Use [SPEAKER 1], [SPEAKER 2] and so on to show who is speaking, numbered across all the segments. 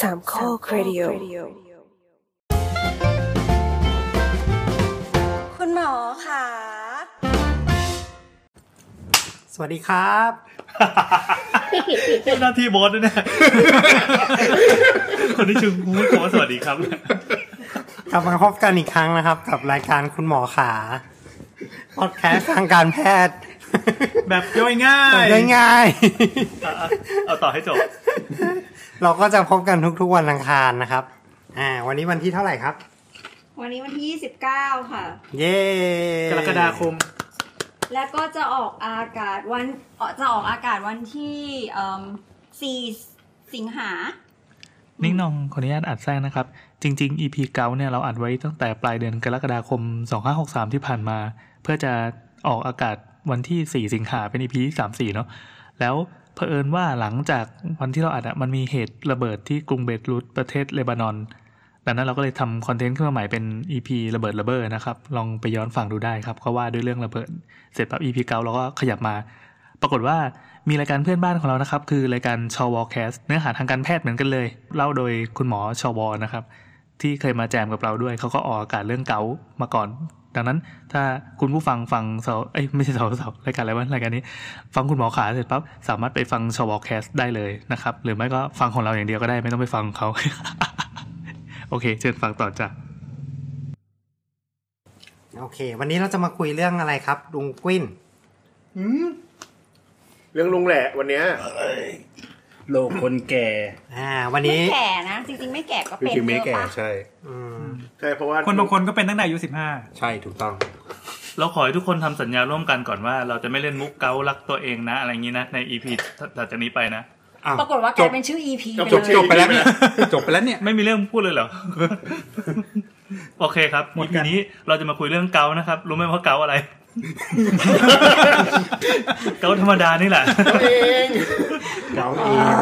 [SPEAKER 1] สามข้อครดิโอ
[SPEAKER 2] คุณหมอค่ะ
[SPEAKER 3] สวัสดีครับ
[SPEAKER 4] เรื่องหน้าที่โบอสด้วยนะ คนที่ชื่อมูดขอสวัสดีครับ
[SPEAKER 3] กลับมาพบกันอีกครั้งนะครับ กับรายการคุณหมอขาพอดแคสต์ทางการแพทย์
[SPEAKER 4] แบบย่อยง่าย
[SPEAKER 3] แบบง่าย
[SPEAKER 4] อ่ะอ่ะเอาต่อให้จบ
[SPEAKER 3] ๆ เราก็จะพบกันทุกๆวันอังคารนะครับ อ่า วันนี้วันที่เท่าไหร่ครับ
[SPEAKER 2] วันนี้วันที่ 29 ค่ะ
[SPEAKER 3] เย้
[SPEAKER 5] กรกฎาคม
[SPEAKER 2] และก็จะออกอากาศวันเอ่อจะออกอากาศวันที่เอิ่ม4สิงหา
[SPEAKER 5] นิ่งนองขออนุญาตอัดแทรกนะครับ จริง ๆ EP เก่าเนี่ยเราอัดไว้ตั้งแต่ปลายเดือนกรกฎาคม 2563 ที่ผ่านมา เพื่อจะออกอากาศวันที่ 4 สิงหาเป็น EP ที่34 เนาะแล้วเผอิญว่าหลังจากวันที่เราอัดอะมันมีเหตุระเบิดที่กรุงเบรุตประเทศเลบานอน ดังนั้นเราก็เลยทำคอนเทนต์ขึ้นมาใหม่เป็น EP ระเบิดระเบ้อนะครับ ลองไปย้อนฟังดูได้ครับก็ว่าด้วยเรื่องระเบิด เสร็จปั๊บ EP เก่าเราก็ขยับมา ปรากฏว่ามีรายการเพื่อนบ้านของเรานะครับ คือรายการชอวอแคสเนื้อหาทางการแพทย์เหมือนกันเลย เล่าโดยคุณหมอชอวอนะครับ ที่เคยมาแจมกับเราด้วย เขาก็ออกอากาศเรื่องเกาต์มาก่อน ดังนั้นถ้าคุณผู้ฟังฟังเสาเอ้ยไม่ใช่เสาเสารายการอะไรวะรายการนี้ ฟังคุณหมอขาเสร็จปั๊บสามารถไปฟังชอวอแคสได้เลยนะครับ หรือไม่ก็ฟังของเราอย่างเดียวก็ได้ไม่ต้องไปฟังเขา โอเค เชิญฟังต่อจ้ะ
[SPEAKER 3] โอเค วันนี้เราจะมาคุยเรื่องอะไรครับลุงกุ้น
[SPEAKER 6] เรื่องลุงแหละวันเนี้ย
[SPEAKER 7] โลกคนแก่
[SPEAKER 3] อ่า วัน
[SPEAKER 2] ไม่
[SPEAKER 3] นี้
[SPEAKER 2] แก่นะ จริงๆ ไม่แก่ก็เป็นเยอะปะ
[SPEAKER 3] อืม
[SPEAKER 6] ใช่เพราะว่า
[SPEAKER 8] คนบางคนก็เป็นตั้งแต่อายุสิบห้า
[SPEAKER 7] ใช่ถูกต้อง
[SPEAKER 4] เราขอให้ทุกคนทำสัญญาร่วมกันก่อนว่า เราจะไม่เล่นมุกเการักตัวเองนะ อะไรอย่างนี้นะ ใน EP ถัดจากนี้ไปนะ
[SPEAKER 7] อ้าว
[SPEAKER 2] ปรากฏว่าก
[SPEAKER 7] จ
[SPEAKER 2] ลาย
[SPEAKER 7] บ
[SPEAKER 2] เป็นชื่อ EP
[SPEAKER 7] จบ
[SPEAKER 2] เลย
[SPEAKER 7] จบไปแล้วเนี่ยจบไปแล้วเนี่ย
[SPEAKER 4] ไม่มีเรื่องพูดเลยเหรอ โอเคครับ EP นี้เราจะมาคุยเรื่องเกาต์นะครับ รู้ไหมว่าเกาต์อะไร เกาต์ธรรมดานี่แหละ
[SPEAKER 6] ตัวเอง
[SPEAKER 7] เกาเอง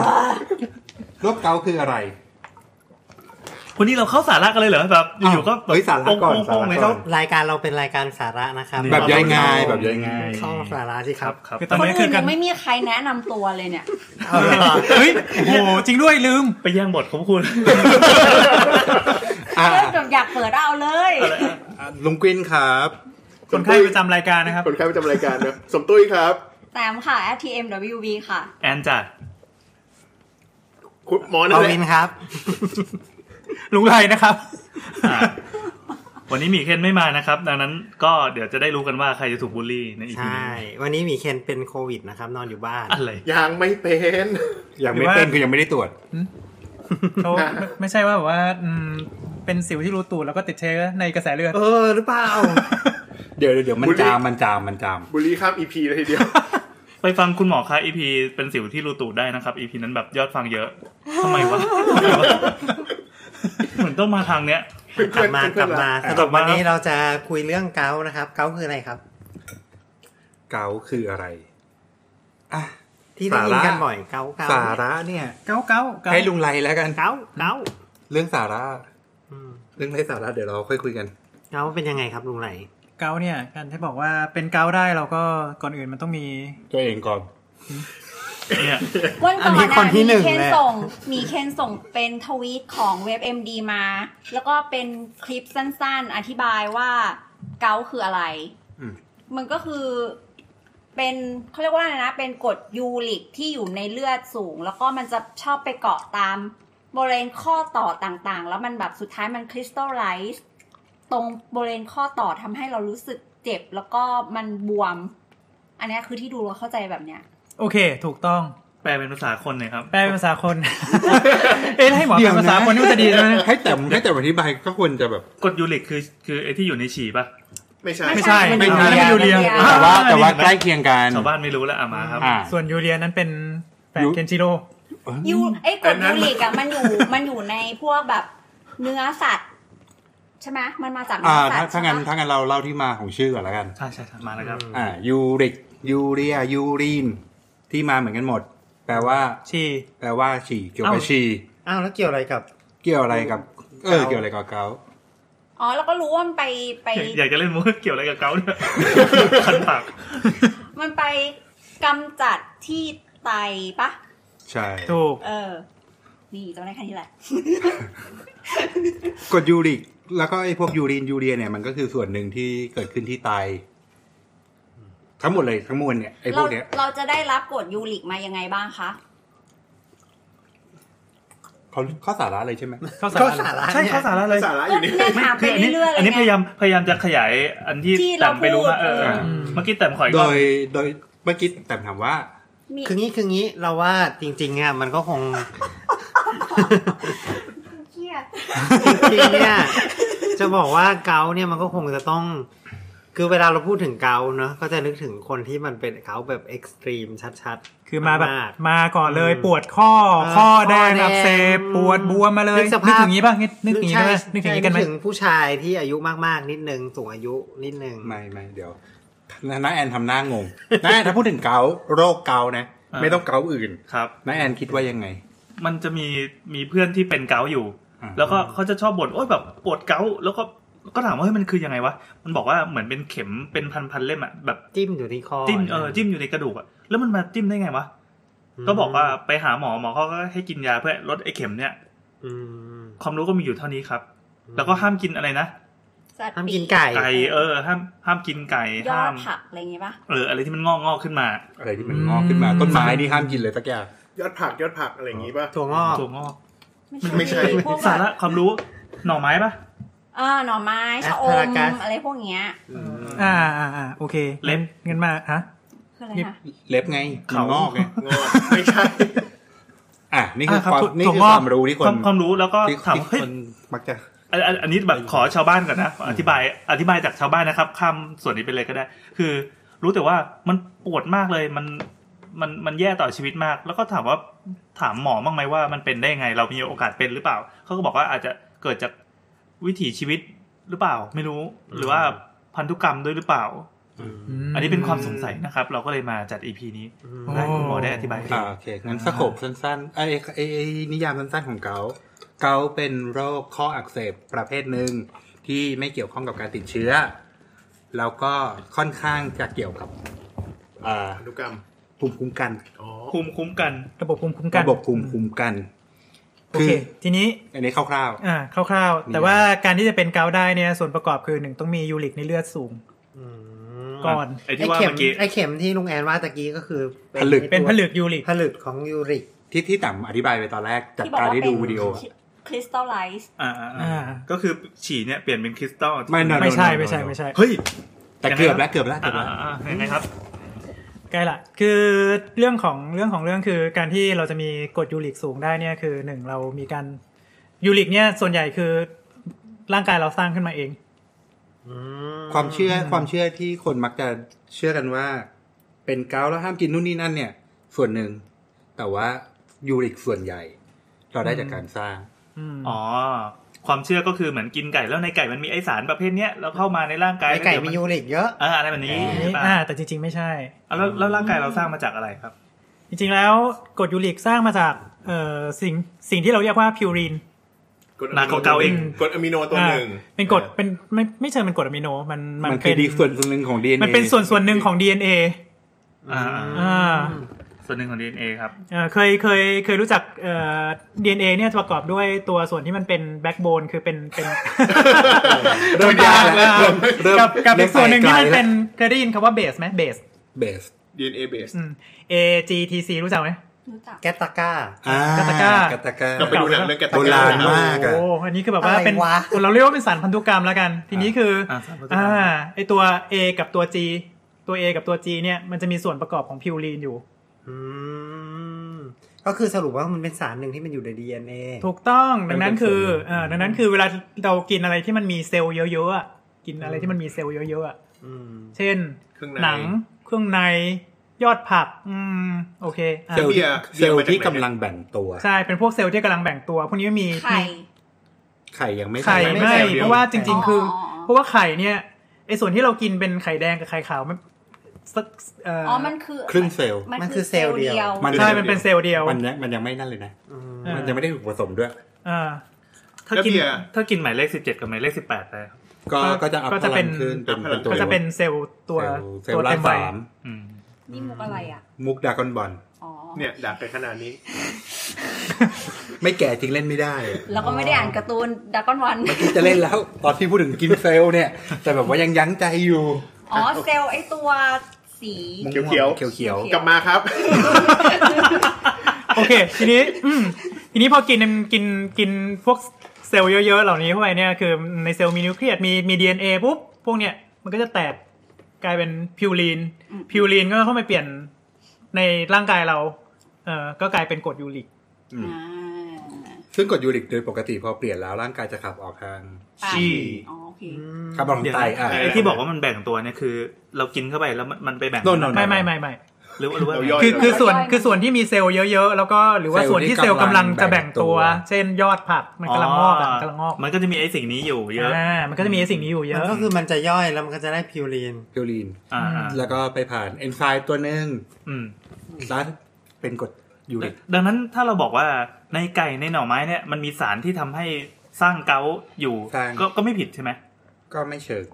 [SPEAKER 7] โรคเกาคืออะไร
[SPEAKER 4] วันนี้เราเข้าสาระกันเลยเหรอแบบอยู่ๆก็แบบ
[SPEAKER 7] เฮ้ยสาระก่อน
[SPEAKER 4] โงๆ
[SPEAKER 7] สาระก่อน
[SPEAKER 4] เลยเขา
[SPEAKER 3] รายการเราเป็นรายการสาระนะครับ
[SPEAKER 7] แบบย้ายง่ายแบบย้ายง่าย
[SPEAKER 3] เข้าสาระสิ
[SPEAKER 4] ค
[SPEAKER 3] ค
[SPEAKER 4] รั
[SPEAKER 3] รั
[SPEAKER 4] บบ ครับ
[SPEAKER 8] คือตอน
[SPEAKER 2] คน
[SPEAKER 8] นี้คื
[SPEAKER 2] อื่
[SPEAKER 8] อน กั
[SPEAKER 2] ยั
[SPEAKER 8] น
[SPEAKER 2] งไม่มีใครแนะนำตัวเลยเนี่ย
[SPEAKER 3] เอาเหรอ
[SPEAKER 8] เฮ้ยโอ้โหจริงด้วยลืม
[SPEAKER 4] ไปแย่งบทของคุณ
[SPEAKER 7] อ่ะ
[SPEAKER 2] เริ่มแบบอยากเปิดเอาเลย
[SPEAKER 7] อ่ะลุงกวินครับ
[SPEAKER 8] คนไข้ประจำรายการนะครับ
[SPEAKER 6] คนไข้ประจำรายการเนอะสมตุ้ยครับ
[SPEAKER 2] แตมค่ะ at tmwb ค่ะ
[SPEAKER 4] แอนจ้ะ
[SPEAKER 6] คุณหมอนั่
[SPEAKER 3] ปาน
[SPEAKER 6] แหละ
[SPEAKER 3] วินครับ
[SPEAKER 8] ลุงไรนะครับ
[SPEAKER 4] อ่ะวันนี้หมีเคนไม่มานะครับ ดังนั้นก็เดี๋ยวจะได้รู้กันว่าใครจะถูกบูลลี่ใน EP
[SPEAKER 3] ใช่
[SPEAKER 4] นี้
[SPEAKER 3] วันนี้หมีเคนเป็นโควิดนะครับ นอนอยู่บ้าน
[SPEAKER 4] อะไร
[SPEAKER 6] ยังไม่เป็น
[SPEAKER 7] ยังไม่เป็น
[SPEAKER 8] หรือว่า
[SPEAKER 7] คือยังไม่ได้ตรวจ
[SPEAKER 8] เขาไม่ไม่ใช่ว่าแบบว่าอืมเป็นสิวที่รูตูดแล้วก็ติดเชื้อในกระแสเลือด
[SPEAKER 3] เออ หรือเปล่า
[SPEAKER 7] เดี๋ยวเดี๋ยวเดี๋ยวมัน
[SPEAKER 6] บุรี
[SPEAKER 7] จามมันจามมันจาม
[SPEAKER 6] บุรีข้ามอีพีเลยทีเดียว
[SPEAKER 4] ไปฟังคุณหมอคะ EP เป็นสิวที่รูตูดได้นะครับ EP นั้นแบบยอดฟังเยอะทำไม วะทำไมวะเหมือนต้องมาทางเนี้ย
[SPEAKER 3] กลับมากลับมาส
[SPEAKER 4] กลั
[SPEAKER 3] รุ
[SPEAKER 4] บ
[SPEAKER 3] ป
[SPEAKER 4] มา
[SPEAKER 3] วันนี้เราจะคุยเรื่องเกาต์นะครับ เกาต์คืออะไรครับ
[SPEAKER 7] เกาคืออะไรอ่ะ
[SPEAKER 3] ที่ได้ยิน
[SPEAKER 7] สาระ
[SPEAKER 3] กันบ่อยเกาต์เกาต์
[SPEAKER 7] สาระเนี่ย
[SPEAKER 8] เก้าเก้าเก้า
[SPEAKER 7] ให้ลุงไรแล้วกัน
[SPEAKER 3] เกาต์เกาต์
[SPEAKER 7] เรื่องสาระ
[SPEAKER 3] อืม
[SPEAKER 7] เรื่องไรสาระเดี๋ยวเราค่อยคุยกัน
[SPEAKER 3] เกาต์เป็นยังไงครับลุงไหล
[SPEAKER 8] เก้าเนี่ยการที่บอกว่าเป็นเก้าได้เราก็ก่อนอื่นมันต้องมี
[SPEAKER 7] ตัวเองก่อน
[SPEAKER 4] เนี่ย
[SPEAKER 2] วันก่อนนะมีเคนส่งมีเคนส่งเป็นทวีตของเว็บ MD มา แล้วก็เป็นคลิปสั้นๆ อธิบายว่าเกาต์คืออะไร
[SPEAKER 7] อืม
[SPEAKER 2] มันก็คือเป็นเขาเรียกว่าอะไรนะ เป็นกรดยูริกที่อยู่ในเลือดสูง แล้วก็มันจะชอบไปเกาะตามบริเวณข้อต่อต่างๆ แล้วมันแบบสุดท้ายมันคริสตัลไลซ์ตรงบริเวณข้อต่อทำให้เรารู้สึกเจ็บ แล้วก็มันบวม อันเนี้ยคือที่ดูเราเข้าใจแบบเนี้ย
[SPEAKER 8] โอเค ถูกต้อง
[SPEAKER 4] แปลเป็นภาษาคนหน่อยครับ
[SPEAKER 8] แปลเป็นภาษาคน เอ๊ะให้หมอแปลภาษาคนนี่มันจะดีใช่ไหม
[SPEAKER 7] ให้แต่ให้แต่อธิบายก็ควรจะแบบ
[SPEAKER 4] กรดยูริกคือคือไอ้ที่อยู่ในฉี่ปะ
[SPEAKER 6] ไม่ใช่
[SPEAKER 8] ไม่ใช่
[SPEAKER 7] ไม่
[SPEAKER 8] ไม่
[SPEAKER 7] ใช่
[SPEAKER 8] ใช่ไม่ยูเรีย
[SPEAKER 2] ไม่ใช่
[SPEAKER 8] อ่
[SPEAKER 7] แต่ว่าแต่ว่าใกล้เคียงกัน
[SPEAKER 4] ชาวบ้านไม่รู้แล้วอ่ะมาครับ
[SPEAKER 7] อ่า
[SPEAKER 8] ส่วนยูเรียนั้นเป็นแปด
[SPEAKER 7] ยู
[SPEAKER 8] เคนจิโร่
[SPEAKER 2] ยูไอ้ก
[SPEAKER 6] อั
[SPEAKER 2] รด
[SPEAKER 6] นนั้
[SPEAKER 2] ยู
[SPEAKER 6] น
[SPEAKER 2] ริกอะมันอยู่มันอยู่ในพวกแบบเนื้อสัตว์ ใช่ไหมมันมาจากเนื้
[SPEAKER 7] อ่า
[SPEAKER 2] อสัต
[SPEAKER 7] ถ้า
[SPEAKER 2] ว์
[SPEAKER 7] ถ้า
[SPEAKER 2] ใช่
[SPEAKER 7] งั้น
[SPEAKER 2] ปะ
[SPEAKER 7] ถ้างั้นเราเล่าที่มาของชื่อก่อนแล้วกัน
[SPEAKER 4] ใช่ใช่มาแล้วครับ
[SPEAKER 7] อ่ายูริกยูเรียยูรีน ที่มาเหมือนกันหมด แปลว่า
[SPEAKER 8] ชี
[SPEAKER 7] แปลว่าฉี่เกี่ยวกับ
[SPEAKER 8] เอ้า
[SPEAKER 7] ฉี่
[SPEAKER 3] อ้าวแล้วเกี่ยวอะไรกับ
[SPEAKER 7] เกี่ยวอะไรกับ เออ
[SPEAKER 3] เกา
[SPEAKER 7] เกี่ยวอะไรกับเกาต์
[SPEAKER 2] อ๋อแล้วก็รู้ว่ามันไปไป
[SPEAKER 4] อยากจะเล่นมุกเกี่ยวอะไรกับเกา เนี่ยคันปาก
[SPEAKER 2] มันไปกำจัดที่ไตปะ
[SPEAKER 7] ใช่
[SPEAKER 8] ถูก
[SPEAKER 2] เออ ดีจำได้แค่นี้แหละ
[SPEAKER 7] กรดยูริก แล้วก็ไอ้พวกยูรีนยูเรียเนี่ยมันก็คือส่วนหนึ่งที่เกิดขึ้นที่ไตทั้งหมดเลยทั้งมวลเนี่ยไอ้พ
[SPEAKER 2] เรา
[SPEAKER 7] วกเนี้ย
[SPEAKER 2] เราจะได้รับกรดยูริกมายังไงบ้างคะ
[SPEAKER 7] เขาเขาสาระเลยใช่ไหม
[SPEAKER 8] เข้า
[SPEAKER 3] ก็
[SPEAKER 8] สา
[SPEAKER 3] สา
[SPEAKER 8] ระ
[SPEAKER 3] ระ
[SPEAKER 8] ใช่
[SPEAKER 3] เนี่ย
[SPEAKER 8] เข้าสาระเลย
[SPEAKER 6] สาระอยู่นี่
[SPEAKER 2] เนี่ยถามไป
[SPEAKER 4] คืออันนี้
[SPEAKER 2] เรื่อยๆเล
[SPEAKER 4] อั
[SPEAKER 2] ย
[SPEAKER 4] นนี้พยา
[SPEAKER 2] ไง
[SPEAKER 4] ยามพยายามจะขยายอันที่
[SPEAKER 2] ที่
[SPEAKER 4] แต่
[SPEAKER 2] เรา
[SPEAKER 4] ไปรู้ว่า
[SPEAKER 2] พู
[SPEAKER 4] เอ
[SPEAKER 2] ด
[SPEAKER 4] อเอออ
[SPEAKER 7] ม
[SPEAKER 4] เมื่อกี้แต่ขอย
[SPEAKER 7] โด
[SPEAKER 4] ก็
[SPEAKER 7] ยโดยเมื่อกี้แต่ถามว่า
[SPEAKER 2] มี
[SPEAKER 3] คืองี้คืองี้เราว่าจริงๆอ่ะมันก็คง
[SPEAKER 2] เครียด
[SPEAKER 3] จริงๆเนี่ยจะบอกว่าเกาต์เนี่ยมันก็คงจะต้อง คือเวลาเราพูดถึงเกาต์เนอะก็จะนึกถึงคนที่มันเป็นเกาต์แบบเอ็กซ์ตรีมชัด
[SPEAKER 8] คือมาแบบ
[SPEAKER 3] มาก
[SPEAKER 8] มาก่อนเลย
[SPEAKER 3] อืม
[SPEAKER 8] ปวดข้อ
[SPEAKER 3] เออ
[SPEAKER 8] ข้อแดง
[SPEAKER 3] ข้อแดง
[SPEAKER 8] อักเสบปวดบวมมาเลย
[SPEAKER 3] นึกสภาพ
[SPEAKER 8] ถึงงี้ป่ะนึก
[SPEAKER 3] ๆ
[SPEAKER 8] นึกอย่างงี้ไหม
[SPEAKER 3] ใช่
[SPEAKER 8] นึกถึงอย่างงี้กันไหม
[SPEAKER 3] ใช่ถึงผู้ชายที่อายุมากๆ นิดนึงสูงอายุนิดนึง
[SPEAKER 7] ไม่ไม่เดี๋ยวน้าแอนทำหน้างงน้าแอนถ้าพูดถึงเกาต์โรคเกาต์นะ
[SPEAKER 4] อ่า
[SPEAKER 7] ไม่ต้องเกาต์อื่น
[SPEAKER 4] ครับ
[SPEAKER 7] น้าแอนคิดว่ายังไง
[SPEAKER 4] มันจะมีมีเพื่อนที่เป็นเกาต์อยู่
[SPEAKER 7] อ่า
[SPEAKER 4] แล้วก็เขาจะชอบบ่นโอ้ยแบบปวดเกาต์แล้วก็ก็ถามว่าเฮ้ยมันคือยังไงวะมันบอกว่าเหมือนเป็นเข็มเป็นพันพันๆเล่มอะแบบ
[SPEAKER 3] จิ้มอยู่ที่คอ
[SPEAKER 4] จิ้มเออจิ้มอยู่ในกระดูกอะแล้วมันมาจิ้มได้ไงวะก็บอกว่าไปหาหมอหมอเขาก็ให้กินยาเพื่อลดไอ้เข็มเนี่ย
[SPEAKER 3] อืม
[SPEAKER 4] ความรู้ก็มีอยู่เท่านี้ครับ แล้วก็ห้ามกินอะไรนะ
[SPEAKER 2] สัตว์
[SPEAKER 3] ห้าม
[SPEAKER 2] ปี
[SPEAKER 3] กินไก่
[SPEAKER 4] ไก่เออห้ามห้ามกินไก่
[SPEAKER 2] ยอ
[SPEAKER 4] ห้า
[SPEAKER 2] ด
[SPEAKER 4] ม
[SPEAKER 2] ผักอะไรอย่างงี้ปะ
[SPEAKER 4] เอออะไรที่มันงอกงอกๆขึ้นมา
[SPEAKER 7] อะไรที่มันงอกขึ้นมาต้นไม้นี่ห้ามกินเลยสักอย่าง
[SPEAKER 6] ยอดผักยอดผักอะไรอย่างงี้ป่ะ
[SPEAKER 3] ถั่วงอก
[SPEAKER 4] ตัวงอก
[SPEAKER 6] ไม่ใช่
[SPEAKER 2] พวก
[SPEAKER 4] สา
[SPEAKER 2] แบบ
[SPEAKER 4] ระความรู้หน่อไม้ปะ
[SPEAKER 2] เออหน่อไม้ชะอม
[SPEAKER 3] Asparagus
[SPEAKER 2] อะไรพวกเนี้ย
[SPEAKER 8] อ่าอ่าอ่าโอเค
[SPEAKER 4] เล่ม
[SPEAKER 8] เงินมาฮะ
[SPEAKER 2] คืออะไรนะ
[SPEAKER 7] เล็บไงมันงอกไง
[SPEAKER 6] งอกไม่ใช่
[SPEAKER 7] อ่ะนี่คือ
[SPEAKER 8] อ่ะครับ
[SPEAKER 7] ความ
[SPEAKER 8] ถั่ว
[SPEAKER 7] นี่คือ
[SPEAKER 8] ถั่วง
[SPEAKER 7] ค
[SPEAKER 8] อ
[SPEAKER 7] วา
[SPEAKER 8] ก
[SPEAKER 7] มรู้ที่ค
[SPEAKER 4] ควาน มความรู้แล้วก็
[SPEAKER 7] ที่
[SPEAKER 4] ถาม
[SPEAKER 7] ที่
[SPEAKER 4] ว่าเฮ้ย
[SPEAKER 7] คนมักจะ
[SPEAKER 4] อันอันอันนี้แบบขอชาวบ้านก่อนนะอธิบายอธิบายจากชาวบ้านนะครับข้ามส่วนนี้ไปเลยก็ได้ คือ รู้แต่ว่ามันปวดมากเลยมันมันมันแย่ต่อชีวิตมาก แล้วก็ถามว่าถามหมอบ้างไหมว่ามันเป็นได้ยังไง เรามีโอกาสเป็นหรือเปล่าเขาก็บอกว่าอาจจะเกิดจากวิถีชีวิตหรือเปล่า ไม่รู้หรือว่าพันธุกรรมด้วยหรือเปล่า
[SPEAKER 8] ม
[SPEAKER 4] อันนี้เป็นความสงสัยนะครับ เราก็เลยมาจัดอีพีนี้ให้คุณหมอได้อธิบายให้
[SPEAKER 7] อ่าโอเค งั้นสโคบสั้นๆไอ้ไอ้ไอ้นิยามสั้นๆของเกาต์เกาต์เป็นโรคข้ออักเสบประเภทหนึ่งที่ไม่เกี่ยวข้องกับการติดเชื้อ แล้วก็ค่อนข้างจะเกี่ยวกับอ่า
[SPEAKER 6] อนุกรรม
[SPEAKER 7] ภูมิคุ้มกัน
[SPEAKER 6] อ๋อ
[SPEAKER 4] คุ้มคุ้มกัน
[SPEAKER 8] ระบบภูมิคุ้มกัน
[SPEAKER 7] ระบบภูมิคุ้มกัน
[SPEAKER 8] โอ
[SPEAKER 7] คื
[SPEAKER 8] เค
[SPEAKER 7] อ
[SPEAKER 8] ทีนี้
[SPEAKER 7] อันนี้คร่าว
[SPEAKER 8] อ่าคร่าว
[SPEAKER 7] มี
[SPEAKER 8] ๆ แต่ว่าการที่จะเป็นเกาต์ได้เนี่ยส่วนประกอบคือหนึ่งต้องมียูริกในเลือดสูง ก่อน
[SPEAKER 4] ไอ้
[SPEAKER 3] ไอ
[SPEAKER 4] ที่ว่า
[SPEAKER 3] เข็ม
[SPEAKER 4] เมื่อกี้
[SPEAKER 3] ไอเข็มที่ลุงแอนว่าตะกี้ก็คือ
[SPEAKER 7] ผลึก
[SPEAKER 8] เป็นผลึกยูริก
[SPEAKER 3] ผลึกของยูริก
[SPEAKER 7] ๆ ที่ที่ต่ำอธิบายไปตอนแรกจาก
[SPEAKER 2] ที่บอก
[SPEAKER 7] การ
[SPEAKER 2] ว่า
[SPEAKER 7] ได้
[SPEAKER 2] เป็
[SPEAKER 7] ดู
[SPEAKER 2] น
[SPEAKER 7] วิดีโออะ
[SPEAKER 2] คริสตัลไลซ์
[SPEAKER 4] อ่า
[SPEAKER 8] อ่า
[SPEAKER 4] ก็คือฉี่เนี่ยเปลี่ยนเป็นคริสตัล
[SPEAKER 7] ไม่นอน
[SPEAKER 8] ไม่ใช่ไม่ใช่ไม่ใช่
[SPEAKER 4] เฮ้ย
[SPEAKER 7] แต่เกือบแล้วเกือบแล้วเกื
[SPEAKER 4] อ่า
[SPEAKER 7] อบแล้ว
[SPEAKER 4] ๆๆยังไงครับ
[SPEAKER 8] ใกล้ละคือเรื่องของเรื่องของเรื่องคือการที่เราจะมีกรดยูริกสูงได้เนี่ยคือหนึ่งเรามีการยูริกเนี่ยส่วนใหญ่คือร่างกายเราสร้างขึ้นมาเอง
[SPEAKER 7] ความเชื่อความเชื่อที่คนมักจะเชื่อกันว่า เป็นเกาต์แล้วห้ามกินนู่นนี่นั่นเนี่ย ส่วนหนึ่ง แต่ว่ายูริกส่วนใหญ่ เราได้จากการสร้าง
[SPEAKER 8] อืม
[SPEAKER 4] อ๋อ ความเชื่อก็คือเหมือนกินไก่แล้วในไก่มันมีไอสารประเภทเนี้ยแล้วเข้ามาในร่างกาย
[SPEAKER 3] ไอไก่
[SPEAKER 4] แล้ว
[SPEAKER 3] มี
[SPEAKER 4] เดี๋ว
[SPEAKER 3] ยูริกเยอะ
[SPEAKER 4] อ่าอะไรแบบนี้
[SPEAKER 8] อัน
[SPEAKER 4] ใช่
[SPEAKER 8] นี้
[SPEAKER 4] ปะ
[SPEAKER 8] อ่าแต่จริงๆไม่ใช่
[SPEAKER 4] อ่ะแล้วแล้วร่างกายเราสร้างมาจากอะไรครับ
[SPEAKER 8] จริงๆแล้วกรดยูริกสร้างมาจากเอ่อสิ่งสิ่งที่เราเรียกว่าพิวรีน
[SPEAKER 4] หนักกว่าเกาอีก
[SPEAKER 6] กรดอะมิโนตัวหนึ่ง
[SPEAKER 8] อ่าเป็นกรดเป็นไม่ไม่เชิงเป็นกรดอะมิโนมัน
[SPEAKER 7] มัน
[SPEAKER 8] เป็
[SPEAKER 7] คือดีส่วนส่วนหนึ่งของ DNA
[SPEAKER 8] มันเป็นส่วนส่วนหนึ่งของ DNA
[SPEAKER 4] อ่า
[SPEAKER 8] อ่า
[SPEAKER 4] ส่วนหนึ่งของ DNA ครับ
[SPEAKER 8] เอ่อเคยเคยเคยรู้จักเอ่อ DNA เนี่ยจะประกอบด้วยตัวส่วนที่มันเป็นแบ็กโบนคือเป็นเป็น
[SPEAKER 7] เริ่มยากแล้วเริ่มเริ่ม
[SPEAKER 8] กับกับ
[SPEAKER 7] เริ่
[SPEAKER 8] อีกส่วนหนึ่งที่มัน
[SPEAKER 7] ไกล
[SPEAKER 8] เป็นเคยได้ยินคำว่าเบสไหมเบส
[SPEAKER 7] เบส
[SPEAKER 6] DNA base
[SPEAKER 8] A G T C รู้จักไหม
[SPEAKER 2] รู้จัก
[SPEAKER 3] แกตตาก้า
[SPEAKER 7] อ่าก
[SPEAKER 8] าตาก้า
[SPEAKER 7] กาตาก้า
[SPEAKER 6] ก็ไปดูหนังเรื่องแกะตะ
[SPEAKER 7] โบ
[SPEAKER 6] ก
[SPEAKER 7] ราณ
[SPEAKER 6] ร้าม
[SPEAKER 7] าก อะ
[SPEAKER 8] โอ้อันนี้คือแบบว่า
[SPEAKER 3] อะไร
[SPEAKER 8] เป็น
[SPEAKER 3] วะ
[SPEAKER 8] เราเรียกว่าเป็นสารพันธุกรรมแล้วกัน ทีนี้คืออา
[SPEAKER 4] สารพันธุกรรม
[SPEAKER 8] อ่าไอตัว A กับตัว G ตัว A กับตัว G เนี่ยมันจะมีส่วนประกอบของพิวรีนอยู่
[SPEAKER 3] อืมก็คือสรุปว่ามันเป็นสารหนึ่งที่มันอยู่ใน DNA
[SPEAKER 8] ถูกต้องดังนั้น
[SPEAKER 7] มันเป็น
[SPEAKER 8] คือ
[SPEAKER 7] ส่วนหนึ่ง
[SPEAKER 8] เอ่อดังนั้นคือเวลาเรากินอะไรที่มันมีเซลล์เยอะๆอะกินอะไรที่มันมีเซลล์เยอะๆอะ
[SPEAKER 3] อืม
[SPEAKER 8] เช่น
[SPEAKER 6] เครื่อง
[SPEAKER 8] ห
[SPEAKER 6] ใน
[SPEAKER 8] นังเครื่องในยอดผัก อืมโอเค
[SPEAKER 7] เซ
[SPEAKER 8] อ่ะ
[SPEAKER 7] ลล์
[SPEAKER 6] เบี
[SPEAKER 7] ที่
[SPEAKER 6] ยร์
[SPEAKER 7] เซลล์ที่
[SPEAKER 6] เบียร์มาจากไหน
[SPEAKER 7] กำลังแบ่งตัว
[SPEAKER 8] ใช่เป็นพวกเซลล์ที่กำลังแบ่งตัว พวกนี้มี
[SPEAKER 2] ไข่
[SPEAKER 7] ไข่ยังไม่
[SPEAKER 8] ไข่
[SPEAKER 7] แบ่ง
[SPEAKER 8] ไม่
[SPEAKER 6] เซลล์เดียว
[SPEAKER 8] เพราะว่าจริง ๆ คืออ
[SPEAKER 2] อ
[SPEAKER 8] เพราะว่าไข่เนี่ยไอส่วนที่เรากินเป็นไข่แดงกับไข่ขาวมันสักเ
[SPEAKER 2] อ๋อ มันคือ
[SPEAKER 7] ครึ่งเซลล์
[SPEAKER 2] มันคือเซลล์เดียว
[SPEAKER 7] มัน
[SPEAKER 8] ใช่มันเป็นเซลล์เดียว
[SPEAKER 7] มันยังมันยังไม่นั่นเลยนะ
[SPEAKER 8] อ่า
[SPEAKER 7] มันยังไม่ได้ถูกผสมด้วย
[SPEAKER 8] อ่า
[SPEAKER 4] ถ้า
[SPEAKER 6] แล้ว
[SPEAKER 4] กิน
[SPEAKER 6] เบียร์
[SPEAKER 4] ถ้ากินหมายเลขสิบเจ็ดกับหมายเลขสิบแปดไปครับ
[SPEAKER 7] ก็
[SPEAKER 8] ก็
[SPEAKER 7] ก็จะอัพ
[SPEAKER 8] ก็
[SPEAKER 7] พ
[SPEAKER 8] จะเป็
[SPEAKER 7] ลั
[SPEAKER 8] น
[SPEAKER 7] งขึ้นเป็นเป็นตัว
[SPEAKER 8] ก็จะเป็นเซลล์ตัว
[SPEAKER 7] เซลล์เซล
[SPEAKER 8] ตัว
[SPEAKER 7] ล์ร่า
[SPEAKER 8] เต็
[SPEAKER 7] ง
[SPEAKER 8] มใบ
[SPEAKER 7] สาม
[SPEAKER 4] อืม
[SPEAKER 2] นี่มุกอะไรอ่ะ
[SPEAKER 7] มุกดรากอนบอล
[SPEAKER 2] อ๋อ
[SPEAKER 6] เนี่ยดักกันขนาดนี้
[SPEAKER 7] ไม่แก่จริงเล่นไม่ได้อะ
[SPEAKER 2] แล้วก็ไม่ได้อ่านการ์ตูนดักกอนวัน
[SPEAKER 7] เมื่อกี้จะเล่นแล้ว ตอนที่พูดถึงกินเซลลเนี่ย แต่แบบว่ายังยั้งใจอยู่
[SPEAKER 2] อ๋อเซลล์ไอตัวสี
[SPEAKER 7] ม่
[SPEAKER 6] เขียวๆ
[SPEAKER 7] เขียวเขียว
[SPEAKER 6] กลับมา ครับ
[SPEAKER 8] โอเค ทีนี้อืมทีนี้พอกินกินกินพวกเซลล์เยอะๆ เหล่านี้เข้าไปเนี่ยคือในเซลล์มีนิวเคลียสมีมีดีเอ็นเอปุ๊บ พวกเนี่ยมันก็จะแตกกลายเป็นพิวรีน
[SPEAKER 2] อืม
[SPEAKER 8] พิวรีนก็เข้ามาเปลี่ยนในร่างกายเราเอ่อก็กลายเป็นกรดยูริก
[SPEAKER 2] อ่า
[SPEAKER 7] ๆซึ่งกดยูริกโดยปกติพอเปลี่ยนแล้วร่างกายจะขับออกทาง
[SPEAKER 4] ชี
[SPEAKER 2] อ๋อโอเค
[SPEAKER 7] ขับออกทางไตอ่ะ
[SPEAKER 4] ไอ้ที่บอกว่ามันแบ่งตัวเนี่ยคือ เรากินเข้าไปแล้วมันมันไปแบ่ง
[SPEAKER 7] โน่นโน่น
[SPEAKER 8] ไม่ไม่ไม่ไม่
[SPEAKER 4] หรือว่าหรือว่า
[SPEAKER 6] เราย่อย
[SPEAKER 8] คือคือส่วน
[SPEAKER 2] ย่อย
[SPEAKER 8] คือส่วนที่มีเซลล์เยอะๆ แล้วก็หรือว่า
[SPEAKER 7] เซลล์
[SPEAKER 8] ส่วนที่
[SPEAKER 7] ที่
[SPEAKER 8] เซลล์
[SPEAKER 7] กำ
[SPEAKER 8] กำ
[SPEAKER 7] ลั
[SPEAKER 8] ลัง
[SPEAKER 7] ง
[SPEAKER 8] จะแบ่งตัว
[SPEAKER 7] แบ่งตัว
[SPEAKER 8] เช่นยอดผักมันกำลังงอกอะกำลังงอก
[SPEAKER 4] มันก็จะมีไอ้สิ่งนี้อยู่เยอะ
[SPEAKER 8] อ่ามันก็จะมีไอ้สิ่งนี้อยู่เย
[SPEAKER 3] มัน
[SPEAKER 8] อะ
[SPEAKER 3] ก็คือมันจะย่อยแล้วมันก็จะได้พิวรีน
[SPEAKER 7] พิวรีน
[SPEAKER 4] อ่าๆ
[SPEAKER 7] แล้วก็ไปผ่านเอนไซม์ตัวหนึ่ง
[SPEAKER 4] อืม
[SPEAKER 7] แล้วเป็นกรดยูริก
[SPEAKER 4] ดังนั้นถ้าเราบอกว่าในไก่ในหน่อไม้เนี่ยมันมีสารที่ทำให้สร้างเกาต์อยู่
[SPEAKER 7] สร้าง
[SPEAKER 4] ก็ก็ไม่ผิดใช่ไหม
[SPEAKER 7] ก็ไม่เชิง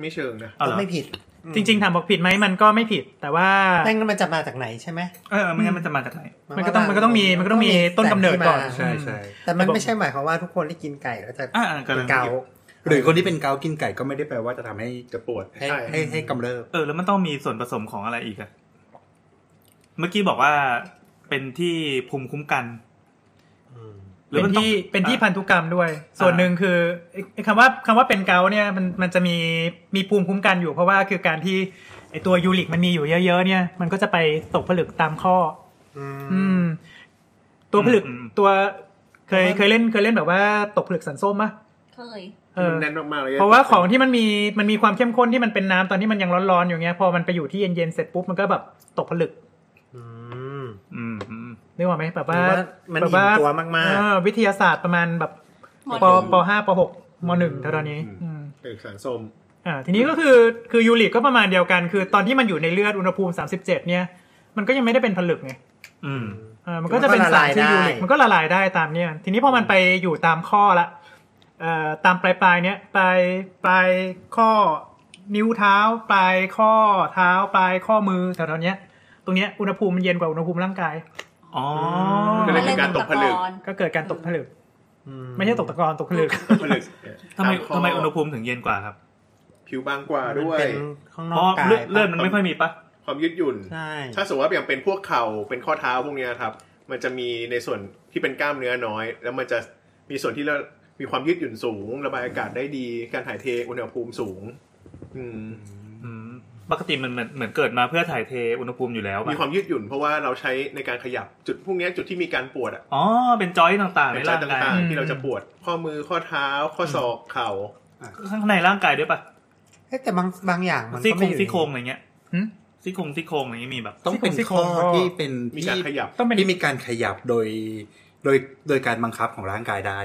[SPEAKER 6] ไม่เชิงนะ
[SPEAKER 4] เอาเหรอ
[SPEAKER 3] ไม่ผิด
[SPEAKER 8] จริงๆถามบอกผิดไหมมันก็ไม่ผิดแต่ว่า
[SPEAKER 3] แม่งมันจะมาจากไหนใช่ไหม
[SPEAKER 4] เออไม่งั้นมันจะมาจากไหน
[SPEAKER 8] มันก็ต้องมันก็ต้องมีมันก็ต้องมีต้นกำเนิดก่อน
[SPEAKER 7] ใช่ใช่
[SPEAKER 3] แต่มันไม่ใช่หมายความว่าทุกคนที่กินไก่ก็จะ
[SPEAKER 4] อ่าๆกำลั
[SPEAKER 3] เป็
[SPEAKER 4] ง
[SPEAKER 3] นเกา
[SPEAKER 7] หรือคนที่เป็นเกาต์กินไก่ก็ไม่ได้แปลว่าจะทำให้
[SPEAKER 6] จะปวด
[SPEAKER 7] ให้
[SPEAKER 6] ใช่
[SPEAKER 7] ให้ให้กำเริบ
[SPEAKER 4] เออแล้วมันต้องมีส่วนผสมของอะไรอีกอะเมื่อกี้บอกว่าเป็นที่ภูมิคุ้มกันหรือ
[SPEAKER 8] เป็
[SPEAKER 4] มัน นต้อง
[SPEAKER 8] ที่เป็นที่
[SPEAKER 4] อ่ะ
[SPEAKER 8] พันธุกรรมด้วย ส่วนหนึ่งคือไอ้ไอ้คำว่าคำว่าเป็นเกาต์เนี่ยมันมันจะมีมีภูมิคุ้มกันอยู่ เพราะว่าคือการที่ไอตัวยูริกมันมีอยู่เยอะๆเนี่ยมันก็จะไปตกผลึกตามข้อ อืม ตัวผลึก
[SPEAKER 4] อืม
[SPEAKER 8] ตัวเคยเคยเล่นเคยเล่นแบบว่าตกผลึกสันส้มปะ
[SPEAKER 2] เคย
[SPEAKER 8] เออ
[SPEAKER 6] แน่นมากๆเลย
[SPEAKER 8] เพราะว่าของที่มันมีมันมีความเข้มข้นที่มันเป็นน้ำตอนที่มันยังร้อนๆอยู่เงี้ยพอมันไปอยู่ที่เย็นๆเสร็จปุ๊บมันก็แบบตกผลึก
[SPEAKER 4] อืมอืม
[SPEAKER 8] นึกออกไหมแบบว่า
[SPEAKER 3] หรือว่ามัน
[SPEAKER 8] แบบว่า
[SPEAKER 3] อิ่มตัวมากๆ
[SPEAKER 8] เออวิทยาศาสตร์ประมาณแบบ
[SPEAKER 2] หมด
[SPEAKER 8] ปปห้าปหกมหนึ่งเท่านี้อืม
[SPEAKER 6] เอกสารส้ม
[SPEAKER 8] อ่าทีนี้ก็คือคือยูริกก็ประมาณเดียวกัน คือตอนที่มันอยู่ในเลือดอุณหภูมิ 37 เนี่ย มันก็ยังไม่ได้เป็นผลึกไง
[SPEAKER 4] อืม
[SPEAKER 8] เออมันก็จะเป็น
[SPEAKER 3] มันก็ละ
[SPEAKER 8] สา
[SPEAKER 3] ลาร ย
[SPEAKER 8] ที่ยูริก
[SPEAKER 3] ได้
[SPEAKER 8] มันก็ละลายได้ตามเนี่ย ทีนี้พอมันไปอยู่ตามข้อละเอ่อตามปลายปลายๆเนี่ยปลายปลายข้อนิ้วเท้า ปลายข้อเท้า ปลายข้อมือแถวๆเนี้ยตรงเนี้ยอุณหภูมิมันเย็นกว่าอุณหภูมิร่างกาย
[SPEAKER 4] อ๋อ
[SPEAKER 6] ก็เลยเป็นการตกผลึก
[SPEAKER 8] ก็เกิดการตกผลึก ไม่ใช่ตกตะกอนตกผลึก
[SPEAKER 6] ผลึก
[SPEAKER 4] ทำไม
[SPEAKER 6] ข้อ
[SPEAKER 4] ทำไมอุณหภูมิถึงเย็นกว่าครับ
[SPEAKER 6] ผิวบางกว่าด้ว
[SPEAKER 3] มัน
[SPEAKER 6] ย
[SPEAKER 3] เป็นข้างนอ
[SPEAKER 4] เพราะ
[SPEAKER 3] กกาย
[SPEAKER 4] เลือดเลือดมันไม่ค่อยมีปะ
[SPEAKER 6] ความยืดหยุ่น
[SPEAKER 3] ใช่
[SPEAKER 6] ถ้าสมมติว่าอย่างเป็นพวกเข่าเป็นข้อเท้าพวกเนี้ยครับ มันจะมีในส่วนที่เป็นกล้ามเนื้อน้อย แล้วมันจะมีส่วนที่เรามีความยืดหยุ่นสูง ระบายอากาศได้ดี การถ่ายเทอุณหภูมิสูง อืม
[SPEAKER 4] อืมปกติมันเหมือนเหมือนเกิดมาเพื่อถ่ายเทอุณหภูมิอยู่แล้ว
[SPEAKER 6] มี
[SPEAKER 4] ปะ
[SPEAKER 6] ความยืดหยุ่นเพราะว่าเราใช้ในการขยับจุดพวกเนี้ยจุดที่มีการปวดอะ
[SPEAKER 4] อ๋อ เป็นจอยต่างๆ ใน
[SPEAKER 6] เป็นจุด
[SPEAKER 4] ร่างกาย
[SPEAKER 6] ต่าง
[SPEAKER 8] อืม
[SPEAKER 6] ๆ ที่เราจะปวด ข้อมือข้อเท้า ข้อศอกเข่า
[SPEAKER 4] ข้างในร่างกายด้วยปะ
[SPEAKER 3] เอ๊ะแต่บางบางอย่างมัน
[SPEAKER 4] ซี่
[SPEAKER 3] ก็
[SPEAKER 4] โคร
[SPEAKER 3] ไม่
[SPEAKER 4] ง
[SPEAKER 3] อยู่
[SPEAKER 4] ซี่โครงอะไรเงี้ย
[SPEAKER 8] หึ
[SPEAKER 4] ซี่โครงซี่โครงอะไรเงี้ยมีแบบ
[SPEAKER 7] ต้องเป็น
[SPEAKER 8] ซี่โคร
[SPEAKER 7] ข้อง
[SPEAKER 8] ก็
[SPEAKER 7] ที่เป็น
[SPEAKER 6] มี
[SPEAKER 7] ที่
[SPEAKER 6] การขยับ
[SPEAKER 8] ต้องเป็น
[SPEAKER 7] ที่มีการขยับโดย โดยโดยการบังคับของร่างกายได้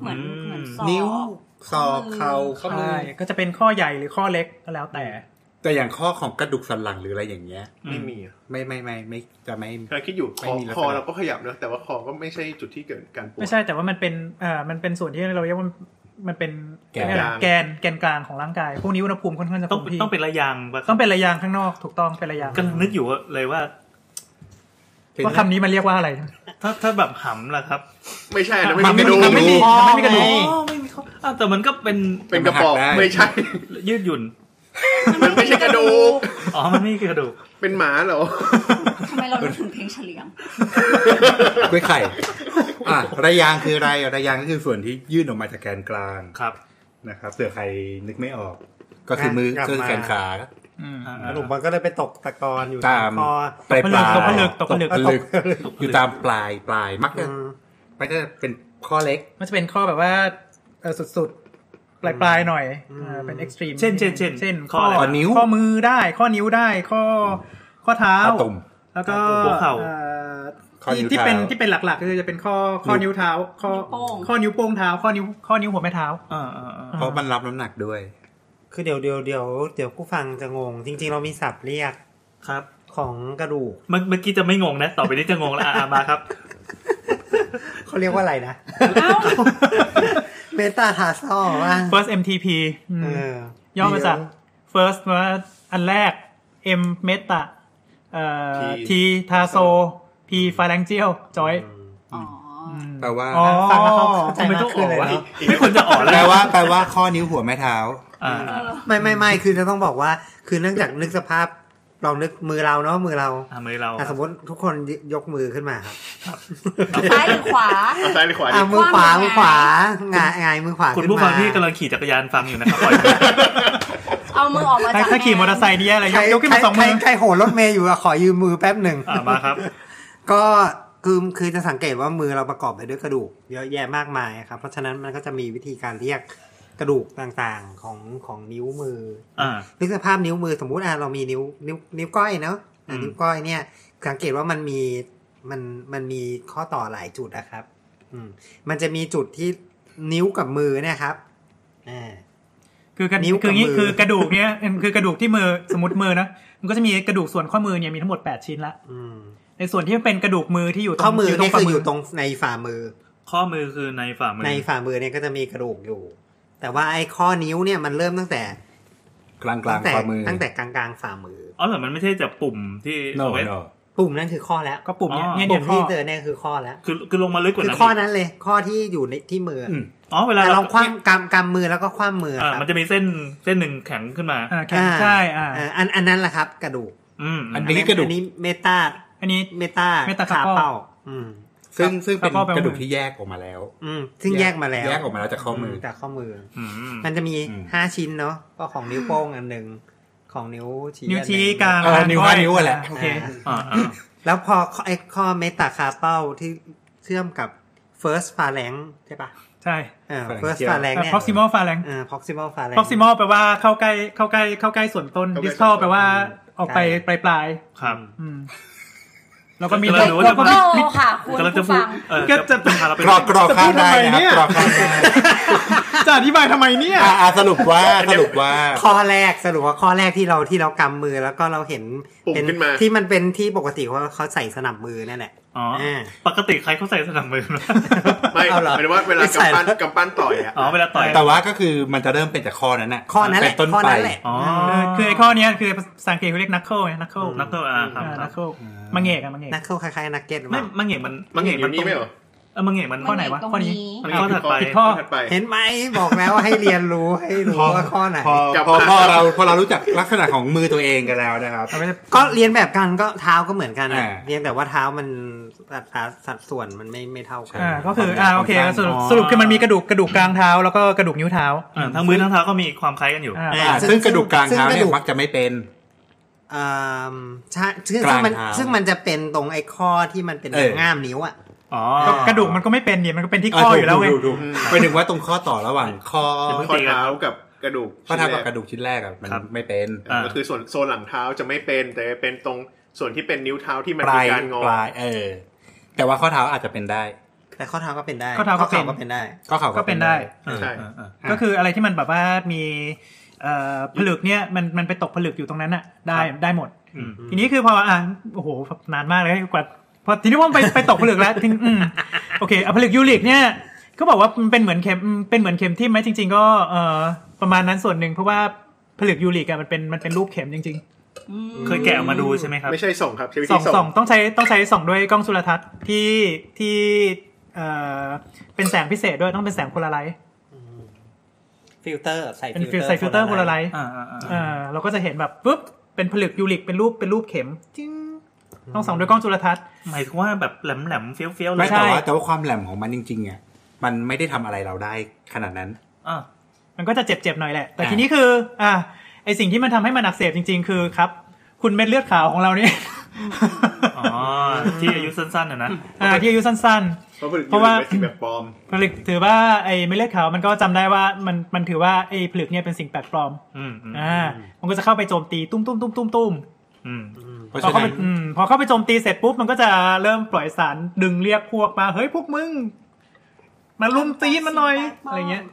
[SPEAKER 2] เหมือนเหมือนซอ
[SPEAKER 7] นิ้วศอก
[SPEAKER 2] ข้
[SPEAKER 7] เข่า
[SPEAKER 2] อมือ
[SPEAKER 7] ข้อมื
[SPEAKER 8] ใช่
[SPEAKER 7] อ
[SPEAKER 8] ก็จะเป็นข้อใหญ่หรือข้อเล็กก็แล้วแต่
[SPEAKER 7] แต่อย่างข้อของกระดูกสันหลังหรืออะไรอย่างเงี้ย
[SPEAKER 6] ไม่มีอะ
[SPEAKER 7] ไม่ไม่ไม่ไม่จะไม่
[SPEAKER 6] กำลังคิดอยู่ค
[SPEAKER 7] ไม่
[SPEAKER 6] อ
[SPEAKER 7] มีลักษณะ
[SPEAKER 6] คอเราก็ขยับนะแต่ว่าคอก็ไม่ใช่จุดที่เกิดการปวด
[SPEAKER 8] ไม่ใช่แต่ว่ามันเป็นเอ่อมันเป็นส่วนที่เราเรียกว่ามันเป็น
[SPEAKER 7] แกน
[SPEAKER 8] เรียว่าแกนแกนกลางของร่างกาย พวกนี้อุณหภูมิค่อนข้างจะค
[SPEAKER 4] ต้อง
[SPEAKER 8] งที่
[SPEAKER 4] ต้องเป็นระยางปะ
[SPEAKER 8] ต้องเป็นระยางข้างนอกถูกต้องเป็นระยาง
[SPEAKER 4] กำลังนึกอยู่เลยว่า
[SPEAKER 8] ว่าคำนี้มันเรียกว่าอะไร
[SPEAKER 4] ถ้าถ้าแบบหำล่ะครับ
[SPEAKER 6] ไม่ใช่นะ
[SPEAKER 7] มันไม่
[SPEAKER 6] ไม่
[SPEAKER 7] มี
[SPEAKER 6] ดู
[SPEAKER 8] มันไม่มี
[SPEAKER 3] อ๋อ
[SPEAKER 8] มันไม่มีกระดูก
[SPEAKER 3] ไง
[SPEAKER 4] อ๋อไม่มีเขาอ้าวแต่มันก็เป็น
[SPEAKER 6] เป็นกระปอก
[SPEAKER 7] มันหักได้
[SPEAKER 6] ไม่ใช่
[SPEAKER 4] ยืดหยุ่น
[SPEAKER 6] มันไม่ใช่กระดูก
[SPEAKER 4] อ๋อ มันไม่มีกระดูก
[SPEAKER 6] เป็นหมาเหรอ
[SPEAKER 2] ทำไมเรานึกถึงเพลงเฉลียง
[SPEAKER 7] กล้วยไข่อ่ะระยางคืออะไรระยางก็คือส่วนที่ยื่นออกมาจากแกนกลาง
[SPEAKER 4] ครับ
[SPEAKER 7] นะครับเผื่อใครนึกไม่ออก ก็คือมือ
[SPEAKER 3] อ่ะกลับมา
[SPEAKER 7] ก็คือแขนขา
[SPEAKER 8] อืม
[SPEAKER 4] อ่า
[SPEAKER 3] สรุปมันก็เลยไปตกตะกอนอยู่
[SPEAKER 7] ตาม
[SPEAKER 3] คอ
[SPEAKER 7] ปลายปลาย
[SPEAKER 8] ตกผลึกตกผลึก
[SPEAKER 7] ตกผลึกอยู่ตามปลายปลายมักจะมักจะเป็นข้อเล็ก
[SPEAKER 8] มันจะเป็นข้อแบบว่าเอ่อสุดๆ ปลายปลายๆหน่อยเอ่อเป็นเอ็กซ์ตรีม
[SPEAKER 4] เช่นเช่นเช่น
[SPEAKER 8] เช่น
[SPEAKER 4] ข้ออะไร
[SPEAKER 7] ข้
[SPEAKER 4] วะ
[SPEAKER 7] นิ้ว
[SPEAKER 8] ข้อมือได้ข้อนิ้วได้ข้อข้อเท้า
[SPEAKER 7] ข้อตุ่ม
[SPEAKER 8] แล้วก็
[SPEAKER 4] หัวเข่า
[SPEAKER 8] อ่อ
[SPEAKER 7] ข้อนิ้
[SPEAKER 8] ที่
[SPEAKER 7] ว
[SPEAKER 8] ที่เป็น
[SPEAKER 7] เท้า
[SPEAKER 8] ที่เป็นหลักๆก็คือจะเป็นข้อข้อนิ้วเท้า ข้อ
[SPEAKER 2] นิ้วโป้ง
[SPEAKER 8] ข้อนิ้วโป้งเท้า ข้อนิ้วข้อนิ้วหัวแม่เท้า
[SPEAKER 4] อ่าอ่าอ่า
[SPEAKER 7] เพราะมันรับน้ำหนักด้วย
[SPEAKER 3] คือเดี๋ยวเดี๋ยวเดี๋ยวเดี๋ยวผู้ฟังจะงง จริง ๆ เรามีศัพท์เรียก
[SPEAKER 4] ครับ
[SPEAKER 3] ของกระดูก
[SPEAKER 4] เมื่อเมื่อกี้จะไม่งงนะ ต่อไปนี้จะงงละอ่ะอ่ะมาครับ
[SPEAKER 3] เขาเรียกว่าอะไรนะเมตาทาซอว่า
[SPEAKER 8] first MTP อืม
[SPEAKER 3] เออย่
[SPEAKER 8] อมาจาก first ว่าอันแรก M เมตา เอ่อ
[SPEAKER 6] T
[SPEAKER 8] ทีทาโซพีฟาแลงเจียลจอย
[SPEAKER 2] อ๋อ
[SPEAKER 7] แปลว่า
[SPEAKER 8] อ๋อ
[SPEAKER 5] ฟังแล้วเข้าใจ
[SPEAKER 8] ทำไม
[SPEAKER 5] มาก
[SPEAKER 8] ต้อง
[SPEAKER 5] ขึ้นเลย
[SPEAKER 8] ออกวะ
[SPEAKER 5] เนอะ
[SPEAKER 4] ไม่ควรจะอ่อน
[SPEAKER 7] แป
[SPEAKER 4] แล้
[SPEAKER 7] ล
[SPEAKER 4] ว
[SPEAKER 7] ว่าแปลว่าข้อนิ้วหัวแม่เท้า
[SPEAKER 4] อ่า
[SPEAKER 3] ไม่ไม่ไม่คือจะต้องบอกว่า คือเนื่องจากนึกสภาพลองนึกมือเราเนาะมือเรา
[SPEAKER 4] อ่ามือเรา
[SPEAKER 3] อ่ะสมมติทุกคนยยกมือขึ้นมาครับ
[SPEAKER 2] ซ้ายหรือขวา
[SPEAKER 6] เอาซ้ายหรือขวาดิ
[SPEAKER 3] อ่ะมือขวา
[SPEAKER 2] คว่ำหรือ
[SPEAKER 3] มือขวา
[SPEAKER 2] ไ
[SPEAKER 3] หงายหงายมือขวา
[SPEAKER 4] คุณ
[SPEAKER 3] ขึ้นมา
[SPEAKER 4] ผู้ฟังที่กำลังขี่จักรยานฟังอยู่นะครับปล่อยไป
[SPEAKER 2] เอามือออกมา
[SPEAKER 8] ถ้า
[SPEAKER 2] จาก
[SPEAKER 8] ถ้าขี่มอเตอร์ไซค์นี่แย่เลย
[SPEAKER 3] ใคร
[SPEAKER 8] ยกขึ้นมาสอง
[SPEAKER 3] ใคร
[SPEAKER 8] มือ
[SPEAKER 3] ใครโหนรถเมย์อยู่อะขอ ยืมมือแป๊บหนึ่ง
[SPEAKER 4] อ่ามาครับ
[SPEAKER 3] ก็คือคือจะสังเกตว่ามือเราประกอบไปด้วยกระดูกเยอะแยะมากมายครับ เพราะฉะนั้นมันก็จะมีวิธีการเรียกกระดูกต่างๆของของนิ้วมือ
[SPEAKER 4] อ่า
[SPEAKER 3] นึกสภาพนิ้วมือสมมุติอ่ะเรามีนิ้วนิ้วนิ้วก้อยเนาะอ่ะ
[SPEAKER 4] อืม
[SPEAKER 3] นิ้วก้อยเนี่ย สังเกตว่ามันมีมันมันมีข้อต่อหลายจุดนะครับ อืมมันจะมีจุดที่นิ้วกับมือเนี่ยครับอ่า
[SPEAKER 8] คือกระ
[SPEAKER 3] นิ้วกับ
[SPEAKER 8] คืออย่างงี้
[SPEAKER 3] มือ
[SPEAKER 8] คือกระดูกเนี้ยคือกระดูกที่มือสมมติมือนะมันก็จะมีกระดูกส่วนข้อมือเนี่ยมีทั้งหมด 8 ชิ้นละ
[SPEAKER 3] อืม
[SPEAKER 8] ในส่วนที่เป็นกระดูกมือที่อยู่ตรง
[SPEAKER 3] ข้อมือเนี่ย
[SPEAKER 8] ฝ่า
[SPEAKER 3] คืออยู่ตรงในฝ่ามือ
[SPEAKER 4] ข้อมือคือในฝ่ามือ
[SPEAKER 3] ในฝ่ามือเนี่ยก็จะมีกระดูกอยู่ แต่ว่าไอ้ข้อนิ้วเนี่ยมันเริ่มตั้งแต่
[SPEAKER 7] กลางกลา
[SPEAKER 3] ตั้
[SPEAKER 7] ง
[SPEAKER 3] งแต่
[SPEAKER 7] ฝ่ามือ
[SPEAKER 3] ตั้งแต่กลางกลางๆฝ่ามือ
[SPEAKER 4] อ๋อเหรอมันไม่ใช่จากปุ่มที่
[SPEAKER 7] no
[SPEAKER 4] เอาไว้
[SPEAKER 7] no
[SPEAKER 3] ปุ่มนั่นคือข้อแล้ว
[SPEAKER 8] ก็ปุ่มเนี้ย
[SPEAKER 4] อ๋อ
[SPEAKER 8] เนี่ย
[SPEAKER 3] ปุ่ม
[SPEAKER 8] เนี่ยข้อ
[SPEAKER 3] ที่เจอเนี่ยคือข้อแล้ว
[SPEAKER 4] คือคือลงมาลึกกว่า
[SPEAKER 3] คือ
[SPEAKER 4] นั้น
[SPEAKER 3] ข้อ
[SPEAKER 4] อีก
[SPEAKER 3] นั้นเลย ข้อที่อยู่ในที่มืออ
[SPEAKER 7] ม
[SPEAKER 4] อ๋อเวลา
[SPEAKER 3] แต่ลองค
[SPEAKER 4] ที่
[SPEAKER 3] ว่ำกำกำมือแล้วก็คว่ำมือ
[SPEAKER 4] อ่า
[SPEAKER 3] ครับ
[SPEAKER 4] มันจะมีเส้นเส้นหนึ่งแข็งขึ้นมา
[SPEAKER 8] อ่าแข็งใช่อ่า
[SPEAKER 3] เอันอันนั้นแหละครับ กระดูก
[SPEAKER 4] อืม
[SPEAKER 7] อัน นี้กระดูก
[SPEAKER 3] อันนี้เมตา
[SPEAKER 8] อันนี้
[SPEAKER 3] เมตา
[SPEAKER 8] เมตา
[SPEAKER 3] ขา
[SPEAKER 8] ขาเป้า
[SPEAKER 3] เป้า อืม
[SPEAKER 7] ซึ่งซึ่ง
[SPEAKER 8] แล้
[SPEAKER 7] เป็น
[SPEAKER 8] วก็แปลว่า
[SPEAKER 7] กระดูกที่แยกออกมาแล้ว
[SPEAKER 3] อืมซึ่งแยกมาแล้ว
[SPEAKER 7] แยกออกมาแล้วจากข้อมือ
[SPEAKER 3] จากข้อมือ
[SPEAKER 4] อืม
[SPEAKER 3] มันจะมี
[SPEAKER 7] อืม
[SPEAKER 3] ห้าชิ้นเนาะก็ของนิ้วโป้งอันหนึ่งของนิ้วชี้
[SPEAKER 8] นิ้ว
[SPEAKER 3] อันห
[SPEAKER 8] ชี้
[SPEAKER 3] ง
[SPEAKER 8] กลาง
[SPEAKER 7] เออนิ้ว
[SPEAKER 8] ก้ย
[SPEAKER 7] นิ้วอะแหละ
[SPEAKER 8] โอเค
[SPEAKER 3] อ่า
[SPEAKER 4] อ่าอ่า
[SPEAKER 3] แล้วพอไอ้ข้อเมตาคาเป้าที่เชื่อมกับ first phalanx ใช่ปะ
[SPEAKER 8] ใช่
[SPEAKER 3] เออ first
[SPEAKER 7] phalangeal
[SPEAKER 3] phalanx
[SPEAKER 8] อ่า
[SPEAKER 3] เนี่ย
[SPEAKER 8] proximal phalanx
[SPEAKER 3] เออ proximal phalanx
[SPEAKER 8] proximal แปลว่าเข้าใกล้เข้าใกล้เข้าใกล้ส่วนต้น
[SPEAKER 6] เข้าใกล้
[SPEAKER 8] distal แปลว่าออกไปปลายปลาย
[SPEAKER 4] ครับ
[SPEAKER 8] ๆอืมแล้วก็มี
[SPEAKER 4] แล้หนู
[SPEAKER 8] แล้ว วก็
[SPEAKER 4] จะ
[SPEAKER 8] มี
[SPEAKER 2] โก้ค่ะ คุณ
[SPEAKER 4] กำลังจะ
[SPEAKER 2] ผู้
[SPEAKER 4] พูด
[SPEAKER 2] ฟัง
[SPEAKER 4] เออ
[SPEAKER 8] ก็จะ
[SPEAKER 4] พาเราไป
[SPEAKER 7] กรอกกรอกข้างได้นะ
[SPEAKER 8] จะพูดทำไมเนี่ย
[SPEAKER 7] กรอกข้างได้
[SPEAKER 8] จะอธิบายทำไมเนี่ย
[SPEAKER 7] อ่ะอ่ะสรุปว่าสรุปว่า
[SPEAKER 3] ข้อแรกสรุปว่าข้อแรกที่เราที่เรากำมือแล้วก็เราเห็น
[SPEAKER 6] ปุ่ม
[SPEAKER 3] เป็น
[SPEAKER 6] ขึ้นมา
[SPEAKER 3] ที่มันเป็นที่ปกติว่าเขาใส่สนับมือนั่นแหละ
[SPEAKER 4] อ๋อ
[SPEAKER 3] อ่า
[SPEAKER 4] ปกติใครเขาใส่สนับมือ นะ
[SPEAKER 6] ไม่
[SPEAKER 3] เอาเหรอ
[SPEAKER 6] หมายถึงว่าเวลา
[SPEAKER 3] ไม่ใช่
[SPEAKER 6] กำปั้น
[SPEAKER 3] แล้ว
[SPEAKER 6] กำปั้นต่อยอ่ะ
[SPEAKER 4] อ๋อเวลาต่อย
[SPEAKER 7] แต่ว่าก็คือมันจะเริ่มเป็นจากข้อนั้นน่ะ
[SPEAKER 3] ข้อนั้นแหละ
[SPEAKER 7] เป็ต้น
[SPEAKER 3] ข้อ
[SPEAKER 7] ไป
[SPEAKER 3] นั้นแหละ
[SPEAKER 4] อ๋อ
[SPEAKER 8] เออคือไอ้ข้อเนี้ยคือภาษาอังกฤษเขาเรียก knuckle ไง knuckle
[SPEAKER 4] นักเตะอ่าครับ
[SPEAKER 8] อ่า
[SPEAKER 4] ครับ
[SPEAKER 8] knuckle มังเงกอะมังเงก
[SPEAKER 3] นักเข้าคล้ายๆนักเก็ตหรือเป
[SPEAKER 4] ไม่
[SPEAKER 3] ล่า
[SPEAKER 4] มังเหงมัน
[SPEAKER 6] มันเห็นอยู่
[SPEAKER 4] ตร
[SPEAKER 6] นี่ไหมเหรอ
[SPEAKER 4] เออมังเหงมัน
[SPEAKER 8] ข้อไหนวะ
[SPEAKER 2] ตรง
[SPEAKER 8] ข้อนี้
[SPEAKER 4] มันข้อถัดไป
[SPEAKER 8] ผิดข้อ
[SPEAKER 6] ถัดไป
[SPEAKER 3] เห็นไหมบอกแล้วให้เรียนรู้ให้รู้ว่าข้อไหน
[SPEAKER 7] พอ
[SPEAKER 6] จับ
[SPEAKER 7] พอ
[SPEAKER 6] ขา
[SPEAKER 7] พอเราพอเรารู้จักลักษณะของมือตัวเองกันแล้วนะครับ
[SPEAKER 8] เราก็จะ
[SPEAKER 3] ก็เรียนแบบกันก็เท้าก็เหมือนกันนะ
[SPEAKER 7] อ่า
[SPEAKER 3] เพียงแต่ว่าเท้ามันอัตราสัดส่วนมันไม่ไม่เท่ากัน
[SPEAKER 8] อ่าก็คืออ่าโอเค
[SPEAKER 7] ความสั้
[SPEAKER 8] ส
[SPEAKER 7] น
[SPEAKER 8] รุปสรุปคือมันมีกระดูกกระดูกกลางเท้าแล้วก็กระดูกนิ้วเท้า
[SPEAKER 4] อ่าทั้งมือทั้งเท้าก็มีความคล้ายกันอยู่
[SPEAKER 8] อ่า
[SPEAKER 3] เ
[SPEAKER 7] อ่ะ
[SPEAKER 3] ซึ่
[SPEAKER 7] ซึ่
[SPEAKER 3] ง
[SPEAKER 7] งกระดูกกลางเท้า
[SPEAKER 3] ซึ่งกระ
[SPEAKER 7] เนี่
[SPEAKER 3] ดู
[SPEAKER 7] ย
[SPEAKER 3] ก
[SPEAKER 7] มักจะไม่เป็น
[SPEAKER 3] อ่ามใช่ซึ่ง
[SPEAKER 7] ก
[SPEAKER 3] ซึ่
[SPEAKER 7] ลาง ง
[SPEAKER 3] มัน
[SPEAKER 7] เท้า
[SPEAKER 3] ซึ่งมันจะเป็นตรงไอ้ข้อที่มันเป็น
[SPEAKER 7] เออ
[SPEAKER 3] ง่ามนิ้วอ่ะ
[SPEAKER 4] อ๋อ
[SPEAKER 3] ก็
[SPEAKER 8] กระดูกมันก็ไม่เป็นดิมันก็เป็นที่ข้ออยู่แล้วไง
[SPEAKER 7] ถูกถูกถูกไปถึงว่าตรงข้อต่อระหว่างข้อ
[SPEAKER 4] เดี๋ยวเพิ่ง
[SPEAKER 6] ข้อเท้ากับกระดูก
[SPEAKER 7] ข้อเท้ากับ
[SPEAKER 6] ชิ้นแ
[SPEAKER 7] กระดูกชิ้นแรกอ่ะมัน
[SPEAKER 4] ครับ
[SPEAKER 7] ไม่เป็น
[SPEAKER 6] อ่ะก็คือส่วนโซนหลังเท้าจะไม่เป็น แต่เป็นตรงส่วนที่เป็นนิ้วเท้าที่มัน
[SPEAKER 7] ป
[SPEAKER 6] มี
[SPEAKER 7] ลาย
[SPEAKER 6] การงอ
[SPEAKER 7] ปลายเออ แต่ว่าข้อเท้าอาจจะเป็นได้
[SPEAKER 3] แต่ข้อเท้าก็เป็นได้
[SPEAKER 8] ข้อเท้าก็เป็น
[SPEAKER 3] เป็นได้
[SPEAKER 7] ข้อเข่า
[SPEAKER 8] ก็เป็นได้
[SPEAKER 6] ใช่
[SPEAKER 4] อ่าอ่า
[SPEAKER 8] ก็คืออะไรที่มันแบบว่ามีเอ่อผลึกเนี่ยมันมันไปตกผลึกอยู่ตรงนั้นอะได้
[SPEAKER 4] ครับ
[SPEAKER 8] ได้หมด
[SPEAKER 4] อืม
[SPEAKER 8] ทีนี้คือพออ่าโอ้โหนานมากเลยกว่าพอทีนี้ว่ามันไปไปตกผลึกแล้ว ทีนี้อืมโอเคเอาผลึกยูริกเนี่ยเขาบอกว่ามันเป็นเหมือนเข็มอืมเป็นเหมือนเข็มทิ่มไหมจริง ๆ ก็เอ่อประมาณนั้นส่วนหนึ่งเพราะว่าผลึกยูริกอะมันเป็นมันเป็นรูปเข็มจริง
[SPEAKER 4] เคยแกะออกมาดูใช่ไหมครับ
[SPEAKER 6] ไม่ใช่ส่งครับ ใช้วิ
[SPEAKER 8] ๆ
[SPEAKER 6] ธี
[SPEAKER 8] ส่องส่
[SPEAKER 6] ส่
[SPEAKER 8] อง
[SPEAKER 6] ง
[SPEAKER 8] ต้องใช้ต้องใช้ส่องด้วยกล้องจุลทรรศน์ที่ที่เอ่อเป็นแสงพิเศษด้วยต้องเป็นแสงโพลาไรต์
[SPEAKER 3] ฟิลเตอร์ใส่
[SPEAKER 8] เป็นฟิลใส่ฟิลเตอร์โพลาไรต์
[SPEAKER 4] อ่าอ่าอ่า
[SPEAKER 8] เอ่อเราก็จะเห็นแบบปุ๊บเป็นผลึกยูริกเป็นรูปเป็นรูปเข็มจิ้งต้องส่องด้วยกล้องจุลทรรศน์
[SPEAKER 4] หมายถึงว่าแบบแหลมแหลมๆเฟี้ยวเฟี้ยวๆเล
[SPEAKER 7] ไม่
[SPEAKER 4] ย
[SPEAKER 7] แต่ว่า
[SPEAKER 8] ใช่
[SPEAKER 7] แต่ว่าความแหลมของมันจริงๆอ่ะมันไม่ได้ทำอะไรเราได้ขนาดนั้น
[SPEAKER 4] อ่า
[SPEAKER 8] มันก็จะเจ็บๆหน่อยแหละ แต่
[SPEAKER 7] อ่า
[SPEAKER 8] ทีนี้คืออ่าไอสิ่งที่มันทำให้มันอักเสบจริง ๆ คือครับ คุณเม็ดเลือดขาวของเราเนี่ย
[SPEAKER 4] อ๋อ ที่อายุสั้นๆนะนะ
[SPEAKER 8] อ่าที่อายุสั้น
[SPEAKER 6] เพราะผลิต
[SPEAKER 8] เพราะว่า
[SPEAKER 6] เป็นสิ่งแบบปลอม
[SPEAKER 8] ๆผลึกถือว่าไอเม็ดเลือดขาวมันก็จำได้ว่ามันมันถือว่าไอผลึกเนี่ยเป็นสิ่งแปลกปลอม
[SPEAKER 4] อืมอืม
[SPEAKER 8] อ่ามันก็จะเข้าไปโจมตีตุ้มตุ้มตุ้มตุ้มตุ้ม
[SPEAKER 4] อืม
[SPEAKER 7] เพราะ
[SPEAKER 8] พอ
[SPEAKER 7] ฉะ
[SPEAKER 8] เข้า
[SPEAKER 7] นั้
[SPEAKER 8] ไป
[SPEAKER 7] น
[SPEAKER 8] อืมพอเข้าไปโจมตีเสร็จปุ๊บมันก็จะเริ่มปล่อยสารดึงเรียกพวกมาเฮ้ยพวกมึงมาลุมตีมันหน่อยอะไรเงี้ย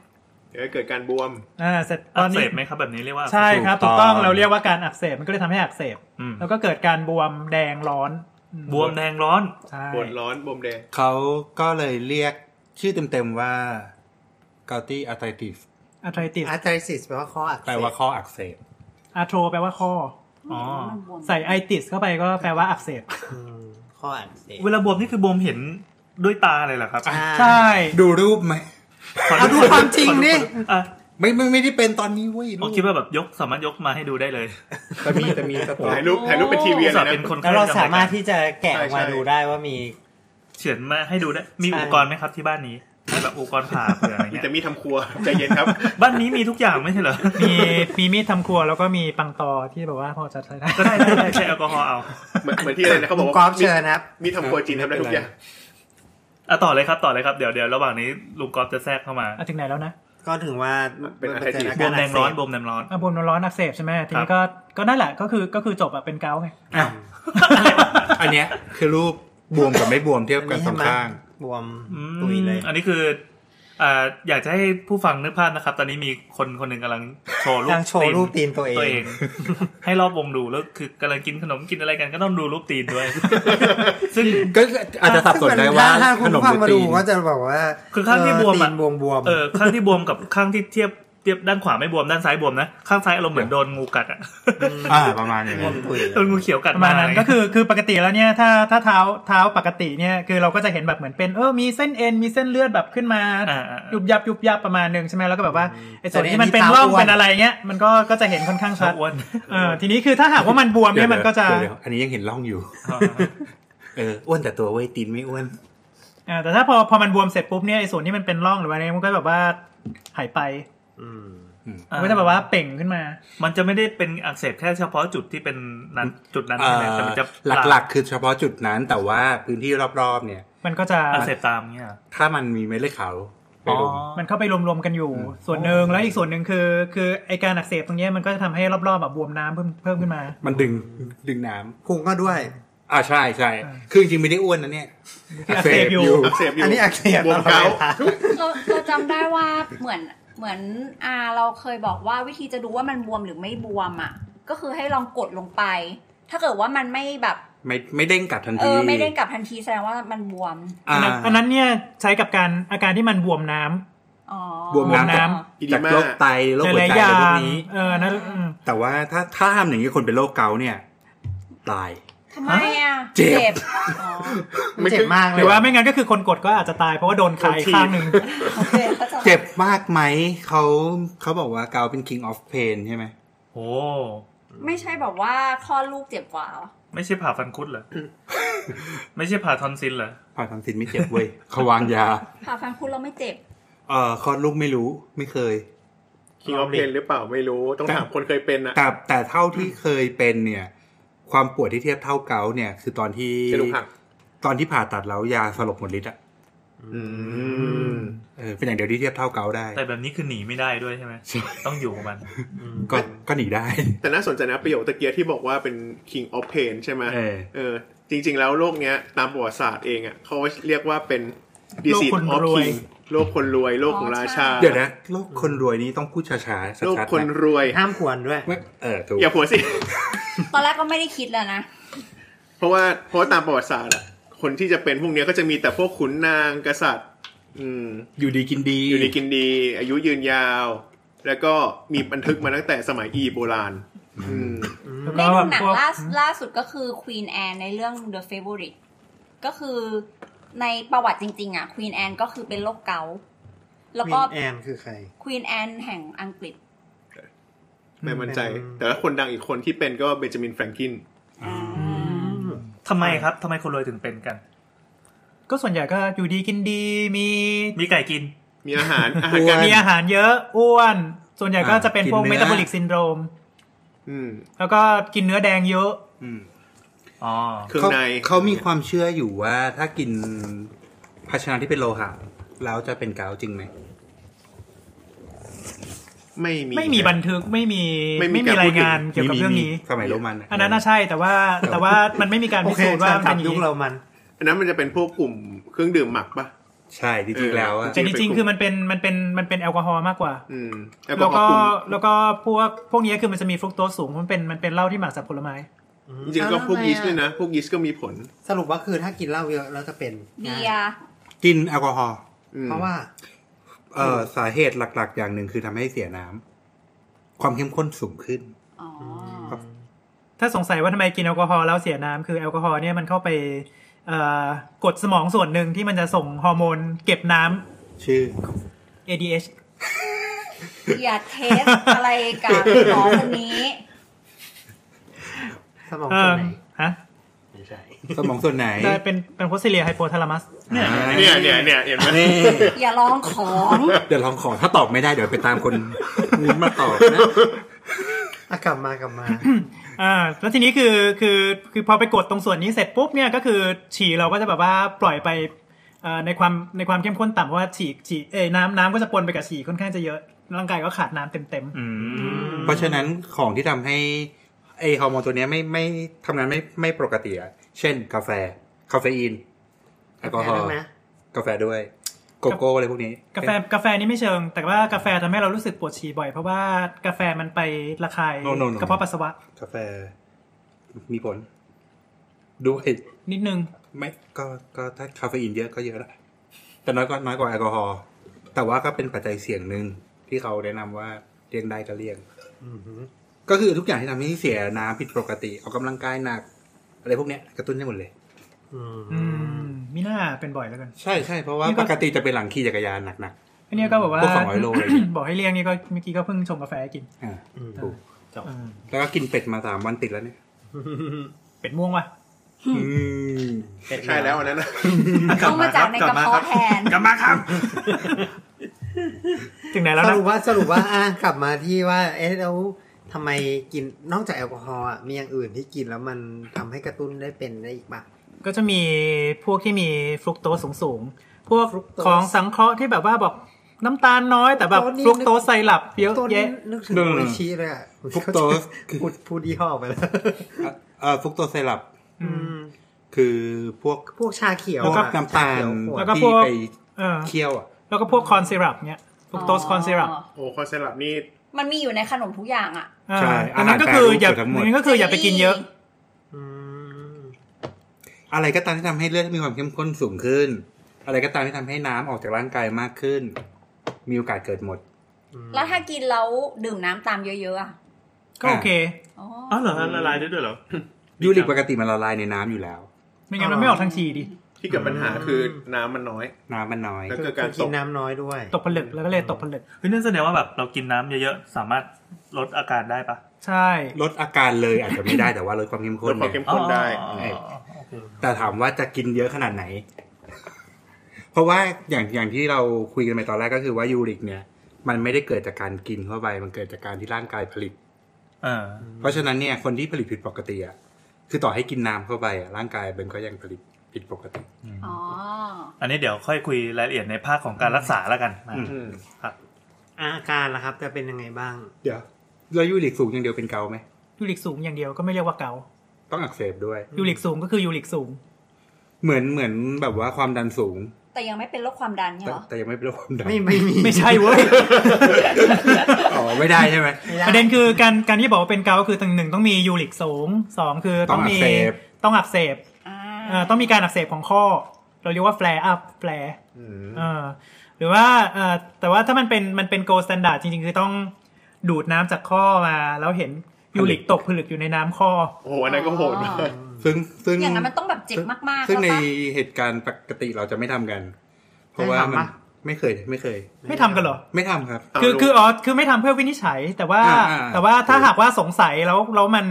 [SPEAKER 6] เดี๋ยวเกิดการบวม
[SPEAKER 8] อ่าเสร็จต
[SPEAKER 4] อั
[SPEAKER 8] อ
[SPEAKER 4] ก
[SPEAKER 8] น
[SPEAKER 4] เส
[SPEAKER 8] นี้
[SPEAKER 4] บไหมครับแบบนี้เรียกว่า
[SPEAKER 8] ใช่ครับถูกต้องเราเรียกว่าการอักเสบมันก็เลยทำให้อักเสบ
[SPEAKER 4] อืม
[SPEAKER 8] แล้วก็เกิดการบวมแดงร้อนอื
[SPEAKER 4] บวมแดงร้อน
[SPEAKER 8] ใช่
[SPEAKER 6] ปวดร้อน บวมแดง
[SPEAKER 7] เขาก็เลยเรียกชื่อเต็มๆว่า gouty arthritis
[SPEAKER 8] อาร์ไทรติส
[SPEAKER 3] อาร์ไทซิสแปลว่าข้ออักเส
[SPEAKER 7] แปลว่า
[SPEAKER 3] บ
[SPEAKER 7] ข้ออักเสบ
[SPEAKER 8] อาร์โทรแปลว่าข้อ
[SPEAKER 4] อ๋อ
[SPEAKER 2] มันบวม
[SPEAKER 8] ใส่ไอติสเข้าไปก็แปลว่าอักเสบ
[SPEAKER 3] อืมข้ออักเสบ
[SPEAKER 4] เวลาบวมนี่คือบวมเห็นด้วยตาเลยเหรอครับ
[SPEAKER 8] ใช่
[SPEAKER 7] ดูรูปไหม
[SPEAKER 4] ข
[SPEAKER 3] เอาดูความจริงดิ
[SPEAKER 4] อ่ะ
[SPEAKER 7] ไม่ไม่ไม่ได้เป็นตอนนี้เว้ย
[SPEAKER 4] ผมคิดว่าแบบยกสามารถยกมาให้ดูได้เลย
[SPEAKER 7] แต่มีแต่มีแต่ตัว
[SPEAKER 6] ถ่ายรูปถ่ายรูปเป็นทีวี
[SPEAKER 4] อุต
[SPEAKER 6] เล
[SPEAKER 4] ส่าห์
[SPEAKER 6] ยนะ
[SPEAKER 4] เป็นคนไข้
[SPEAKER 3] แล้วเรา
[SPEAKER 4] ทำ
[SPEAKER 3] สามารถที่จะแกะ
[SPEAKER 6] ใช่
[SPEAKER 3] ออกมา
[SPEAKER 6] ใช่
[SPEAKER 3] ดูได้ว่ามี
[SPEAKER 4] เฉียนมาให้ดูได้ มี
[SPEAKER 3] ใช่
[SPEAKER 4] อุปกรณ์ไหมครับที่บ้านนี้ให้แบบอุปกรณ์ผ่าเผื่ออะไร
[SPEAKER 6] มี
[SPEAKER 4] เงี้ย
[SPEAKER 6] แต่มีทำครัวใจเย็นครับ
[SPEAKER 4] บ้านนี้มีทุกอย่างไม่ใช่เหรอ
[SPEAKER 8] มีมีมีดทำครัวแล้วก็มีปังตอที่แบบว่าพอจะใช้ได้
[SPEAKER 4] ก็ได้ได้ได้ใช้แอลกอฮอล์เอา
[SPEAKER 6] เหมือนเหมือนที่อะไรนะเขาบอก
[SPEAKER 3] กอล์ฟ
[SPEAKER 6] ว่า
[SPEAKER 3] เชิญนะครับ
[SPEAKER 6] มีทำครัวจีนทำได้ทุกอย่าง
[SPEAKER 4] อ่ะต่อเลยครับต่อเลยครับเดี๋ยวเดี๋ยวระหว่างนี้ลุงกอล์ฟจะแทรกเข้ามา
[SPEAKER 8] อ่ะถึงไหนแล้วนะ
[SPEAKER 3] ก็ถึงว่า
[SPEAKER 6] เป็นอาชีพ
[SPEAKER 4] บวมแดงร้อนบวมแดงร้อน
[SPEAKER 8] อ่ะบวมร้อนๆอักเสบใช่ไหมทีนี้ก็ก็นั่นแหละก็คือก็คือจบอ่ะเป็นเกาต์ไง
[SPEAKER 7] อ่ะอันเนี้ยคือรูปบวมกับไม่บวมเทียบกันสองข้าง
[SPEAKER 3] บวม
[SPEAKER 4] อืม
[SPEAKER 3] ตุยเลย
[SPEAKER 4] อันนี้คืออ่าอยากจะให้ผู้ฟังนึกภาพนะครับ ตอนนี้มีคนคนหนึ่งกำลังโชว์รูป
[SPEAKER 3] กำลังโชว์รูปตีนตัวเอง
[SPEAKER 4] ตัวเอง ให้รอบวงดูแล้วคือกำลังกินขนมกินอะไรกันก็ต้องดูรูปตีนด้วย ซึ่ง
[SPEAKER 7] ก็อาจจะสับสนได้ว่า
[SPEAKER 3] ถ้าคุ
[SPEAKER 7] ข
[SPEAKER 3] ณ
[SPEAKER 7] นม
[SPEAKER 3] ฟั
[SPEAKER 7] ห
[SPEAKER 3] ง
[SPEAKER 7] รือ
[SPEAKER 3] มา
[SPEAKER 7] ตี
[SPEAKER 3] ดู
[SPEAKER 7] น
[SPEAKER 3] ก็จะบอกว่า
[SPEAKER 4] คือข้างที่บวมอะ
[SPEAKER 3] ตีนบวมบวม
[SPEAKER 4] เออข้างที่บวมกับข้างที่เทียบเทียบด้านขวาไม่บวมด้านซ้ายบวมนะข้างซ้ายอารมณ์เหมือนโดนงูกัดอ่ะ
[SPEAKER 7] อ่าประมาณอย่าง
[SPEAKER 3] บว
[SPEAKER 7] นี้
[SPEAKER 3] มตุยเล
[SPEAKER 4] โดน
[SPEAKER 3] ย
[SPEAKER 4] งูเขียวกัด
[SPEAKER 8] ประมาณนั้น
[SPEAKER 4] อะไร
[SPEAKER 8] ก็คือคือปกติแล้วเนี่ยถ้าถ้าเท้าเท้าปกติเนี่ยคือเราก็จะเห็นแบบเหมือนเป็นเออมีเส้นเอ็นมีเส้นเลือดแบบขึ้นมา
[SPEAKER 4] อ่าอ่า
[SPEAKER 8] ยุบยับยุบยับประมาณหนึ่งใช่ไหมแล้วก็แบบว่าไอ้ส่วนที่มันเป็นร่องเป็นอะไรเงี้ยมันก็ก็จะเห็นค่อนข้างชั
[SPEAKER 4] เขา
[SPEAKER 8] ด
[SPEAKER 4] อ้วน
[SPEAKER 8] เออทีนี้คือถ้าหากว่ามันบวมเนี่ยมันก็จะ
[SPEAKER 7] เดี๋ยวๆอันนี้ยังเห็นร่องอยู่ เอออ้วนแต่ตัวเว้ยตีนไม่อ้วน
[SPEAKER 8] อ่าแต่ถ้าพอพอมันบวมเสร็จปุ๊บเนี่ยไอ้ส่วนที่มันเป็นร่องหรือว่าอะไรมันก็แบบว่าหายไป
[SPEAKER 3] อืม
[SPEAKER 4] อ่า
[SPEAKER 8] มันก็จะแบบว่าเป่งขึ้นมา
[SPEAKER 4] มันจะไม่ได้เป็นอักเสบแค่เฉพาะจุดที่เป็นนั้นจุดนั้น
[SPEAKER 7] เอ่
[SPEAKER 4] ใช่ไหม
[SPEAKER 7] อ
[SPEAKER 4] แต่มันจะ
[SPEAKER 7] หลักๆ คือเฉพาะจุดนั้นแต่ว่าพื้นที่รอบๆ เนี่ย
[SPEAKER 8] มันก็จะ
[SPEAKER 4] อักเสบตามเงี้ย
[SPEAKER 7] ถ้ามันมีเม็ดเลือดขาวไปลง
[SPEAKER 8] มันเข้าไปรวมๆกันอยู่
[SPEAKER 7] อืม
[SPEAKER 8] ส่วนหนึ่งแล้วอีกส่วนหนึ่งคือ คือไอการอักเสบตรงเนี้ยมันก็จะทำให้รอบๆแบบบวมน้ำเพิ่มเพิ่มขึ้นมา
[SPEAKER 7] มันดึงดึงน้ำ
[SPEAKER 3] พุงก็ด้วย
[SPEAKER 7] อ่าใช่ใช่
[SPEAKER 8] อ่า
[SPEAKER 7] คือจริงๆไม่ได้อ้วนนะเนี่ย
[SPEAKER 8] คืออักเสบอยู่
[SPEAKER 6] อักเสบอยู่
[SPEAKER 3] อันนี้อักเสบบ
[SPEAKER 6] วม
[SPEAKER 3] ตล
[SPEAKER 6] เกา
[SPEAKER 3] อด
[SPEAKER 6] ต์
[SPEAKER 3] เวลา
[SPEAKER 2] เราเราจำได้ว่าเหมือนเหมือนอาเราเคยบอกว่าวิธีจะดูว่ามันบวมหรือไม่บวมอ่ะ ก็คือให้ลองกดลงไป ถ้าเกิดว่ามันไม่แบบ
[SPEAKER 7] ไม่ไม่เด้งกลับทัน
[SPEAKER 2] เอ
[SPEAKER 7] ที
[SPEAKER 2] อไม่ได้กลับทันทีแสดงว่ามันบวม
[SPEAKER 7] อ่า
[SPEAKER 8] อันนั้นอันนั้นเนี่ยใช้กับการอาการที่มันบวมน้ำ
[SPEAKER 2] อ๋อบ
[SPEAKER 7] วมน้ำ
[SPEAKER 2] อ๋อ
[SPEAKER 6] อีดี
[SPEAKER 7] จาก
[SPEAKER 6] มา
[SPEAKER 7] โรคไตโรค
[SPEAKER 8] ห
[SPEAKER 7] หัว
[SPEAKER 8] ลาย
[SPEAKER 7] ใจ
[SPEAKER 8] ๆอย่า
[SPEAKER 7] อะไรพว
[SPEAKER 8] ง
[SPEAKER 7] กนี้
[SPEAKER 8] เออนั่นอืม
[SPEAKER 7] แต่ว่าถ้าถ้าทำอย่างนี้คนเป็นโรคเกาต์เนี่ยตาย
[SPEAKER 2] ทำไมอ่ะ
[SPEAKER 7] เจ็บ
[SPEAKER 2] อ๋อ
[SPEAKER 3] มันเจ็บมาก
[SPEAKER 8] ห
[SPEAKER 3] เลย
[SPEAKER 8] รือว่าไม่งั้นก็คือคนกดก็อาจจะตายเพราะว่าโดนขายข้างหนึ่ง
[SPEAKER 2] โอเคเข้าใจ
[SPEAKER 7] เจ็บมากไหมเขาเขาบอกว่าเกาต์เป็น king of pain ใช่ไหม
[SPEAKER 4] โอ้
[SPEAKER 2] ไม่ใช่แบบว่าคลอดลูกเจ็บกว่าเหรอ
[SPEAKER 4] ไม่ใช่ผ่าฟันคุดเหรอ ไม่ใช่ผ่าทอนซิลเหรอ
[SPEAKER 7] ผ่าทางซินไม่เจ็บเว้ย เขาวางยา
[SPEAKER 2] ผ่าฟันคุณเราไม่เจ็บ
[SPEAKER 7] เอ่อคลอดลูกไม่รู้ไม่เคย
[SPEAKER 6] คิงออฟเพนหรือเปล่าไม่รู้ต้องถามคนเคยเป็นอะ
[SPEAKER 7] แต่แต่เท่าที่เคยเป็นเนี่ย ความปวดที่เทียบเท่าเกาต์เนี่ย คือตอนที่
[SPEAKER 6] กระดูกหัก
[SPEAKER 7] ตอนที่ผ่าตัดแล้วยาสลบหมดฤทธิ์อ่ะเออเป็นอย่างเดียวที่เทียบเท่าเกาต์ได้
[SPEAKER 4] แต่แบบนี้คือหนีไม่ได้ด้วยใช่ไหม ต้องอยู่กับมัน
[SPEAKER 7] ก็ก็หนีได้
[SPEAKER 6] แต่น่าสนใจนะประโยคตะเกียที่บอกว่าเป็น king of pain ใช่ไหม
[SPEAKER 7] เออ
[SPEAKER 6] เออ จริง ๆ แล้วโรคเนี้ยตามประวัติศาสตร์เองอะเขาเรียกว่าเป็น disease of king โรคคนรวยโรคของราชา
[SPEAKER 7] เดี๋ยวนะโรคคนรวยนี่ต้องพูดช้าๆชัดๆ
[SPEAKER 6] โรค
[SPEAKER 7] นะ
[SPEAKER 6] คนรวย
[SPEAKER 3] ห้ามขวนด้วย
[SPEAKER 7] ไม่เออถูก
[SPEAKER 6] อย่าผัวสิ
[SPEAKER 2] ตอนแรกก็ไม่ได้คิดแล้วนะ
[SPEAKER 6] เพราะว่าเพราะว่าตามประวัติศาสตร์อะคนที่จะเป็นพวกเนี้ยก็จะมีแต่พวกขุนนางกษัตริย์ อืม
[SPEAKER 7] อยู่ดีกินดี
[SPEAKER 6] อยู่ดีกินดี อายุยืนยาว แล้วก็มีบันทึกมาตั้งแต่สมัยอียิปต์โบราณ อืม
[SPEAKER 8] แล้ว
[SPEAKER 2] ได้ดู
[SPEAKER 8] ก็แบบ
[SPEAKER 2] หนัง
[SPEAKER 8] พวก
[SPEAKER 2] ล่าสุดล่าสุดก็คือ Queen Anne ในเรื่อง The Favorite ก็คือในประวัติจริงๆ อ่ะ Queen Anne ก็คือเป็นโรคเกาต์แล้วก็
[SPEAKER 3] Queen Anne คือใคร
[SPEAKER 2] Queen Anne แห่งอังกฤษ
[SPEAKER 6] ไม่มั่นใจ
[SPEAKER 3] อืม
[SPEAKER 6] แต่ละคนดังอีกคนที่เป็นก็เบนจามินแฟรงกิน
[SPEAKER 4] ทำไมครับทำไมคนรวยถึงเป็นกัน
[SPEAKER 8] ก็ส่วนใหญ่ก็อยู่ดีกินดีมี
[SPEAKER 4] มีไก่กิน
[SPEAKER 6] มีอาหาร อาหารการ
[SPEAKER 8] มี
[SPEAKER 6] กิน
[SPEAKER 8] อาหารเยอะอ้วน ส่วนใหญ่ก็จะเป็นพวกเมตาบอลิกซินโดรม
[SPEAKER 6] อืม
[SPEAKER 8] แล้วก็กินเนื้อแดงเยอะ
[SPEAKER 7] อืม
[SPEAKER 4] อ๋อ
[SPEAKER 6] เครื่อง
[SPEAKER 7] เขา
[SPEAKER 6] ใน
[SPEAKER 7] เขามีความเชื่ออยู่ว่าถ้ากินภาชนะที่เป็นโลหะแล้วจะเป็นเกาต์จริงไหม
[SPEAKER 6] ไม่มี
[SPEAKER 8] ไม่มีบันทึกไม่มี
[SPEAKER 6] ไม่มี
[SPEAKER 8] ไม่มี
[SPEAKER 6] การพูด
[SPEAKER 8] รายงานเกี่ยวกับเรื่องนี้
[SPEAKER 7] มีมีสมัยโรมันอะ
[SPEAKER 8] อันนั้นน่าใช่แต่ว่าแต่ว่ามันไม่มีการ
[SPEAKER 3] โอ
[SPEAKER 8] พิ
[SPEAKER 3] เค
[SPEAKER 8] สูจน์ว่ามัน
[SPEAKER 3] กลั
[SPEAKER 8] เป็
[SPEAKER 3] บ
[SPEAKER 8] นอ
[SPEAKER 3] ยุ
[SPEAKER 8] ย่าง
[SPEAKER 3] ค
[SPEAKER 8] นี้
[SPEAKER 3] เรามัน
[SPEAKER 6] อันนั้นมันจะเป็นพวกกลุ่มเครื่องดื่มหมักปะ
[SPEAKER 7] ใช่จริงๆแล้ว
[SPEAKER 6] จ
[SPEAKER 7] อะ
[SPEAKER 6] ริ
[SPEAKER 8] แต่
[SPEAKER 6] ง
[SPEAKER 8] จริงๆคือมันเป็นมันเป็นมันเป็นแอลกอฮอล์มากกว่า
[SPEAKER 6] อืมแอลกอ
[SPEAKER 8] แล้ว
[SPEAKER 6] ฮอ
[SPEAKER 8] ก็
[SPEAKER 6] ล์กลุ่ม
[SPEAKER 8] แล้วก็พวกพวกนี้คือมันจะมีฟรุกโตสสูงเพราะมันเป็นมันเป็นเหล้าที่หมักจากผลไม้
[SPEAKER 6] จริงๆก็พวกยีสต์ด้วยนะ พวกยีสต์ก็มีผล
[SPEAKER 3] สรุปว่าคือถ้ากินเหล้าเยอะแล้วจะเป็น
[SPEAKER 2] เบียร์
[SPEAKER 7] กินแอลกอฮอล์
[SPEAKER 6] อืม
[SPEAKER 3] เพราะว่า
[SPEAKER 7] เอ่อสาเหตุหลัก ๆ อย่างหนึ่งคือทำให้เสียน้ำความเข้มข้นสูงขึ้น
[SPEAKER 2] อ๋อ
[SPEAKER 8] ถ้าสงสัยว่าทำไมกินแอลกอฮอล์แล้วเสียน้ำคือแอลกอฮอล์เนี่ยมันเข้าไปเอ่อกดสมองส่วนหนึ่งที่มันจะส่งฮอร์โมนเก็บน้ำ
[SPEAKER 7] ชื่อ
[SPEAKER 8] ADH
[SPEAKER 2] อย่าเทสอะไรกับหมอคน นี้
[SPEAKER 3] สมอง
[SPEAKER 8] เอ
[SPEAKER 3] ส่ว
[SPEAKER 8] อน
[SPEAKER 3] ไหน
[SPEAKER 8] ฮะ
[SPEAKER 3] ไม่ใช่
[SPEAKER 7] สมองส่วนไหน
[SPEAKER 8] ได้เป็นเป็นโพสเซเลียไฮโปทาลามัส
[SPEAKER 7] เนี่ย
[SPEAKER 6] เนี่ยเนี่ยเนี่ยเห็นไหม
[SPEAKER 7] นี่
[SPEAKER 2] อย่าร้องของ
[SPEAKER 7] เดี๋ยวลองขอถ้าตอบไม่ได้เดี๋ยวไปตามคนนี้มาตอบนะ
[SPEAKER 3] อ่ะกลับมากลับมา
[SPEAKER 8] อ่าแล้วทีนี้คือคือคือพอไปกดตรงส่วนนี้เสร็จปุ๊บเนี่ยก็คือฉี่เราก็จะแบบว่าปล่อยไปเอ่อในความในความเข้มข้นต่ำเพราะว่าฉี่ฉี่เอ้ยน้ำน้ำก็จะปนไปกับฉี่ค่อนข้างจะเยอะ ร่างกายก็ขาดน้ำเต็มเต็มๆ
[SPEAKER 4] อืม
[SPEAKER 7] เพราะฉะนั้นของที่ทำให้ไอฮอร์โมนตัวเนี้ยไม่ไม่ทำงานไม่ไม่ปกติอะเช่น กาแฟ คาเฟอีนแอลกอฮอล์
[SPEAKER 3] นะ
[SPEAKER 7] กาแฟด้วย โกโก้อะไรพวกนี้
[SPEAKER 8] กาแฟกาแฟนี่ไม่เชิง แต่ว่ากาแฟทำให้เรารู้สึกปวดฉี่บ่อย เพราะว่ากาแฟมันไประคายกระเพาะปัสสาวะ
[SPEAKER 7] กาแฟ มีผล ด้วย
[SPEAKER 8] นิดนึง
[SPEAKER 7] ไม่ก็ก็ถ้าคาเฟอีนเยอะก็เยอะละแต่น้อยก็น้อยกว่าแอลกอฮอล์แต่ว่าก็เป็นปัจจัยเสี่ยงหนึ่งที่เขาแนะนำว่าเลี่ยงได้ก็เลี่ยง
[SPEAKER 3] อือหือ
[SPEAKER 7] ก็คือทุกอย่างที่ทำให้เสียน้ำผิดปกติออกกำลังกายหนัก อะไรพวกเนี้ยกระตุ้นได้หมดเลย
[SPEAKER 3] อืม
[SPEAKER 8] อืมมิน่าเป็นบ่อยแล้วกัน
[SPEAKER 7] ใช่ใช่เพราะว่า
[SPEAKER 8] นี่ก็
[SPEAKER 7] ปกติจะเป็นหลังขี่จักรยานหนัก
[SPEAKER 8] อันเนี้ยก็บอกว่า
[SPEAKER 7] พวก200โลเลย
[SPEAKER 8] บอกให้เลี่ยงนี่ก็เมื่อกี้ก็เพิ่งชงกาแฟกิน
[SPEAKER 7] ๆอ่า
[SPEAKER 3] อืม
[SPEAKER 7] ถูก
[SPEAKER 8] อืม
[SPEAKER 7] แล้วก็กินเป็ดมาสามวันติดแล้วเนี่ย
[SPEAKER 8] เป็ดม่วงว่ะ
[SPEAKER 7] อืม
[SPEAKER 6] ใช่แล้วอันนั้นนะ
[SPEAKER 2] ต้องมาจากในกระเพาะแทน
[SPEAKER 4] กลับมาครับ
[SPEAKER 8] ถึงไหนแล้ว
[SPEAKER 3] ส
[SPEAKER 8] นะ
[SPEAKER 3] รุปว่าสรุปว่าอ่ะกลับมาที่ว่า เอ๊ะแล้วทำไมกินนอกจากแอลกอฮอล์อ่ะมีอย่างอื่นที่กินแล้วมันทำให้กระตุ้นได้เป็นได้อีกปะ
[SPEAKER 8] ก็จะมีพวกที่มีฟลูโตสสูงๆ พวก
[SPEAKER 3] ฟรุกโตส
[SPEAKER 8] ของสังเคราะห์ที่แบบว่าบอกน้ำตาลน้อยแต่แบบ
[SPEAKER 3] โอ้นี่
[SPEAKER 8] ฟลูโตสไซรัปเยอะ
[SPEAKER 3] ตัวนี้
[SPEAKER 8] แยะ
[SPEAKER 3] นึกถึงโออิชิเลยอ่ะ
[SPEAKER 7] ฟุกโตส
[SPEAKER 3] พูดพูดยี่ห้อไปแล้ว
[SPEAKER 7] เอ่อฟุกโตสไซรัป
[SPEAKER 8] อืม
[SPEAKER 3] ม
[SPEAKER 7] คือพวก
[SPEAKER 3] พวกชาเขียว
[SPEAKER 8] แล้
[SPEAKER 3] อ่ะ
[SPEAKER 8] วก็
[SPEAKER 7] น้ำตาล
[SPEAKER 3] ชเขียวขวด
[SPEAKER 8] แล้วก็พว
[SPEAKER 7] ที่ไป
[SPEAKER 8] กเออ
[SPEAKER 7] เคี่ยวอ่ะ
[SPEAKER 8] แล้วก็พวกคอนซีรัปเนี้ยฟลูโตสคอนซีรัป
[SPEAKER 6] โอ้คอนเซปต์นี่
[SPEAKER 2] มันมีอยู่ในขนมทุกอย่างอ่ะ
[SPEAKER 7] ใช่
[SPEAKER 8] อันนั้นก็
[SPEAKER 7] อาหาร
[SPEAKER 8] คื
[SPEAKER 7] แปรรู
[SPEAKER 8] อ
[SPEAKER 7] ป
[SPEAKER 8] อย่า
[SPEAKER 7] เกือบทั้งหมด
[SPEAKER 8] อันนั้นก็คืออย่าไปกินเยอะ
[SPEAKER 3] อืม
[SPEAKER 7] อะไรก็ตามที่ทำให้เลือดมีความเข้มข้นสูงขึ้น อะไรก็ตามที่ทำให้น้ำออกจากร่างกายมากขึ้น มีโอกาสเกิดหมด
[SPEAKER 2] แล้วถ้ากินแล้วดื่มน้ำตามเยอะๆอ่ะ
[SPEAKER 8] ก็โอเค
[SPEAKER 2] อ๋อ
[SPEAKER 4] อ๋อเหรอละลายได้ด้วยเหรอ
[SPEAKER 7] ยูริกปกติมันละลายในน้ำอยู่แล้ว
[SPEAKER 8] ไม่งั้นมันไม่ออกทางฉี่ดิ
[SPEAKER 6] ที่เกิดปัญหาคือน้ำมันน้อย
[SPEAKER 7] น้ำมันน้อย
[SPEAKER 6] แล้ว
[SPEAKER 3] คือ
[SPEAKER 6] ก็การ
[SPEAKER 3] กิ
[SPEAKER 6] ต
[SPEAKER 3] น
[SPEAKER 6] ก
[SPEAKER 3] น้ำน้อยด้วย
[SPEAKER 8] ตกผลึกแล้วก็เลยตกผลึก
[SPEAKER 4] เฮ้ยนั่นแสดงว่าแบบเรากินน้ำเยอะๆ สามารถลดอาการได้ปะ
[SPEAKER 8] ใช่
[SPEAKER 7] ลดอาการเลยอาจจะไม่ได้แต่ว่าลดความเข้มข้
[SPEAKER 6] ล
[SPEAKER 7] น
[SPEAKER 6] ดความเข้
[SPEAKER 7] เนี่ย
[SPEAKER 6] มข้นได้
[SPEAKER 4] อ๋อ
[SPEAKER 7] เออ
[SPEAKER 4] โอเค
[SPEAKER 7] แต่ถามว่าจะกินเยอะขนาดไหน เพราะว่าอย่างอย่างที่เราคุยกันไปตอนแรกก็คือว่ายูริกเนี่ย มันไม่ได้เกิดจากการกินเข้าไป มันเกิดจากการที่ร่างกายผลิต
[SPEAKER 4] เออ
[SPEAKER 7] เพราะฉะนั้นเนี่ยคนที่ผลิตผิดปกติอ่ะคือต่อให้กินน้ำเข้าไปอ่ะร่างกายมันก็ยังผลิตผิดปกติ
[SPEAKER 2] อ๋อ
[SPEAKER 4] อันนี้เดี๋ยวค่อยคุยรายละเอียดในภาคของการรักษาแล้วกัน
[SPEAKER 7] อืม
[SPEAKER 6] อืม
[SPEAKER 3] อาการล่ะครับจะเป็นยังไงบ้าง
[SPEAKER 7] เดี๋ยวแล้วยูริกสูงอย่างเดียวเป็นเกาไหม
[SPEAKER 8] ยูริกสูงอย่างเดียวก็ไม่เรียกว่าเกา
[SPEAKER 7] ต้องอักเสบด้วย
[SPEAKER 8] ยูริกสูงก็คือยูริกสูง
[SPEAKER 7] เหมือนเหมือนแบบว่าความดันสูง
[SPEAKER 2] แต่ยังไม่เป็นโรคความดันเนี่ยเห
[SPEAKER 7] แต่
[SPEAKER 2] รอ
[SPEAKER 7] แต่ยังไม่เป็นโรคความดัน
[SPEAKER 3] ไม่ไม่มี
[SPEAKER 8] ไม่ใช่เว้ย
[SPEAKER 7] อ๋อไม่ได้ใช่ไหม
[SPEAKER 3] ไม่
[SPEAKER 8] ประ
[SPEAKER 3] ได้
[SPEAKER 8] เด็นคือการการที่บอกว่าเป็นเกาต์คือตั้งหนึ่งต้องมียูริกสูงสองคือต้องมี
[SPEAKER 7] ต้องอักเสบ
[SPEAKER 8] ต้องอักเสบ
[SPEAKER 2] อ่า
[SPEAKER 8] เอ่อต้องมีการอักเสบของข้อ เราเรียกว่าแฟร์อัพแฟร์
[SPEAKER 6] อืม
[SPEAKER 8] หรือว่าเอ่อแต่ว่าถ้ามันเป็นมันเป็นโกลสแตนดาร์ดจริงๆ คือต้องดูดน้ำจากข้อมา แล้วเห็นยูริกตกผลึกอยู่ในน้ำข้อ
[SPEAKER 6] โอ้โหอันนั้นก็โหดมาก
[SPEAKER 7] ซึ่งซึ่ง
[SPEAKER 2] อย่างนั้นมันต้องแบบเจ็บมากๆ
[SPEAKER 7] ซึ่งใน
[SPEAKER 2] แล้วปะ
[SPEAKER 7] เหตุการณ์ปกติเราจะไม่ทำกัน เพราะว่ามันไม่เคยไม่เคย
[SPEAKER 8] ไม่ทำกันเหรอ
[SPEAKER 7] ไม่ทำครับ
[SPEAKER 6] เา
[SPEAKER 8] คือ
[SPEAKER 6] ลูก
[SPEAKER 8] คืออ๋อคือไม่ทำเพื่อวินิจฉัย แต่ว่า
[SPEAKER 7] อ่าอ่า
[SPEAKER 8] แต่ว่าถ้าหากว่าสงสัยแล้วแล้วมัน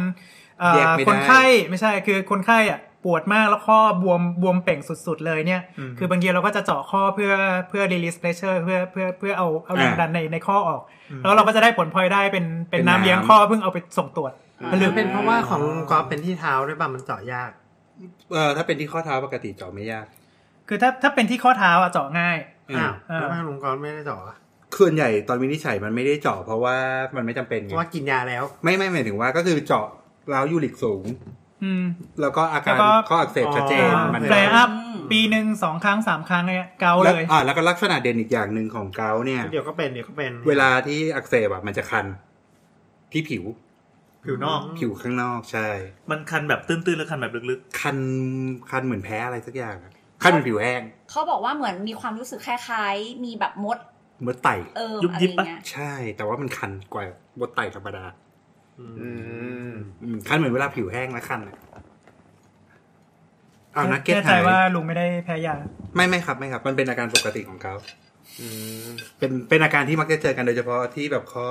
[SPEAKER 8] เอ่อ
[SPEAKER 7] แยกไม่ได้
[SPEAKER 8] คนไข้ไม่ใช่คือคนไข้อ่ะปวดมากแล้วข้อบวมบวมเป่งสุดๆเลยเนี่ย คือบางทีเราก็จะเจาะข้อเพื่อเพื่อ release pressure เพื่อเพื่อเพื่อเอาเอาแรงดันในในข้อออก แล้วเราก็จะได้ผลพลอยได้เป็นเป็นน้ำเลี้ยงข้อเพิ่งเอาไปส่งตรวจ
[SPEAKER 3] หรือเป็นเพราะว่าของลุงกอล์ฟเป็นที่เท้าด้วยป่ะมันเจาะยาก
[SPEAKER 7] เออถ้าเป็นที่ข้อเท้าปกติเจาะไม่ยาก
[SPEAKER 8] คือถ้าถ้าเป็นที่ข้อเท้าอ่ะเจาะง่าย
[SPEAKER 7] อื
[SPEAKER 3] อ้าม วแล้วทำไมลุงกอล์ฟไม่ได้เจาะอ่ะ
[SPEAKER 7] ส่วนใหญ่ตอนวินิจฉัยมันไม่ได้เจาะเพราะว่ามันไม่จำเป็น
[SPEAKER 3] เพ
[SPEAKER 7] ไง
[SPEAKER 3] ราะว่ากินยาแล้ว
[SPEAKER 7] ไม่ไม่หมายถึงว่าก็คือเจาะแล้วยูริกสูง
[SPEAKER 8] อืม
[SPEAKER 7] แล้วก็อาการ
[SPEAKER 8] แล้วก็
[SPEAKER 7] ข้ออักเสบชัดเจน
[SPEAKER 3] อ๋อ
[SPEAKER 7] มัน
[SPEAKER 8] แฟร์อัพปีหนึ่งสองครั้งสามครั้งเนี่ยเกา
[SPEAKER 7] แล้ว
[SPEAKER 8] เลย
[SPEAKER 7] อ่าแล้วก็ลักษณะเด่นอีกอย่างหนึ่งของเกาต์เนี่ย
[SPEAKER 3] เดี๋ยวก็เป็นเดี๋ยวก็เป็น
[SPEAKER 7] เวลาที่อักเสบอ่ะมันจะคัน ที่ผิว
[SPEAKER 4] ผิวนอก
[SPEAKER 7] ผิวข้างนอกใช่
[SPEAKER 4] มันคันแบบตื้นๆหรือคันแบบลึก
[SPEAKER 7] คันคันเหมือนแพ้อะไรสักอย่างอะคันเหมือนผิวแห้ง
[SPEAKER 2] เขาบอกว่าเหมือนมีความรู้สึกคล้ายๆ มีแบบมด
[SPEAKER 7] เหมือนไต
[SPEAKER 2] เออ
[SPEAKER 4] ยุบ
[SPEAKER 2] อะไร
[SPEAKER 4] ยิบ
[SPEAKER 2] อ
[SPEAKER 4] ปะ
[SPEAKER 2] ย่างเงี้ย
[SPEAKER 7] ใช่ แต่ว่ามันคันกว่าบทไต่ธรรมดา
[SPEAKER 6] อืม
[SPEAKER 7] อืมคันเหมือนเวลาผิวแห้งแล้วคันอะเอานักเก็ต
[SPEAKER 8] แน่ใจ
[SPEAKER 7] หาย
[SPEAKER 8] ว่าลุงไม่ได้แพ้ยา
[SPEAKER 7] ไม่ไม่ครับไม่ครับ มันเป็นอาการปกติของเขา
[SPEAKER 6] อืม
[SPEAKER 7] เป็นเป็นอาการที่มักจะเจอกันโดยเฉพาะที่แบบข้อ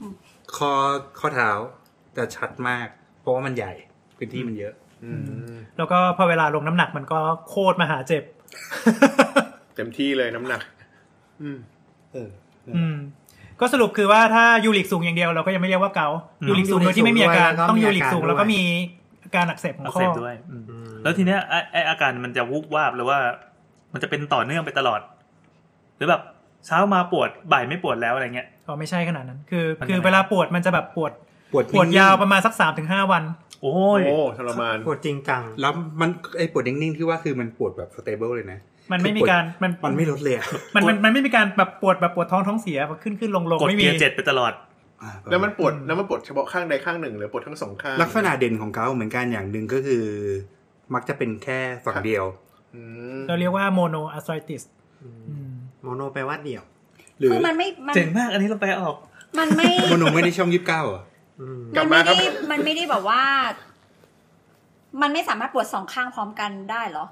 [SPEAKER 7] อข้อข้อเท้าจะชัดมาก เพราะว่ามันใหญ่พื้นที่มันเยอะ
[SPEAKER 6] อืม
[SPEAKER 8] แล้วก็พอเวลาลงน้ำหนักมันก็โคตรมหาเจ็บ
[SPEAKER 6] เต็มที่เลยน้ำหนัก อืม
[SPEAKER 7] เออ
[SPEAKER 8] อืม ก็สรุปคือว่าถ้ายูริกสูงอย่างเดียวเราก็ยังไม่เรียกว่าเกา
[SPEAKER 4] อืม
[SPEAKER 8] ยูริกสูงโดยที่ไม่มีอาการ
[SPEAKER 3] ยูริกสูงด้วย
[SPEAKER 8] ต้องยูริกสูง
[SPEAKER 3] แล้
[SPEAKER 8] แล้ว ว
[SPEAKER 3] ก็
[SPEAKER 8] ก็
[SPEAKER 3] มี
[SPEAKER 8] มีอาการอักเสบของ
[SPEAKER 4] อัก
[SPEAKER 8] ข้
[SPEAKER 4] เส
[SPEAKER 8] อบ
[SPEAKER 4] ด้วยอืมแล้วทีเนี้ยไอ้ไออาการมันจะวูบวาบหรือว่า มันจะเป็นต่อเนื่องไปตลอด หรือแบบเช้ามาปวดบ่ายไม่ปวดแล้วอะไรเงี้ย
[SPEAKER 8] อ๋อไม่ใช่ขนาดนั้น คือ
[SPEAKER 4] มันยังไง
[SPEAKER 8] คือเวลาปวดมันจะแบบปวด
[SPEAKER 7] ปวด
[SPEAKER 8] ปวดยาวป
[SPEAKER 7] นิ่ง
[SPEAKER 8] ระมาณสักสามถึงห้าวัน
[SPEAKER 4] โอ้
[SPEAKER 6] โอ้
[SPEAKER 4] ย
[SPEAKER 6] ทรมาน
[SPEAKER 3] ปวดจริงจัง
[SPEAKER 7] ๆแล้วมันไอ้ปวดนิ่งๆที่ว่าคือมันปวดแบบสเตเบิลเลยนะ
[SPEAKER 8] มันไม่มี
[SPEAKER 7] คือปวด
[SPEAKER 8] การมัน
[SPEAKER 7] มันไม่ลดเลยอะ
[SPEAKER 8] มันมันมันไม่มีการแบบปวดแบบปวดท้องท้องเสียขึ้นขึ้นลงลง
[SPEAKER 4] กด
[SPEAKER 8] ไม่มี
[SPEAKER 4] เกียร์เจ็ดไปตลอด
[SPEAKER 7] อ่า
[SPEAKER 6] แล้วมันปวด แล้วมันปวดเฉพาะข้างใดข้างหนึ่งหรือปวดทั้งสองข้าง
[SPEAKER 7] ลักษณะเด่นของเขาเหมือนกันอย่างหนึ่งก็คือ มักจะเป็นแค่ฝั่งเดียว
[SPEAKER 6] อืม
[SPEAKER 8] เราเรียกว่าโมโนอะไซติส
[SPEAKER 3] โมโนแปลว่าเดี่ยว
[SPEAKER 7] หรือ
[SPEAKER 2] คือมันไม่มัน
[SPEAKER 4] เจ๋งมากอันนี้เราไปออก
[SPEAKER 2] มันไม่
[SPEAKER 7] โมโนไม่ได้ช่องยี่สิบเก้าอ่ะ
[SPEAKER 3] อืม
[SPEAKER 6] กลับมาครับ
[SPEAKER 2] มันไม่ได้มันไม่ได้แบบว่า มันไม่สามารถปวดสองข้างพร้อมกันได้เหรอ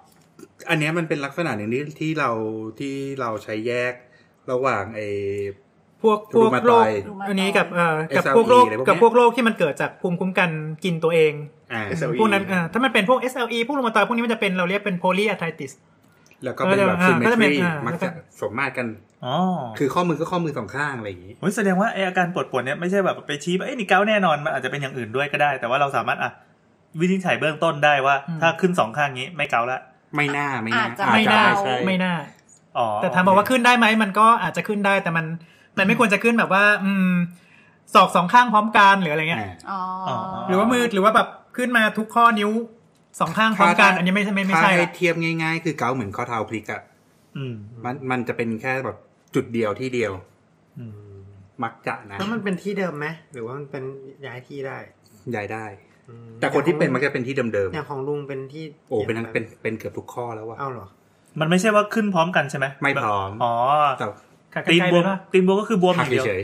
[SPEAKER 7] อันเนี้ยมันเป็นลักษณะหนึ่งที่ที่เราที่เราใช้แยกระหว่างไอ
[SPEAKER 8] พวกพวก
[SPEAKER 7] รูมาตอยด์
[SPEAKER 8] โรค
[SPEAKER 7] รู
[SPEAKER 2] มาตอยด์
[SPEAKER 8] อันนี้กับเอ่อ
[SPEAKER 7] SLE
[SPEAKER 8] กับพวกโรค
[SPEAKER 7] อะไรพวกเนี้ย
[SPEAKER 8] กับพวกโรคที่มันเกิดจากภูมิคุ้มกันกินตัวเอง
[SPEAKER 7] อ่า
[SPEAKER 6] SLE
[SPEAKER 8] พวกนั้นเอ่อถ้ามันเป็นพวก SLE พวกรูมาตอยด์พวกนี้มันจะเป็นเราเรียกเป็นโพลีอะไทติส
[SPEAKER 7] แล้วก็เป็นแบบ
[SPEAKER 8] อ่า
[SPEAKER 7] ซิมเม
[SPEAKER 8] ก็จะ
[SPEAKER 7] ท
[SPEAKER 8] เป็น
[SPEAKER 7] รี
[SPEAKER 8] อ่ามั
[SPEAKER 7] มักจะสมมาตรกัน
[SPEAKER 4] อ๋อ
[SPEAKER 7] คือข้อมือก็ข้อมือสองข้างอะไรอย่างนี้
[SPEAKER 4] โอ้ยแสดงว่าไออาการปวดปวดๆเนี่ยไม่ใช่แบบไปชี้ว่าไอยนี่เกาต์แน่นอนมันอาจจะเป็นอย่างอื่นด้วยก็ได้ แต่ว่าเราสามารถอ่ะวินิจฉัยเบื้องต้นได้ว่า
[SPEAKER 8] อืม
[SPEAKER 4] ถ้าขึ้นสองข้างนี้ไม่เกาต์ละ
[SPEAKER 7] ไม่น่าไม่น่า
[SPEAKER 2] อาจจะ
[SPEAKER 8] ไม่น่า
[SPEAKER 2] อาจจะ
[SPEAKER 7] ใช่
[SPEAKER 8] ไม่น่า
[SPEAKER 4] อ๋อ
[SPEAKER 8] แต่ถามบอกว่าขึ้นได้ไหมมันก็อาจจะขึ้นได้แต่มันมันไม่ควรจะขึ้นแบบว่า อืมศอกสองข้างพร้อมกันหรืออะไรเงี้ย
[SPEAKER 2] อ๋ออ๋อ
[SPEAKER 8] หรือว่ามือหรือว่าแบบขึ้นมาทุกข้อนิ้วสองข้างพร้อมกัน
[SPEAKER 7] ถ้า
[SPEAKER 8] อันนี้ไม่ใช่ไม่ไม่
[SPEAKER 7] ถ้า
[SPEAKER 8] ใช่
[SPEAKER 7] ให้
[SPEAKER 8] ละ
[SPEAKER 7] เทียบง่าย ๆ คือเกาเหมือนข้อเท้าพลิกอ่ะ
[SPEAKER 4] อืม
[SPEAKER 7] มันมันจะเป็นแค่แบบจุดเดียวที่เดียว
[SPEAKER 4] อืม
[SPEAKER 7] มักจะนะ
[SPEAKER 3] แล้วมันเป็นที่เดิมไหมหรือว่ามันเป็นย้ายที่ได้
[SPEAKER 7] ย้ายได้
[SPEAKER 3] อืม
[SPEAKER 7] แต่คนที่เป็นมักจะเป็นที่เดิม
[SPEAKER 3] อย่างของลุงเป็นที่
[SPEAKER 7] ๆโอ้เป็นทั้งเป็นเป็นเกือบทุกข้อแล้วว่ะ
[SPEAKER 3] เอาเหรอ
[SPEAKER 4] มันไม่ใช่ว่าขึ้นพร้อมกันใช่ไหม
[SPEAKER 7] ไม่พร้อม
[SPEAKER 4] แบบอ๋อ
[SPEAKER 7] แต่
[SPEAKER 8] ขา
[SPEAKER 4] ตีน
[SPEAKER 8] ไกลๆ
[SPEAKER 4] บ
[SPEAKER 8] เล
[SPEAKER 4] วม
[SPEAKER 8] ยปะ
[SPEAKER 4] ตีนบวมก็คือบวมอ
[SPEAKER 7] หัก
[SPEAKER 4] ย่างเดียว
[SPEAKER 7] เฉย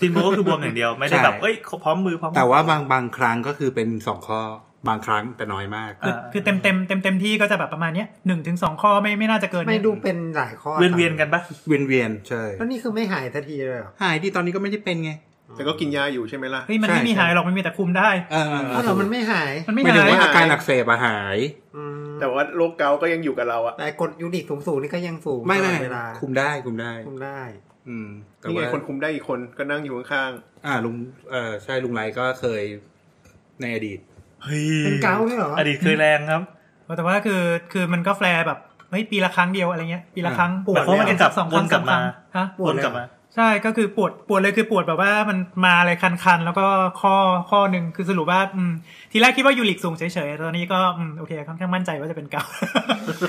[SPEAKER 4] ตีนบวมก็คือบวมอย่างเดียวไม่ได้
[SPEAKER 7] ใช่
[SPEAKER 4] แบบเอ้ยพร้อมมือพร้อม
[SPEAKER 7] แต่ว่าบางบางครั้งก็คือเป็นสองข้อบางครั้งแต่น้อยมาก
[SPEAKER 8] คือคือเต็มเต็มเต็มเต็มที่ก็จะแบบประมาณเนี้ยหนึ่งถึงสองข้อไม่ไม่น่าจะเกิน
[SPEAKER 3] ไม่ดูเป็นหลายข้อ
[SPEAKER 4] เวียนเวียนๆกันปะ
[SPEAKER 7] เวียนเวียนๆใช่
[SPEAKER 3] แล้วนี่คือไม่หายทันทีเลยเหรอ
[SPEAKER 7] หายที่ตอนนี้ก็ไม่ได้เป็นไง
[SPEAKER 6] แต่ก็กินยาอยู่ใช่ไหมล่ะ
[SPEAKER 8] เฮ้ยมัน
[SPEAKER 7] ใช่
[SPEAKER 8] ไม่มี
[SPEAKER 7] ใช่
[SPEAKER 8] หายหรอกมันมีแต่คุมได้
[SPEAKER 7] เออ
[SPEAKER 3] อ้าวเหรอมันไม่หาย
[SPEAKER 8] มันไม่
[SPEAKER 7] ไม่
[SPEAKER 8] หา
[SPEAKER 7] ถึง
[SPEAKER 8] ย
[SPEAKER 7] ว่าอาการอักเสบอะหาย
[SPEAKER 3] อืม
[SPEAKER 6] แต่ว่าโรคเกาต์ก็ยังอยู่กับเราอะ
[SPEAKER 3] แต่กดยูนิตสูงๆนี่ก็ยังสูง
[SPEAKER 7] ไม่ไม่
[SPEAKER 3] ตลอดเวลา
[SPEAKER 7] คุมได้คุมได้
[SPEAKER 3] คุมได้
[SPEAKER 7] อืมแต่
[SPEAKER 6] นี่ไง
[SPEAKER 7] ว่า
[SPEAKER 6] คนคุมได้อีกคนก็นั่งอยู่ข้าง
[SPEAKER 7] อ่าลุงเออใช่ลุงไรก็เคยในอดีต
[SPEAKER 4] เฮ้ย
[SPEAKER 3] เป็นเกาต์ด้วยเหรอ
[SPEAKER 4] อดีตเคยแรงครับ
[SPEAKER 8] แต่ว่าคือคือมันก็แฟร์แบบเฮ้ยปีละครั้งเดียวอะไรเงี้ยปีละครั้ง
[SPEAKER 4] ปวด
[SPEAKER 8] แบบว่า
[SPEAKER 4] แล้วมันกลับ
[SPEAKER 8] สองครั้
[SPEAKER 4] ว
[SPEAKER 8] ง
[SPEAKER 4] นกลั
[SPEAKER 8] สา
[SPEAKER 4] บ
[SPEAKER 8] ม
[SPEAKER 4] มา
[SPEAKER 8] ครั้งฮะ
[SPEAKER 4] วนกลับมา
[SPEAKER 8] ใช่ก็คือปวดปวดเลยคือปวดแบบว่ามันมาอะไรคันๆ แล้วก็ข้อข้อหนึ่งคือสรุปว่าอืมทีแรกคิดว่ายูริกสูงเฉยๆตอนนี้ก็อืมโอเคค่อนข้างมั่นใจว่าจะเป็นเกา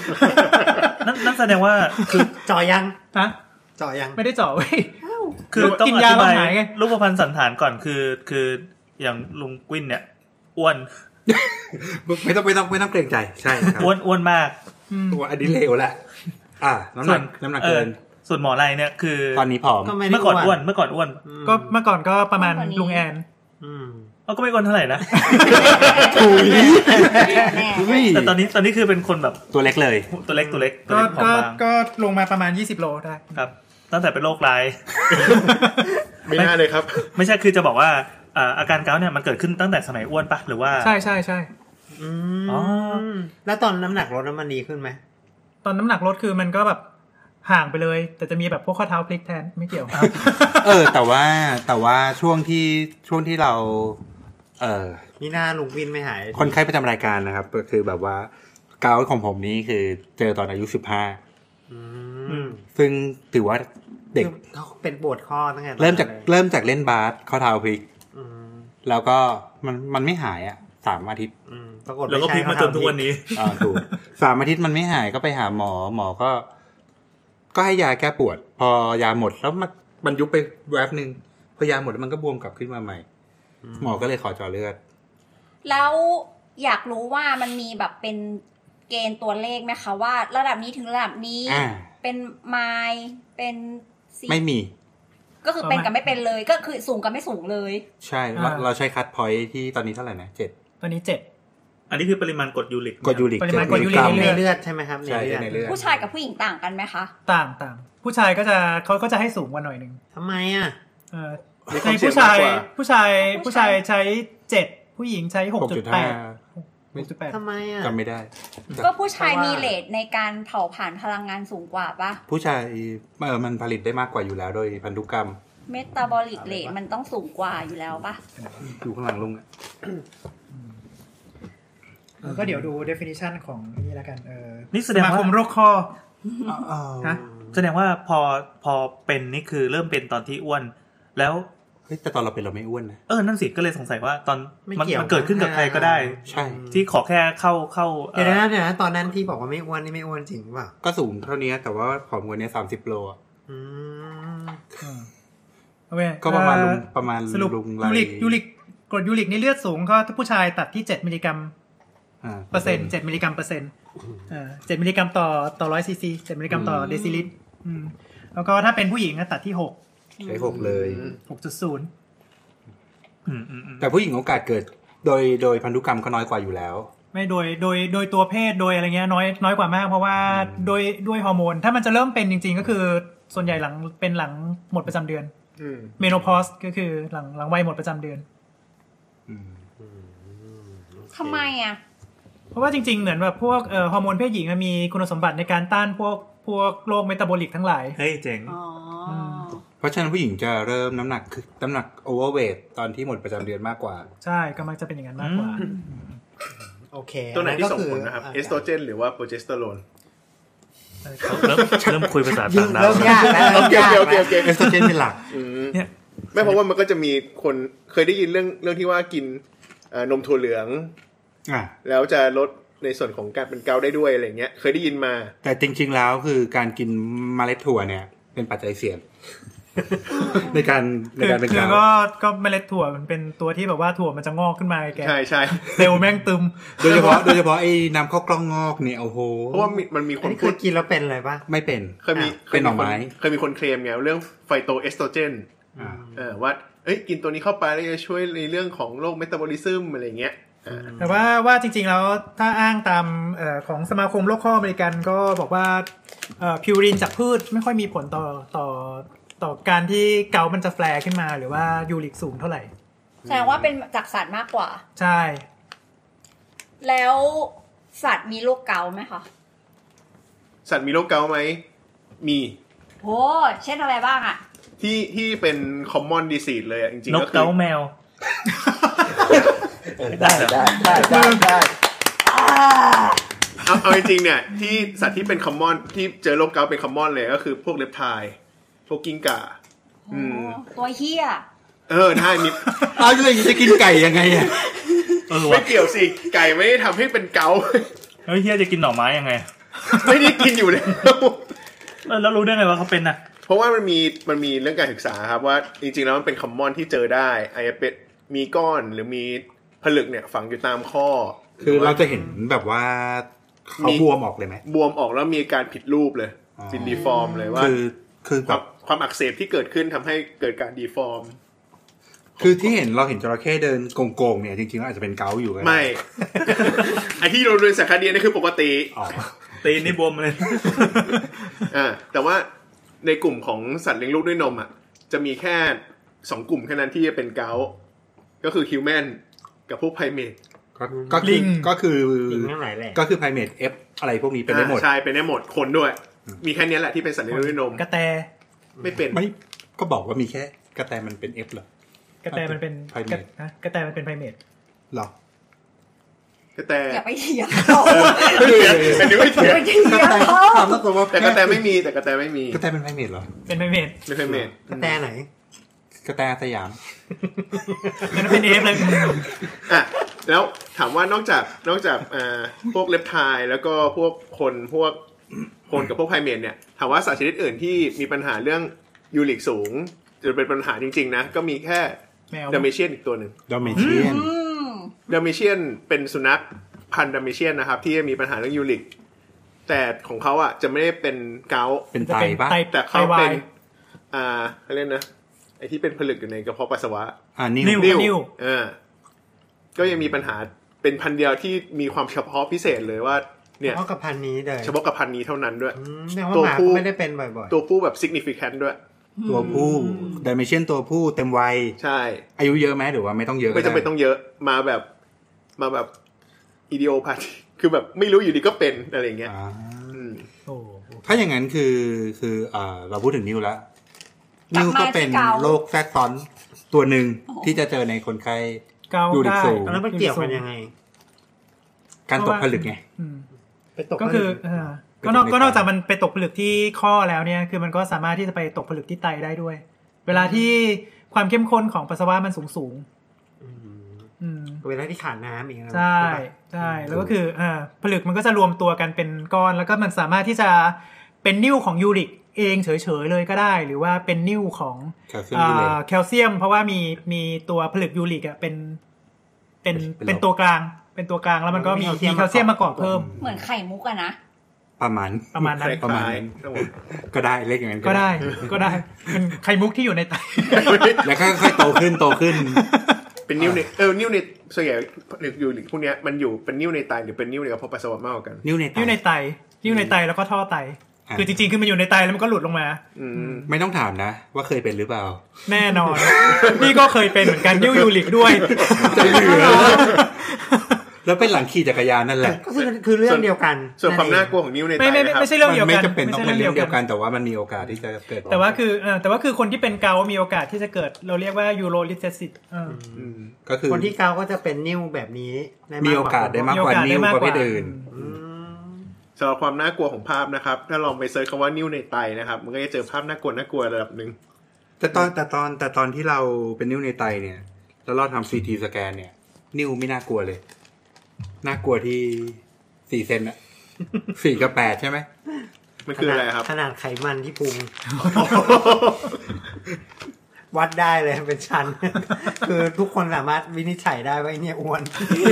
[SPEAKER 4] นั่นนั่นแสดงว่าคือ
[SPEAKER 3] จ่อยัง
[SPEAKER 8] ฮะ
[SPEAKER 3] จ่อยัง
[SPEAKER 8] ไม่ได้เจาะเว้ย
[SPEAKER 4] คือต้อง
[SPEAKER 8] กิ
[SPEAKER 4] อย
[SPEAKER 8] นา
[SPEAKER 4] ธิบาย
[SPEAKER 8] แล้วหายไง
[SPEAKER 4] รูปพันธ์สันฐานก่อนคือคืออย่างลุงกุ้นเนี่ยอ้วน
[SPEAKER 7] ไม่ต้องไม่ต้องไม่ต้องเกรงใจใช่ครับ
[SPEAKER 4] อ้วนอ้วนมาก
[SPEAKER 8] อืม
[SPEAKER 7] ตัวอันนี้เลวแหละอ่าน้ำหนักน้ำหนักเกิน
[SPEAKER 4] ออส่วนหมอไรเนี่ยคือ
[SPEAKER 7] ตอนนี้ผอม
[SPEAKER 3] ก็ไม่ได้
[SPEAKER 4] เมื่อก่อนอ้วนเมื่อก่อนอ้วน
[SPEAKER 3] อืม
[SPEAKER 8] ก็เมื่อก่อนก็ประมาณลุงแอน
[SPEAKER 3] อืม
[SPEAKER 4] เอาก็ไม่อ้วนเท่าไหร่นะ
[SPEAKER 7] ถุย
[SPEAKER 2] แน่
[SPEAKER 7] อุ้ย
[SPEAKER 4] แต่ตอนนี้ตอนนี้คือเป็นคนแบบ
[SPEAKER 7] ตัวเล็กเลย
[SPEAKER 4] ตัวเล็กตัวเล็กตัว
[SPEAKER 8] ก็
[SPEAKER 4] เล็กผอม
[SPEAKER 8] ก็
[SPEAKER 4] บาง
[SPEAKER 8] ก็ลงมาประมาณ 20 โลได้
[SPEAKER 4] ครับ ตั้งแต่เป็นโรคร้าย
[SPEAKER 6] ๆ ไม่น่าเลยครับ
[SPEAKER 4] ไม่ใช่คือจะบอกว่าอ่าอาการเกาต์เนี่ยมันเกิดขึ้นตั้งแต่สมัยอ้วนปะหรือว่า
[SPEAKER 8] ใช่ใช่ใช่
[SPEAKER 3] อื
[SPEAKER 4] อ๋อ
[SPEAKER 3] มแล้วตอนน้ำหนักลดน้ำมันดีขึ้นไหม
[SPEAKER 8] ตอนน้ำหนักลดคือมันก็แบบห่างไปเลย แต่จะมีแบบพวกข้อเท้าพลิกแทนไม่เกี่ยว
[SPEAKER 7] เออ แต่ว่าแต่ว่าช่วงที่ช่วงที่เรา เอ่อ
[SPEAKER 3] มีหน้าลุงวินไม่หาย
[SPEAKER 7] คนไข้ประจำรายการนะครับก็คือแบบว่าเกาต์ของผมนี้คือเจอตอนอายุสิบห้า
[SPEAKER 3] อื
[SPEAKER 4] อื
[SPEAKER 3] ม
[SPEAKER 4] ม
[SPEAKER 7] ซึ่งถือว่าเด็ก
[SPEAKER 3] คือเขาเป็นปวดข้อตั้งแต่
[SPEAKER 7] เริ่มจาก
[SPEAKER 3] ลย
[SPEAKER 7] เริ่มจากเล่นบาสข้อเท้าพลิก
[SPEAKER 3] อืม
[SPEAKER 7] แล้วก็มันมันไม่หายอ่ะสามอาทิตย์
[SPEAKER 3] อืมปรากฏ
[SPEAKER 4] แล้วก็
[SPEAKER 3] ไใช่
[SPEAKER 4] พลิกมาจนทุกวันนี้
[SPEAKER 7] อ่าถูก สามอาทิตย์มันไม่หายก็ไปหาหมอหมอก็ ก็ให้ยาแก้ปวด พอยาหมดแล้วมันมันยุบไปแวบหนึ่งพอยาหมดแล้วมันก็บวมกลับขึ้นมาใหม่ หมอก็เลยขอเจอเลือด
[SPEAKER 2] แล้วอยากรู้ว่ามันมีแบบเป็นเกณฑ์ตัวเลขไหมคะว่า ระดับนี้ถึงระดับนี้
[SPEAKER 7] อ่า
[SPEAKER 2] เป็นไมล์เป็นสี
[SPEAKER 7] ไม่มี
[SPEAKER 2] ก็คือเป็นกับไม่เป็นเลยก็คือสูงกับไม่สูงเลย
[SPEAKER 7] ใช่เรา
[SPEAKER 8] อ่า
[SPEAKER 7] เราใช้คัดพอยท์ที่ตอนนี้เท่าไหร่นะเจ็ด
[SPEAKER 8] ตอนนี้เจ็ด
[SPEAKER 4] อันนี้คือปริมาณกรดยูริก
[SPEAKER 7] กดยูริก
[SPEAKER 8] ปริ
[SPEAKER 7] เจ็ด
[SPEAKER 8] มาณกร
[SPEAKER 7] มิล
[SPEAKER 8] ดยู
[SPEAKER 7] ลิก
[SPEAKER 8] ริก
[SPEAKER 7] รัม
[SPEAKER 3] ในเลือดใช่ไหมครับใน
[SPEAKER 7] ใช่
[SPEAKER 3] เลือด
[SPEAKER 7] ในเลือด
[SPEAKER 2] ผู้ชายกับผู้หญิงต่างกันไหมคะ
[SPEAKER 8] ต่างต่างผู้ชายก็จะเขาก็จะให้สูงกว่าหน่อยหนึ่ง
[SPEAKER 3] ทำไมอ่ะ
[SPEAKER 8] เออ
[SPEAKER 6] มีค
[SPEAKER 8] ใน
[SPEAKER 6] วามเสี่ยง
[SPEAKER 8] ผู้
[SPEAKER 6] มาก
[SPEAKER 8] ชาย
[SPEAKER 6] กว่า
[SPEAKER 8] ผู้ชายผู้ชายใช้เจ็ดผู้หญิงใช้หก
[SPEAKER 7] หก
[SPEAKER 8] จุ
[SPEAKER 7] จุ
[SPEAKER 8] ด
[SPEAKER 7] ด
[SPEAKER 8] แป
[SPEAKER 7] ห้า
[SPEAKER 8] ดหกจุดแปด
[SPEAKER 3] ทำไมอ่ะ
[SPEAKER 7] จำไม่ได้
[SPEAKER 2] ก็ผู้ชาย
[SPEAKER 3] เพราะว่ามี
[SPEAKER 2] มีเลทในการเผาผ่านพลังงานสูงกว่าปะ
[SPEAKER 7] ผู้ชายเออมันผลิตได้มากกว่าอยู่แล้วโดยพันธุกรรม
[SPEAKER 2] เมตาบอลิกเลทมันต้องสูงกว่าอยู่แล้วปะ
[SPEAKER 7] อยู่ข้างหลังลุงอะ
[SPEAKER 8] ก็เดี๋ยวดู definition ของนี่ละกันเออ
[SPEAKER 4] นี่แส
[SPEAKER 8] ส
[SPEAKER 4] ดง
[SPEAKER 8] มา
[SPEAKER 4] ว่า
[SPEAKER 8] คมโรคข้อ
[SPEAKER 7] ฮะ
[SPEAKER 8] ฮะ
[SPEAKER 4] แสดงว่าพอพอเป็นนี่คือเริ่มเป็นตอนที่อ้วน แล้ว
[SPEAKER 7] เฮ้ยแต่ตอนเราเป็นเราไม่อ้วนนะ
[SPEAKER 4] เออนั่นสิก็เลยสงสัยว่าตอน
[SPEAKER 3] ไม่
[SPEAKER 4] มัน
[SPEAKER 3] เกี่ยว
[SPEAKER 4] มันเกิดขึ้นกับใครก็ได้
[SPEAKER 7] ใช่
[SPEAKER 4] ที่ขอแค่เข้าเข้าเอ่
[SPEAKER 3] เดี๋ยว
[SPEAKER 4] อ
[SPEAKER 3] นะเดี๋ยวนะตอนนั้นที่บอกว่าไม่อ้วนนี่ไม่อ้วนจริงเปล่า
[SPEAKER 7] ก็สูงเท่านี้แต่ว่าผอมกว่านี้สามสิบโลอะ
[SPEAKER 3] อืม
[SPEAKER 8] โอเค
[SPEAKER 7] ก็ประมาณลุ
[SPEAKER 8] เอ่อง
[SPEAKER 7] ประมาณ
[SPEAKER 8] สรุป
[SPEAKER 7] ลุง
[SPEAKER 8] ยูริกยูริกกรดยูริกในเลือดสูงก็ผู้ชายตัดที่ 7 มิลลิกรัม
[SPEAKER 7] อ่า
[SPEAKER 8] เปอร์เซ็นต์7มิลลิกรัมเปอร์เซ็นต์เอ่อ7มิลลิกรัมต่อต่อร้อยซีซี7มิลลิกรัมต่อเดซิลิตรอืมแล้วก็ถ้าเป็นผู้หญิงก็ตัดที่ 6
[SPEAKER 7] ใช้หกเลย
[SPEAKER 8] 6.0
[SPEAKER 4] อืมอืมอืม
[SPEAKER 7] แต่ผู้หญิงโอกาสเกิดโดยโดยพันธุกรรมก็น้อยกว่าอยู่แล้ว
[SPEAKER 8] ไม่โดยโดยโดยตัวเพศโดยอะไรเงี้ยน้อยน้อยกว่ามากเพราะว่าโดยด้วยฮอร์โมน ถ้ามันจะเริ่มเป็นจริง ๆ ก็คือส่วนใหญ่หลังเป็นหลังหมดประจำเดือน
[SPEAKER 6] อืม
[SPEAKER 8] เมโนพอสก็คือหลังหลังวัยหมดประจำเดือน
[SPEAKER 7] อืม
[SPEAKER 2] ทำไมอ่ะ
[SPEAKER 8] เพราะว่าจริงๆ เหมือนแบบพวกเอ่อฮอร์โมนเพศหญิงอะมีคุณสมบัติในการต้านพวกพวกโรคเมตาบอลิกทั้งหลาย
[SPEAKER 4] เฮ้ยเจ๋ง
[SPEAKER 2] อ๋ออ
[SPEAKER 8] ม
[SPEAKER 7] เพราะฉะนั้นผู้หญิงจะเริ่มน้ำหนักคือน้ำหนักโอเวอร์เวทตอนที่หมดประจำเดือนมากกว่า
[SPEAKER 8] ใช่ก็มักจะเป็นอย่างนั้นมากกว่า
[SPEAKER 4] อืม
[SPEAKER 3] โอเค
[SPEAKER 6] ตัวไหนที่ส่งผล
[SPEAKER 3] ก็
[SPEAKER 6] นะครับ เอสโตรเจนหรือว่าโปรเจสเตอโรน
[SPEAKER 4] เริ่มเริ่มคุยภาษา
[SPEAKER 3] ยิ่
[SPEAKER 4] ต่างงดา
[SPEAKER 3] เริ่
[SPEAKER 4] ว
[SPEAKER 3] มยากแล้ว
[SPEAKER 6] โอเคโอเคโอเคโอเค
[SPEAKER 7] เอสโตรเจนเป็นหลัก
[SPEAKER 6] อืมไม่เพราะว่ามันก็จะมีคนเคยได้ยินเรื่องเรื่องที่ว่ากินเอ่อนมถั่วเหลือง
[SPEAKER 7] อ่ะ
[SPEAKER 6] แล้วจะลดในส่วนของการเป็นเกาต์ได้ด้วยอะไรเงี้ย เคยได้ยินมา
[SPEAKER 7] แต่จริง ๆ แล้วคือการกินเมล็ดถั่วเนี่ย เป็นปัจจัยเสี่ยง ในการใน
[SPEAKER 8] คือ
[SPEAKER 7] การเป็น
[SPEAKER 8] คือ
[SPEAKER 7] เกา
[SPEAKER 8] ก็
[SPEAKER 7] ต์
[SPEAKER 8] ก็เมล็ดถั่วมันเป็นตัวที่แบบว่าถั่วมันจะงอกขึ้นมาไงแก
[SPEAKER 6] ใช่ใช่
[SPEAKER 8] เซลล์แม่งตึม
[SPEAKER 7] โดยเฉพาะโดยเฉพาะไอ้น้ำข้าวกล้องงอกเนี่ยโอ้โห
[SPEAKER 6] เพราะว่ามีมันมีค
[SPEAKER 3] อัน
[SPEAKER 6] น
[SPEAKER 3] นี้เค
[SPEAKER 6] พูด
[SPEAKER 3] ยกินแล้วเป็นเลยปะ
[SPEAKER 7] ไม่เป็น
[SPEAKER 6] เคยมี
[SPEAKER 7] อ่ะเป็นหน่อไม้
[SPEAKER 6] เคยมีคนเคลมไงเรื่องไฟโตเอสโตรเจน
[SPEAKER 7] อ่า
[SPEAKER 6] เออว่าเอ้ยกินตัวนี้เข้าไปแล้วจะช่วยในเรื่องของโรคเมตาบอลิซึมอะไรเงี้ยอ่า
[SPEAKER 8] แต่ว่าว่าจริงๆแล้วถ้าอ้างตามเออของสมาคมโรคข้ออเมริกันก็บอกว่าพิวรินจากพืชไม่ค่อยมีผลต่อต่อต่อการที่เกาต์มันจะแฟร์ขึ้นมา หรือว่ายูริกสูงเท่าไหร่
[SPEAKER 2] แสดงว่าเป็นจากสัตว์มากกว่า
[SPEAKER 8] ใช่
[SPEAKER 2] แล้วสัตว์มีโรคเกาต์ไหมคะ
[SPEAKER 6] สัตว์มีโรคเกาต์ไหม มี
[SPEAKER 2] โอ้เช่นอะไรบ้างอ่ะ
[SPEAKER 6] ที่ที่เป็นคอมมอนดีซีดเลยอะจริง
[SPEAKER 4] น
[SPEAKER 6] ๆ
[SPEAKER 4] ก
[SPEAKER 6] ก็คื
[SPEAKER 4] เก้า
[SPEAKER 6] อ
[SPEAKER 4] แมว
[SPEAKER 7] ได้ได้ได้ได้ได้
[SPEAKER 6] เอาเอาจริงๆเนี่ยที่สัตว์ที่เป็นคอมมอนที่เจอโรคเกาต์เป็นคอมมอนเลยก็คือพวกเลปไทล์พวกกิ้งก่า อืม
[SPEAKER 2] ตัวเฮีย
[SPEAKER 6] เออได้มี
[SPEAKER 7] เอาจะจะกินไก่ยังไงอ่ะ
[SPEAKER 4] เออ
[SPEAKER 6] ไม่
[SPEAKER 4] วะ
[SPEAKER 6] เกี่ยวสิ ไก่ไม่ได้ทำให้เป็นเกาต์
[SPEAKER 4] เฮ้ยเฮียจะกินหน่อไม้ยังไง
[SPEAKER 6] ไม่ได้กินอยู่แล้ว
[SPEAKER 4] เออแล้วรู้ได้ไงว่าเขาเป็นน่ะ
[SPEAKER 6] เพราะว่ามันมีมันมีเรื่องการศึกษาครับว่าจริงๆแล้วมันเป็นคอมมอนที่เจอได้ไอาจจะเป็นมีก้อนหรือมีผลึกเนี่ยฝังอยู่ตามข้อ
[SPEAKER 7] คือ
[SPEAKER 6] หว่
[SPEAKER 7] เราจะเห็นแบบว่าเขา
[SPEAKER 6] มี
[SPEAKER 7] บวมออกเลยไหม
[SPEAKER 6] บวมออกแล้วมีอาการผิดรูปเลย
[SPEAKER 7] อ๋อ
[SPEAKER 6] เป็นดีฟอร์มเลยว่า
[SPEAKER 7] คือคือ
[SPEAKER 6] ค
[SPEAKER 7] แบ
[SPEAKER 6] วาม
[SPEAKER 7] บ
[SPEAKER 6] ความอักเสบที่เกิดขึ้นทำให้เกิดการดีฟอร์ม
[SPEAKER 7] คือที่เห็นเราเห็นจระเข้เดินโกงๆเนี่ยจริงๆแล้วอาจจะเป็นเกาต์อยู่ก็ด้
[SPEAKER 6] ไม่ ไอที่โรงเรียนสาขาเดียนนี่คือปกติ
[SPEAKER 7] อ๋อ
[SPEAKER 4] ตีนนี่บวมเลย
[SPEAKER 6] อ่าแต่ว่าในกลุ่มของสัตว์เลี้ยงลูกด้วยนมอ่ะจะมีแค่สองกลุ่มแค่นั้นที่จะเป็นเกาต์ก็คือฮิวแมนกับพวกไพเมท
[SPEAKER 7] ก็ก็
[SPEAKER 8] ลิ
[SPEAKER 7] คือง ก็คือ
[SPEAKER 3] ลิงทั้งหลายแหละ
[SPEAKER 7] ก็คือไพเมทเอฟอะไรพวกนี้เป็นได้หมด
[SPEAKER 6] ใช่เป็นได้หมดคนด้วย มีแค่เนี้ยแหละที่เป็นสัตว์เลี้ยงลูกด้วยนม
[SPEAKER 8] กระแต
[SPEAKER 6] ไม่เป็น
[SPEAKER 7] ไม่ก็บอกว่ามีแค่กระแตมันเป็นเอฟเหรอ
[SPEAKER 8] กระแตมันเป็น
[SPEAKER 7] ไพเมต
[SPEAKER 8] ฮะกระแตมันเป็นไพเมต
[SPEAKER 7] เหรอ
[SPEAKER 6] แต่
[SPEAKER 2] อย่าไปเถียงเขา
[SPEAKER 6] ไม่เถียงอันนี้ไม่เถี
[SPEAKER 2] อยย่าง ไปเถียงเขา
[SPEAKER 7] ถามตรงๆว่า
[SPEAKER 6] แต่กระแตไม่มีแต่กระแตไม่มี
[SPEAKER 7] กระแตเป็นไพเมทเหรอ
[SPEAKER 8] เป็นไพเมต
[SPEAKER 6] ไม่ไพเมท
[SPEAKER 3] กระแตไหน
[SPEAKER 7] กระแตสยาม
[SPEAKER 8] มันเป็นเอฟเลย
[SPEAKER 6] อ่ะแล้วถามว่านอกจากนอกจากอ่าพวกเลปไทล์แล้วก็พวกคนพวกคนกับพวกไพเมทเนี่ยถามว่าสัตว์ชนิดอื่นที่มีปัญหาเรื่องยูริกสูงจะเป็นปัญหาจริง ๆ นะ ก็มีแค่
[SPEAKER 8] แมว
[SPEAKER 6] ดาเมเชียนอีกตัวหนึ่ง
[SPEAKER 7] ดอมเมเชียน
[SPEAKER 2] อืม
[SPEAKER 6] ดาเมเชียนเป็นสุนัขพันธุ์ดาเมเชียนนะครับ ที่มีปัญหาเรื่องยูริก แต่ของเขาอ่ะจะไม่ได้เป็นเกาต์
[SPEAKER 7] เป็น
[SPEAKER 8] จะ
[SPEAKER 7] ไต
[SPEAKER 8] เป็น
[SPEAKER 7] ปะ
[SPEAKER 8] ไต
[SPEAKER 6] แต่
[SPEAKER 8] ไต
[SPEAKER 6] เขา
[SPEAKER 8] วา
[SPEAKER 6] เป็
[SPEAKER 8] ย
[SPEAKER 6] น อ่าเขาเรียกนะ ไอ้ที่เป็นผลึกอยู่ในกระเพาะปัสสาวะ
[SPEAKER 7] อ่านิ่
[SPEAKER 8] นิ
[SPEAKER 7] ว
[SPEAKER 8] ่ว
[SPEAKER 6] เออ ก็ยังมีปัญหาเป็นพันธุ์เดียวที่มีความเฉพาะพิเศษเลยว่า เนี่ย
[SPEAKER 3] เพราะกับพันธุ์นี้เลย
[SPEAKER 6] เฉพาะกับพันธุ์นี้เท่านั้นด้วย
[SPEAKER 3] อืมแต่ว่า
[SPEAKER 6] ตัว
[SPEAKER 3] หมา
[SPEAKER 6] ผู้
[SPEAKER 3] ก็ไม่ได้เป็นบ่อย
[SPEAKER 6] ตัวผู้แบบ significant ด้วย
[SPEAKER 7] ตัวผู้ดิเมชันตัวผู้เต็มวัย
[SPEAKER 6] ใช่
[SPEAKER 7] อายุเยอะไหมหรือว่าไม่ต้องเยอะก็
[SPEAKER 6] ไม่จำเป็น
[SPEAKER 7] ด้
[SPEAKER 6] ต้องเยอะมาแบบมาแบบอี o ด a อพาธคือแบบไม่รู้อยู่ดีก็เป็นอะไรอย่างเงี้ย
[SPEAKER 7] อ่า
[SPEAKER 6] อืม
[SPEAKER 8] โอ้
[SPEAKER 7] ถ้าอย่างนั้นคือคือเอ่อเราพูดถึงนิวแล้ว
[SPEAKER 2] กลับมา
[SPEAKER 7] นิวก็เป็น
[SPEAKER 2] ที่เกา
[SPEAKER 7] โรคแทรกซ้อนตัวหนึ่งที่จะเจอในคนไข้
[SPEAKER 8] เกา
[SPEAKER 7] ดูดิ
[SPEAKER 8] ได้
[SPEAKER 7] สูง
[SPEAKER 3] ๆแล้วมันเกี่ยวกันยังไง
[SPEAKER 7] การตกผลึกไง
[SPEAKER 8] อืม
[SPEAKER 3] ไปตก
[SPEAKER 8] ก็คือเออก็นอ
[SPEAKER 7] ไป
[SPEAKER 8] ก
[SPEAKER 7] ตกใน
[SPEAKER 8] ก็นอกจากมันไปตกผลึกที่ข้อแล้วเนี่ย คือมันก็สามารถที่จะไปตกผลึกที่ไตได้ด้วย เวลาที่ความเข้มข้นของปัสสาวะมันสูงสูง
[SPEAKER 3] อืม
[SPEAKER 8] ๆอืม
[SPEAKER 3] เวลาที่ขาดน้ำอีกนะ
[SPEAKER 8] ใช่
[SPEAKER 3] ใช่ปะ
[SPEAKER 8] ใช่แล้วก็คือเอ่อผลึกมันก็จะรวมตัวกันเป็นก้อนแล้วก็มันสามารถที่จะเป็นนิ้วของยูริกเองเฉยๆเลยก็ได้ หรือว่าเป็นนิ้วของ
[SPEAKER 7] แคลเซียมยูเรต
[SPEAKER 8] อ่าแคลเซียม เพราะว่ามีมีตัวผลึกยูริกอ่ะเป็นเป็น
[SPEAKER 7] เป็นหลัก
[SPEAKER 8] เป็นตัวกลาง เป็นตัวกลางแล้วมันก็มีมีแคลเซียมมาเกาะเพิ่ม
[SPEAKER 2] เหมือนไข่มุกอะนะ
[SPEAKER 7] ประมาณ
[SPEAKER 8] ประมาณ
[SPEAKER 6] ค
[SPEAKER 8] นั้น
[SPEAKER 6] ล้าย
[SPEAKER 7] ประมาณนั้น
[SPEAKER 6] ๆทั้งหมด
[SPEAKER 7] ก็ได้เล็กอย่างนั้น
[SPEAKER 8] ก็ได้ก็ได้เป็นไข่มุกที่อยู่ในไต
[SPEAKER 7] แล้วก็ค่อยๆโตขึ้นโตขึ้น
[SPEAKER 6] เป็นนิ้วในเออนิ้วในส่วนใหญ่หรืออยู่หรือพวกเนี้ยมันอยู่เป็นนิ้วในไตหรือเป็นนิ้วในกระเพาะปัสสาวะมากกว่ากัน
[SPEAKER 7] นิ้วใน
[SPEAKER 8] นิ้วใน
[SPEAKER 7] ไต
[SPEAKER 8] ไตนิ้วในไตแล้วก็ท่อไต
[SPEAKER 7] อ่า
[SPEAKER 8] คือจริงๆคือมันอยู่ในไตแล้วมันก็หลุดลงมา
[SPEAKER 6] อืม
[SPEAKER 7] ไม่ต้องถามนะ ว่าเคยเป็นหรือเปล่า
[SPEAKER 8] แน่นอน นี่ก็เคยเป็นเหมือนกันนิ้วยูริกด้วย
[SPEAKER 7] จะเหลือ แล้วเป็นหลังขี่จักรยานนั่นแหละ
[SPEAKER 3] ก็คือคือเรื่องเดียวกัน
[SPEAKER 6] ส่วนความน่า
[SPEAKER 3] เอง
[SPEAKER 6] กลัวของนิ้วในไต
[SPEAKER 8] ไม่ไม่
[SPEAKER 6] นะค
[SPEAKER 8] ไม่
[SPEAKER 6] รับ
[SPEAKER 8] ไม่ใช่เรื่องเดียว
[SPEAKER 7] มั
[SPEAKER 8] กั
[SPEAKER 7] ไม่
[SPEAKER 8] น น
[SPEAKER 7] จำเป็นต้อง
[SPEAKER 8] ไม่
[SPEAKER 7] เป็
[SPEAKER 8] ใช่
[SPEAKER 7] นเรื่องเดียวกัน นแต่ว่ามันมีโอกาสที่จะเกิด
[SPEAKER 8] แต่ว่าคือเออแต่ว่าคือคนที่เป็นเกาต์มีโอกาสที่จะเกิดเราเรียกว่ายูโรลิเซซิตเออ
[SPEAKER 6] อืม
[SPEAKER 7] ก็คือ
[SPEAKER 3] คนที่เกาก็จะเป็นนิ้วแบบนี้ได้
[SPEAKER 7] มีโอกาสได้มากกว่า
[SPEAKER 8] มีโอกาสได้
[SPEAKER 7] นิ้ว
[SPEAKER 8] มาก
[SPEAKER 7] ป
[SPEAKER 8] กว่า
[SPEAKER 7] ระเภทอื่น
[SPEAKER 3] อืม
[SPEAKER 6] สำหรับความน่ากลัวของภาพนะครับ ถ้าลองไปเซิร์ชคำว่านิ้วในไตนะครับ มันก็จะเจอภาพน่ากลัวน่ากลัวระดับหนึ่ง
[SPEAKER 7] แต่ตอนแต่ตอนแต่ตอนที่เราเป็นนิ้วในไตเนี่ย แล้วเราทำซีทีสแกนเนี่ย นิ้วไม่น่ากลัวเลย น่ากลัวที่สี่เซนอะ สี่กับแปดใช่ไหม
[SPEAKER 6] มันคืออะไร ครับ
[SPEAKER 3] ขนาดไขมันที่พุง วัดได้เลยเป็นชั้น คือทุกคนสามารถวินิจฉัยได้ว่าไอ้เนี่ยอ้วน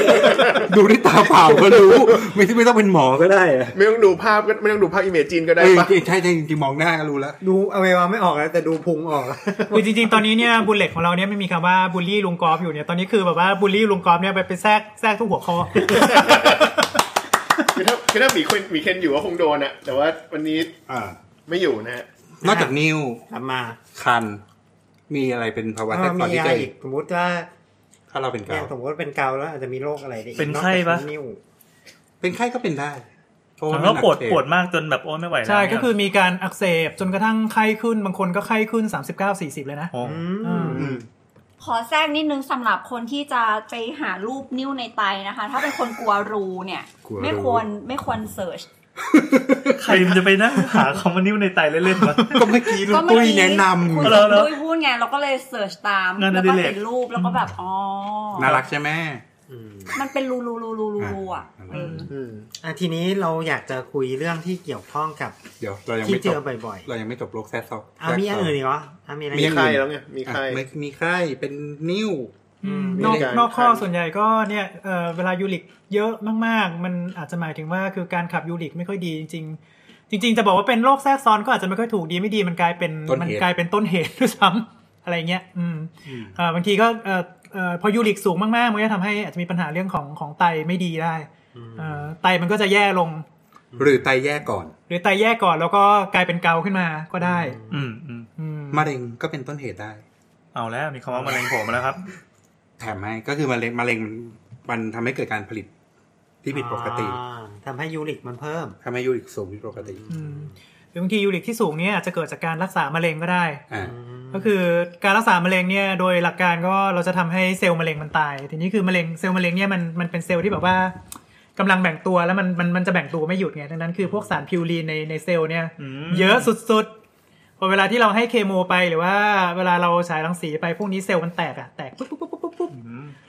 [SPEAKER 7] ดูด้วยตาเปล่าก็รู้ ไม่ไม่ต้องเป็นหมอก็ได้อะ
[SPEAKER 6] ไม่ต้องดูภาพก็ไม่ต้องดูภาพอิเมจินก็ได้
[SPEAKER 7] เออ
[SPEAKER 6] ปะ
[SPEAKER 7] จริงๆใช่ใช่จริงๆมองหน้าก็รู้แล้ว
[SPEAKER 3] ดูอวัยวะไม่ออกแล้วแต่ ดูพุงออก
[SPEAKER 8] คือจริงๆ ตอนนี้เนี่ยบุลเลตของเราเนี่ยไม่มีคำว่าบูลลี่ลุงกอล์ฟอยู่เนี่ยตอนนี้คือแบบว่าบูลลี่ลุงกอล์ฟเนี่ยไปไปแทรกแทรกทุกหัวข้อ
[SPEAKER 6] คือถ้าคือถ้าหมีเคนหมีเคนอยู่ก็คงโดนอะแต่ว่าวันนี้
[SPEAKER 7] อ่า
[SPEAKER 6] ไม่อยู่นะฮะ
[SPEAKER 7] นอกจากนิ้ว
[SPEAKER 3] กลับมา
[SPEAKER 7] คัน มีอะไรเป็นภาวะแทรก
[SPEAKER 3] มี
[SPEAKER 7] ซ้อนที่
[SPEAKER 3] อะไร
[SPEAKER 7] เจอ
[SPEAKER 3] อี
[SPEAKER 7] อี
[SPEAKER 3] ก
[SPEAKER 7] ก
[SPEAKER 3] สมมติว่า
[SPEAKER 7] ถ้าเราเป็น
[SPEAKER 3] เนี่
[SPEAKER 7] เกาย ต์
[SPEAKER 3] สมมติว่าเป็นเกาแล้วอาจจะมีโรคอะไรด้อีก
[SPEAKER 4] เป็น
[SPEAKER 3] อก
[SPEAKER 4] ไข้
[SPEAKER 3] จาก
[SPEAKER 4] ปะ
[SPEAKER 3] นิ้ว
[SPEAKER 7] เป็นไข้ก็เป็นได้เพราะ
[SPEAKER 4] มั
[SPEAKER 7] ว่าน มั
[SPEAKER 4] ก็
[SPEAKER 7] นอัก
[SPEAKER 4] ปวด
[SPEAKER 7] เสบ
[SPEAKER 4] ปวดมากจนแบบโอ้ยไม่ไหวแล้ว
[SPEAKER 8] ใช่ก็คือมีการอักเสบจนกระทั่งไข้ขึ้นบางคนก็ไข้ขึ้น 39 40 เลยนะ
[SPEAKER 4] โอ้
[SPEAKER 3] อื
[SPEAKER 8] อื
[SPEAKER 3] ม
[SPEAKER 8] ม
[SPEAKER 7] อืม
[SPEAKER 2] ขอแทรกนิดนึงสำหรับคนที่จะไปหารูปนิ้วในไตนะคะ ถ้าเป็นคนกลัวรูเนี่ย
[SPEAKER 7] กลัวรู
[SPEAKER 2] ไม่ควรไม่ควรเสิร์ช
[SPEAKER 4] ใครมันจะไปนั่งหาคำว่านิ้วในไตเล่นๆวะ
[SPEAKER 7] ก็เมื่อกี้ลุง
[SPEAKER 2] ก็เมื่อ
[SPEAKER 7] ปุ้ย
[SPEAKER 2] กี้
[SPEAKER 7] แนะน
[SPEAKER 2] คุณ
[SPEAKER 4] เหรอเหรอ
[SPEAKER 2] ด้วยพูดไงเราก็เลยเสิร์ชตาม
[SPEAKER 4] งานอ
[SPEAKER 2] แล้ว
[SPEAKER 4] ดิ
[SPEAKER 2] ก็
[SPEAKER 4] เรก
[SPEAKER 2] เห็นรูปแล้วก็แบบอ๋อ
[SPEAKER 7] ำน่ารักใช่ไหม
[SPEAKER 3] อืม
[SPEAKER 2] มันเป็นรูรูรูรูรูรูอ่ะ
[SPEAKER 7] อ่า
[SPEAKER 2] เออ
[SPEAKER 6] อืม
[SPEAKER 3] อ่ะทีนี้เราอยากจะคุยเรื่องที่เกี่ยวข้องกับ
[SPEAKER 7] เดี๋ยวเรายัง
[SPEAKER 3] ที่
[SPEAKER 7] ไม่
[SPEAKER 3] เจ
[SPEAKER 7] จ
[SPEAKER 3] อบ บ่อย
[SPEAKER 7] เรายังไม่จบโรคแทรกซ้อน
[SPEAKER 3] ๆอ่ะมีอย่างอื่นอีกเหรออ่ะมีอะไร
[SPEAKER 6] มี
[SPEAKER 3] อีก
[SPEAKER 6] ไข้แล้วไง มีไข้
[SPEAKER 7] อ่ะไม่มีไข้เป็นนิ้ว
[SPEAKER 8] อืม
[SPEAKER 6] มี
[SPEAKER 8] นอก
[SPEAKER 6] การ
[SPEAKER 8] นอกข้อ
[SPEAKER 6] คัน
[SPEAKER 8] ส่วนใหญ่ก็เนี่ยเอ่อเวลายูริกเยอะมากๆ มันอาจจะหมายถึงว่าคือการขับยูริกไม่ค่อยดีจริงๆ จริง ๆ จะบอกว่าเป็นโรคแทรกซ้อนก็อาจจะไม่ค่อยถูกดีไม่ดีมันกลายเป็น
[SPEAKER 7] ต้นเหตุ
[SPEAKER 8] มักลายเป็นต้นเหตุ ด้วยซ้ำ อะไรเงี้ยอืมเอ่อบางทีก็เอ่อเอ่อพอยูริกสูงมากๆ มันก็ทำให้อาจจะมีปัญหาเรื่องของของไตไม่ดีได้เอ่อไตมันก็จะแย่ลง
[SPEAKER 7] หรือไตแย่ก่อน
[SPEAKER 8] หรือไตแย่ก่อนแล้วก็กลายเป็นเกาขึ้นมาก็ได้
[SPEAKER 4] อืมอืม
[SPEAKER 8] อืม
[SPEAKER 7] มะเร็งก็เป็นต้นเหตุได้
[SPEAKER 4] เอาแล้วมีคำว่ามะเร็งโผมมาแล้วครับ
[SPEAKER 7] แถมให้ก็คือมะเร็งมะเร็งมันทำให้เกิดการผลิตที่ผิดปกติ
[SPEAKER 3] อ่าทำให้ยูริกมันเพิ่ม
[SPEAKER 7] ทำให้ยูริกสูงผิดปกติ
[SPEAKER 8] อืมหรือบางทียูริกที่สูงเนี่ยอาจจะเกิดจากการรักษามะเร็งก็ได้
[SPEAKER 7] อ่า
[SPEAKER 8] ก็คือการรักษามะเร็งเนี่ยโดยหลักการก็เราจะทำให้เซลล์มะเร็งมันตาย ทีนี้คือมะเร็งเซลล์มะเร็งเนี่ยมันมันเป็นเซลล์ที่แบบว่ากำลังแบ่งตัวแล้วมันมันมันจะแบ่งตัวไม่หยุดไงดังนั้นคือพวกสารพิวรีนในในเซลล์เนี่ย
[SPEAKER 4] อืม
[SPEAKER 8] เยอะสุดๆพอเวลาที่เราให้เคโมไปหรือว่าเวลาเราฉายรังสีไปพวกนี้เซลล์มันแตกอะแตกปุ๊บปุ๊บปุ๊บปุ๊บปุ๊บ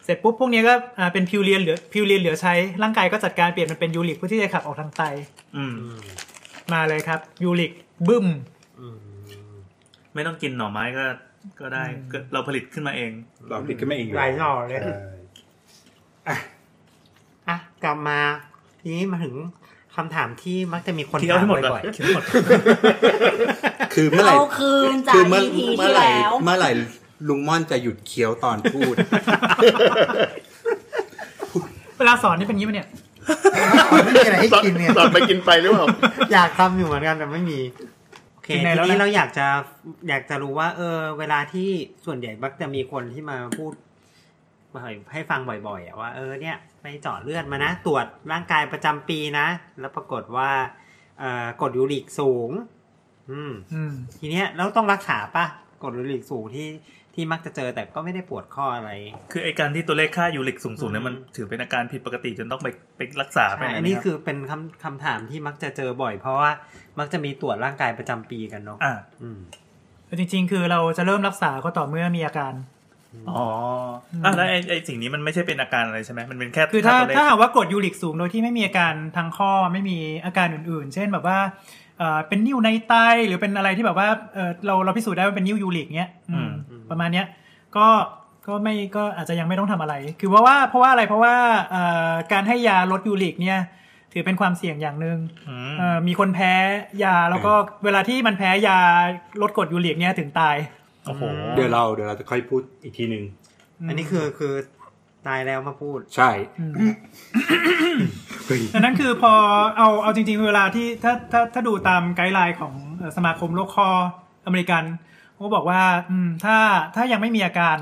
[SPEAKER 8] เสร็จปุ๊บพวกเนี้ยก็อ่าเป็นพิวรีนเหลือพิวรีนเหลือใช้ร่างกายก็จัดการเปลี่ยนมันเป็นยูริกเพื่อที่จะขับออกทางไต
[SPEAKER 4] อืม
[SPEAKER 8] มาเลยครับยูริกบึ้ม
[SPEAKER 4] ไม่ต้องกินหน่อไม้ก็ก็ได้ก็เราผลิตขึ้นมาเอง
[SPEAKER 7] เราผลิตขึ้นมาเองอยู่
[SPEAKER 3] หลายหน่อเลย
[SPEAKER 7] ใช่
[SPEAKER 3] อ่ะ กลับมา ทีนี้มาถึงค คำถามที่มักจะมีคน
[SPEAKER 4] เคี้ยวให้หมดก่อ
[SPEAKER 3] บ่อ
[SPEAKER 4] น
[SPEAKER 3] ย
[SPEAKER 4] เคี้ยวให้หมด
[SPEAKER 7] คือเมื่อไหร่
[SPEAKER 2] เอาคืนจาก
[SPEAKER 7] คือเมื่อ
[SPEAKER 2] EP
[SPEAKER 7] เมื่อ
[SPEAKER 2] ที่
[SPEAKER 7] ไหร่
[SPEAKER 2] แล้ว
[SPEAKER 7] เมื่อไหร่ลุงม่อนจะหยุดเคี้ยวตอนพูด
[SPEAKER 8] เวลาสอนนี่เป็นอย่างงี้ปะเนี่ย
[SPEAKER 3] ๆไม่มีอะไรให้กินเนี่ย
[SPEAKER 6] ตอนไปกินไปหรือเปล่า
[SPEAKER 3] อยากทำอยู่เหมือนกันแต่ไม่มีโอเค
[SPEAKER 4] ถึงไหน
[SPEAKER 3] ที
[SPEAKER 4] แล้วนะ
[SPEAKER 3] นี้เราอยากจะอยากจะรู้ว่า เออ เวลาที่ส่วนใหญ่มักจะมีคนที่มาพูดมาให้ฟังบ่อยๆอะว่าเออเนี่ยไปเจาะเลือดมานะ ตรวจร่างกายประจำปีนะ แล้วปรากฏว่าเอ่อกรดยูริกสูง อืม
[SPEAKER 8] อืม
[SPEAKER 3] ทีเนี้ยเราต้องรักษาป่ะกรดยูริกสูงที่ที่มักจะเจอแต่ก็ไม่ได้ปวดข้ออะไร
[SPEAKER 4] คือไอการที่ตัวเลขค่ายูริกสูงๆเนี่ยมันถือเป็นอาการผิดปกติจนต้องไปไปรักษาไป
[SPEAKER 3] ใช่
[SPEAKER 4] อะไร
[SPEAKER 3] อัน
[SPEAKER 4] เย
[SPEAKER 3] นี้
[SPEAKER 4] รับ
[SPEAKER 3] คือเป็นคำคำถามที่มักจะเจอบ่อย เพราะว่ามักจะมีตรวจร่างกายประจำปีกันเนาะ
[SPEAKER 4] อ่า
[SPEAKER 3] อืม
[SPEAKER 8] จริง ๆ คือเราจะเริ่มรักษาก็ต่อเมื่อมีอาการ
[SPEAKER 4] อ๋ออ่ะแล้วไอไอสิ่งนี้มันไม่ใช่เป็นอาการอะไรใช่ไหมมันเป็นแค่
[SPEAKER 8] คือถ้า
[SPEAKER 4] ตัวเลข
[SPEAKER 8] ถ้าหากว่ากรดยูริกสูงโดยที่ไม่มีอาการทางข้อไม่มีอาการอื่นๆ เช่นแบบว่าเอ่อเป็นนิ่วในไตหรือเป็นอะไรที่แบบว่าเอ่อเราเราพิสูจน์ได้ว่าเป็นนิ่วยูริกเนี้ยอืมประมาณเนี้ยก็ก็ไม่ก็อาจจะยังไม่ต้องทำอะไร คือเพราะว่าเพราะว่าอะไรเพราะว่าเอ่อการให้ยาลดยูริกเนี่ยถือเป็นความเสี่ยงอย่างหนึ่ง
[SPEAKER 4] อืม
[SPEAKER 8] เอ่อมีคนแพ้ยาแล้วก็เวลาที่มันแพ้ยาลดกรดยูริกเนี่ยถึงตาย
[SPEAKER 4] โอ้โห
[SPEAKER 7] เดี๋ยวเราเดี๋ยวเราจะค่อยพูดอีกทีหนึ่ง
[SPEAKER 3] อันนี้คือคือตายแล้วมาพูด
[SPEAKER 7] ใช่
[SPEAKER 8] ม
[SPEAKER 7] เฮ้ย
[SPEAKER 8] ดังนั้นคือพอเอาเอาจริงๆ เวลาที่ถ้าถ้าถ้าดูตามไกด์ไลน์ของเอ่อสมาคมโรคคออเมริกันเขาก็บอกว่าอืมถ้าถ้ายังไม่มีอาการ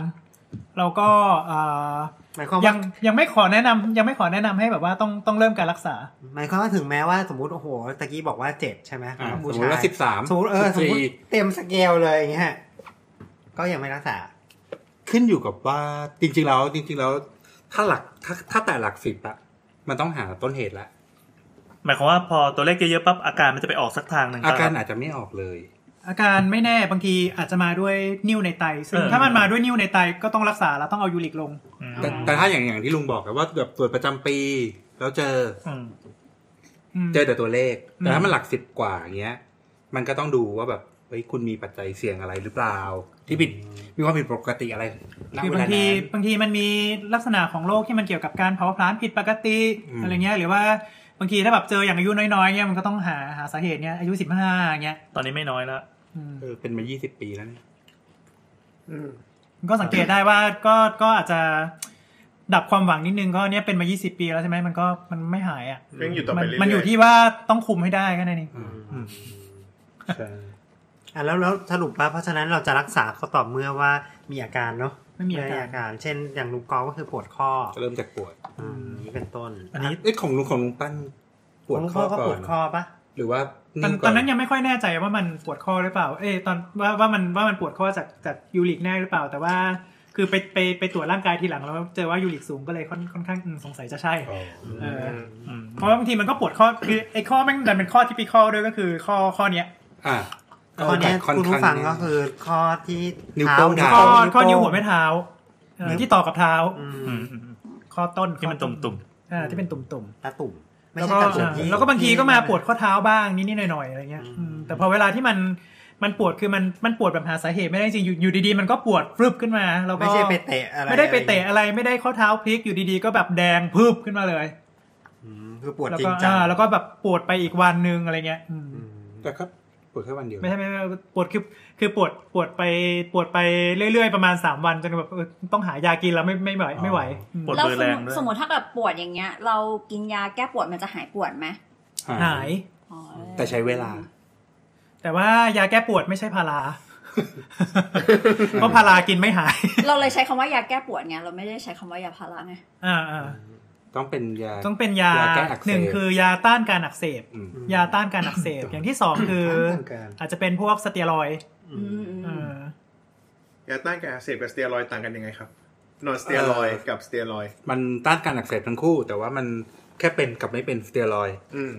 [SPEAKER 8] เราก็เอ่อ
[SPEAKER 3] หมายความ
[SPEAKER 8] ยั
[SPEAKER 3] ว่าง
[SPEAKER 8] ยังไม่ขอแนะนำยังไม่ขอแนะนำให้แบบว่าต้องต้องเริ่มการรักษา
[SPEAKER 3] หมายความว่าถึงแม้ว่าสมมติโอ้โหตะกี้บอกว่าเจ็บใช่ไหม
[SPEAKER 7] อ่ะส
[SPEAKER 3] ผู้ช
[SPEAKER 7] มมติ
[SPEAKER 3] ย
[SPEAKER 7] ว่าสิบสาม
[SPEAKER 3] สมมติเออสมมติ
[SPEAKER 7] สี่
[SPEAKER 3] เต็มสเกลเลยอย่างเงี้ยก็ยังไม่รักษา
[SPEAKER 7] ขึ้นอยู่กับว่าจริง ๆ แล้วจริง ๆ แล้ว ถ้าหลักถ้าถ้าแต่หลักสิบอะมันต้องหาต้นเหตุละ
[SPEAKER 4] หมายความว่าพอตัวเลขเยอะๆปั๊บอาการมันจะไปออกสักทางหนึ่ง
[SPEAKER 7] อา
[SPEAKER 4] ค
[SPEAKER 7] การ
[SPEAKER 4] รับ
[SPEAKER 7] อาจจะไม่ออกเลย
[SPEAKER 8] อาการไม่แน่บางทีอาจจะมาด้วยนิ่วในไต ซึ่ง
[SPEAKER 4] เออ
[SPEAKER 8] ถ้ามันมาด้วยนิ่วในไตก็ต้องรักษาแล้วต้องเอายูริกลง
[SPEAKER 4] อืม
[SPEAKER 7] แต่แต่ถ้าอย่างอย่างที่ลุงบอกอะว่าแบบตรวจประจำปี แล้วเจอ
[SPEAKER 4] อืม
[SPEAKER 8] อืม
[SPEAKER 7] เจอแต่ตัวเลข แต่
[SPEAKER 8] อื
[SPEAKER 7] ถ้าม มันหลักสิบกว่าอย่างเงี้ย มันก็ต้องดูว่าแบบ เฮ้ย คุณมีปัจจัยเสี่ยงอะไรหรือเปล่า ที่ผิด มีความผิดปกติอะไรณ
[SPEAKER 8] คือ
[SPEAKER 7] เว
[SPEAKER 8] บา
[SPEAKER 7] ลาง
[SPEAKER 8] ที
[SPEAKER 7] นั้น
[SPEAKER 8] บางทีมันมีลักษณะของโรคที่มันเกี่ยวกับการเผาผลาญผิดปกติ
[SPEAKER 7] อืม
[SPEAKER 8] อะไรเงี้ยหรือว่าบางทีถ้าแบบเจออย่างอายุน้อยๆเนี่ยมันก็ต้องหาหาสาเหตุเนี่ยอายุสิบห้าเงี้ย
[SPEAKER 4] ตอนนี้ไม่น้อยละ
[SPEAKER 8] อืม
[SPEAKER 7] เออเป็นมายี่สิบปีแล้วเนี่ย
[SPEAKER 8] มันก็สังเกตได้ว่าก็ก็อาจจะดับความหวังนิดนึงก็เนี่ยเป็นมา 20 ปีแล้วใช่ไหมมันก็มันไม่หายอ่ะ
[SPEAKER 6] ยังอยู่ต่อไป
[SPEAKER 8] มัน
[SPEAKER 6] เรื่อยๆ
[SPEAKER 8] มันอยู่ที่ว่าต้องคุมให้ได้แค่นั้นเอง
[SPEAKER 7] อืมใช่
[SPEAKER 3] อ่ะแล้วแล้วสรุปว่าเพราะฉะนั้นเราจะรักษาเขาต่อเมื่อว่ามีอาการเนาะ
[SPEAKER 8] ไม่มีอาการ
[SPEAKER 3] เช่น อย่างลุงกอก็คือปวดข้อ
[SPEAKER 7] เริ่มจากปวด
[SPEAKER 3] อืมนี่เป็นต้น
[SPEAKER 4] อันนี้
[SPEAKER 7] เอ้ยของลุงของลุงปั้นปวด
[SPEAKER 3] ลุง
[SPEAKER 7] ข้อ
[SPEAKER 3] ก็
[SPEAKER 7] ก่
[SPEAKER 3] ป
[SPEAKER 7] อ
[SPEAKER 3] วน ดข้อปะ
[SPEAKER 7] หรือว่า
[SPEAKER 8] ตอน
[SPEAKER 7] ก่
[SPEAKER 8] ตอนนั้นยังไม่ค่อยแน่ใจว่ามันปวดข้อหรือเปล่า เอยตอนว่าว่ามันว่ามันปวดข้อจากจากยูริกแน่หรือเปล่า แต่ว่าคือไปไปไปตรวจร่างกายทีหลังแล้วเจอว่ายูริกสูงก็เลยค่อนค่อนข้างอืมสงสัยจะใช่
[SPEAKER 7] อ๋อ
[SPEAKER 8] เออ
[SPEAKER 4] อืม
[SPEAKER 8] เพราะว่าบางทีมันก็ปวดข้อคือไอ้ข้อแม่งดันเป็นข้อที่ปีข้อด้วยก็คือข้อข้อเนี้ย
[SPEAKER 7] อ่ะ
[SPEAKER 3] ข้อเนี้ย
[SPEAKER 7] ก็อน
[SPEAKER 3] คุณผู้
[SPEAKER 7] าง
[SPEAKER 3] ฟังก็คือข้อที่
[SPEAKER 7] นิ้ว
[SPEAKER 3] เท้า
[SPEAKER 7] โป้ง
[SPEAKER 3] นิ้ว
[SPEAKER 7] ด่า
[SPEAKER 8] ข้อ
[SPEAKER 3] โป้ง
[SPEAKER 8] ข้อนิ้วหัวแม่เท้าเออที่ต่อกับเท้า
[SPEAKER 3] อืม
[SPEAKER 4] อืมอืม
[SPEAKER 8] ข้อต้น
[SPEAKER 4] ที่มัน
[SPEAKER 8] ข้อ
[SPEAKER 4] ตุ่ม
[SPEAKER 8] อ่าที่เป็นตุ่มตุ่ม
[SPEAKER 3] ตาตุ่ม
[SPEAKER 8] ๆ
[SPEAKER 3] ไม่
[SPEAKER 8] แล้ว
[SPEAKER 3] ใช่
[SPEAKER 8] ก็
[SPEAKER 3] ตาตุ่ม
[SPEAKER 8] เอ
[SPEAKER 3] ที่
[SPEAKER 8] อแล้วก็บางทีก็มาปวดข้อเท้าบ้างนิดๆหน่อยๆอะไรเงี้ย
[SPEAKER 3] อืม
[SPEAKER 8] อืมแต่พอเวลาที่มันมันปวดคือมันมันปวดแบบหาสาเหตุไม่ได้จริงอยู่อยู่ดีๆมันก็ปวดฟรึบขึ้นมาแล้วก็
[SPEAKER 3] ไม่ใช่ไปเตะอะไร
[SPEAKER 8] ไม่ได้ไปเตะอะไรไม่ได้ข้อเท้าพลิกอยู่ดีๆ ก็แบบแดงพึบขึ้นมาเลย
[SPEAKER 3] อืมคือปวด
[SPEAKER 8] แล้ว
[SPEAKER 3] จริ
[SPEAKER 8] ก็
[SPEAKER 3] งจัง
[SPEAKER 8] อ่าแล้วก็แบบปวดไปอีกวันนึงอะไรเงี้ยอืม
[SPEAKER 3] อืม
[SPEAKER 7] แต่ก็ปวดแค่วันเดียว
[SPEAKER 8] ไม่ใช่ไม่ใช่ปวดคือคือปวดปวดไปปวดไปเรื่อยๆประมาณ 3 วันจนแบบเออต้องหายากินแล้วไม่ไม่ไหวไม่ไหวอืม
[SPEAKER 4] ๆปวด
[SPEAKER 2] แล้ว
[SPEAKER 4] เบอร์
[SPEAKER 2] สม
[SPEAKER 4] แร
[SPEAKER 2] ม
[SPEAKER 4] ง
[SPEAKER 2] ติ
[SPEAKER 4] ด้วย
[SPEAKER 2] สมมติถ้าเกิดปวดอย่างเงี้ย เรากินยาแก้ปวดมันจะหายปวดไหม
[SPEAKER 8] หาย
[SPEAKER 2] อ๋อ
[SPEAKER 7] แต่ใช้เวลา
[SPEAKER 8] แต่ว่ายาแก้ปวดไม่ใช่พารา เพราะพารากินไม่หาย
[SPEAKER 2] เราเลยใช้คำว่ายาแก้ปวดไงเราไม่ได้ใช้คำว่ายาพาราไง
[SPEAKER 8] อ่าอ่า
[SPEAKER 7] ต้องเป็นยา
[SPEAKER 8] ต้องเป็นยาย
[SPEAKER 7] าแก้อักเสบ
[SPEAKER 8] หนึ่งคือยาต้านการอักเสบ
[SPEAKER 7] อืม
[SPEAKER 3] อืม
[SPEAKER 8] ยาต้านการอักเสบ อย่างที่สองคือ
[SPEAKER 3] ต้านการ
[SPEAKER 8] อาจจะเป็นพวกสเตียรอยด์
[SPEAKER 3] อืม
[SPEAKER 2] อืม
[SPEAKER 8] เออ
[SPEAKER 6] ยาต้านการอักเสพกับสเตียรอยด์ต่างกันยังไงครับ นอนสเตียรอยด์กับสเตียรอยด์
[SPEAKER 7] มันต้านการอักเสบทั้งคู่ แต่ว่ามันแค่เป็นกับไม่เป็นสเตียรอยด์
[SPEAKER 6] อืม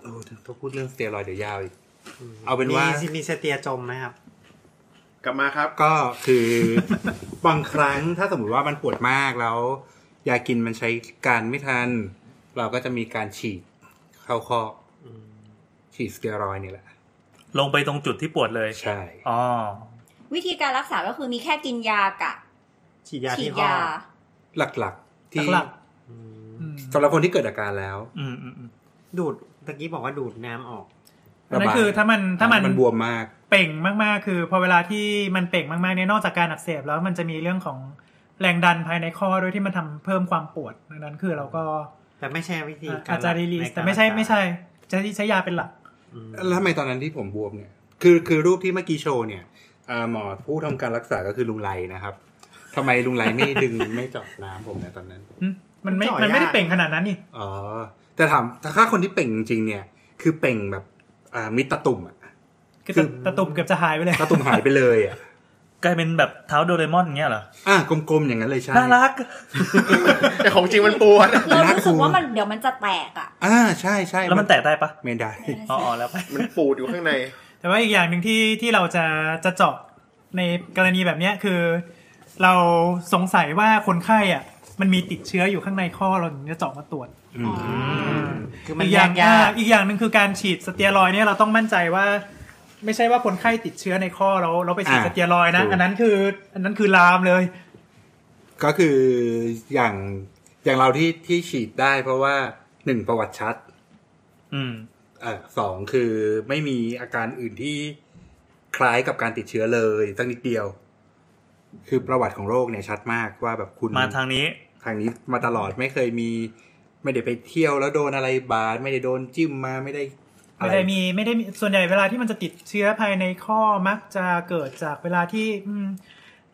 [SPEAKER 7] โอ้ถ้าพูดเรื่องสเตียรอยด์เดี๋ยวยาวอีก เอาเป็นว่า
[SPEAKER 3] มีมีสเตียจมไหมครับ
[SPEAKER 6] กลับมาครับ
[SPEAKER 7] ก็คือ บางครั้งถ้าสมมติว่ามันปวดมากแล้ว ยากินมันใช้การไม่ทัน เราก็จะมีการฉีดเข้าคออฉีดสเตียรอยด์นี่แหละ
[SPEAKER 4] ลงไปตรงจุดที่ปวดเลย
[SPEAKER 7] ใช่
[SPEAKER 4] อ๋อ
[SPEAKER 2] วิธีการรักษาก็คือมีแค่กินยากับ
[SPEAKER 3] ฉีดยา
[SPEAKER 2] ฉี
[SPEAKER 3] ที่
[SPEAKER 2] ด
[SPEAKER 3] ข้อย
[SPEAKER 2] า
[SPEAKER 7] หลักๆ ที่
[SPEAKER 8] หลักๆ
[SPEAKER 3] อืม
[SPEAKER 8] อืม
[SPEAKER 7] สำหรับคนที่เกิดอาการแล้ว
[SPEAKER 4] อืมอืมอืม
[SPEAKER 3] ดูดตะกี้บอกว่าดูดน้ำออก
[SPEAKER 8] อันนั่นคือถ้ามันถ้ามัน
[SPEAKER 7] มันบวมมาก
[SPEAKER 8] เป่งมากๆ คือพอเวลาที่มันเป่งมากๆเนี่ยนอกจากการอักเสบแล้วมันจะมีเรื่องของแรงดันภายในข้อด้วยที่มันทำเพิ่มความปวดดังนั้นคือเราก็
[SPEAKER 3] แต่ไม่ใช่วิธีการ
[SPEAKER 8] อาจจะรีลีส
[SPEAKER 3] ในการ
[SPEAKER 8] แต่ไม่ใช่
[SPEAKER 3] รักษา
[SPEAKER 8] ไม่ใช่จะใช้ยาเป็นหลัก
[SPEAKER 3] อืม
[SPEAKER 7] แล้วทำไมตอนนั้นที่ผมบวมเนี่ย คือคือรูปที่เมื่อกี้โชว์เนี่ยเอ่อหมอผู้ทำการรักษาก็คือลุงไลนะครับทำไมลุงไลไม่ดึง ไม่เจาะน้ำผมเนี่ยตอนนั้น
[SPEAKER 8] มันไม่
[SPEAKER 6] จ่อย
[SPEAKER 8] มันไม่ได้
[SPEAKER 6] ยาก
[SPEAKER 8] เป่งขนาดนั้นนี่
[SPEAKER 7] อ๋อ แต่ถามถ้าคนที่เป่งจริงๆเนี่ย คือเป่งแบบอ่ามิดตะตุ่มอะ
[SPEAKER 8] คือ
[SPEAKER 7] คือ
[SPEAKER 8] ตะตุ่มเกือบจะหายไปเลย
[SPEAKER 7] ตะตุ่มหายไปเลยอะ
[SPEAKER 4] กลายเป็นแบบเท้าโดเรมอนอย่างเงี้ยเหรอ
[SPEAKER 7] อ่ะกลมๆอย่างนั้นเลยใช่
[SPEAKER 4] น่ารัก
[SPEAKER 6] แต่ของจริงมันปวด
[SPEAKER 2] เรารู้สึก
[SPEAKER 7] น่ากลัว
[SPEAKER 2] ว่ามันเดี๋ยวมันจะแตกอ่ะ
[SPEAKER 7] อ่าใช่ใช่
[SPEAKER 4] แล้วมันแตกได้ปะ
[SPEAKER 7] ไม่ได้
[SPEAKER 4] อ๋ออ๋อแล้วไป
[SPEAKER 6] มันปูดอยู่ข้างใน
[SPEAKER 8] แต่ว่าอีกอย่างหนึ่งที่ที่เราจะจะเจาะในกรณีแบบเนี้ยคือ เราสงสัยว่าคนไข้อ่ะมันมีติดเชื้ออยู่ข้างในข้อเราถึงจะเจาะมาตรวจ
[SPEAKER 7] อืม
[SPEAKER 3] คือมัน
[SPEAKER 8] อีกอย่าง
[SPEAKER 3] ยา
[SPEAKER 8] อ่าก อีกอย่างหนึ่งคือการฉีดสเตียรอยด์เนี่ยเราต้องมั่นใจว่า ไม่ใช่ว่าคนไข้ติดเชื้อในข้อแล้วเราไปฉีด
[SPEAKER 7] อ่า
[SPEAKER 8] สเตียรอยด์นะ
[SPEAKER 7] ถูก
[SPEAKER 8] อันนั้นคืออันนั้นคือลามเลย
[SPEAKER 7] ก็คืออย่างอย่างเราที่ที่ฉีดได้เพราะว่าหนึ่งประวัติชัด
[SPEAKER 4] อืม
[SPEAKER 7] เออสองคือไม่มีอาการอื่นที่คล้ายกับการติดเชื้อเลยสักนิดเดียว คือประวัติของโรคเนี่ยชัดมากว่าแบบคุณ
[SPEAKER 4] มาทางนี้
[SPEAKER 7] ทางนี้มาตลอดไม่เคยมี ไม่ได้ไปเที่ยวแล้วโดนอะไรบาดไม่ได้โดนจิ้มมาไม่ได้อะ
[SPEAKER 8] ไม่
[SPEAKER 7] ไร
[SPEAKER 8] ได้มีไม่ได้มีส่วนใหญ่เวลาที่มันจะติดเชื้อภายในข้อมักจะเกิดจากเวลาที่อืม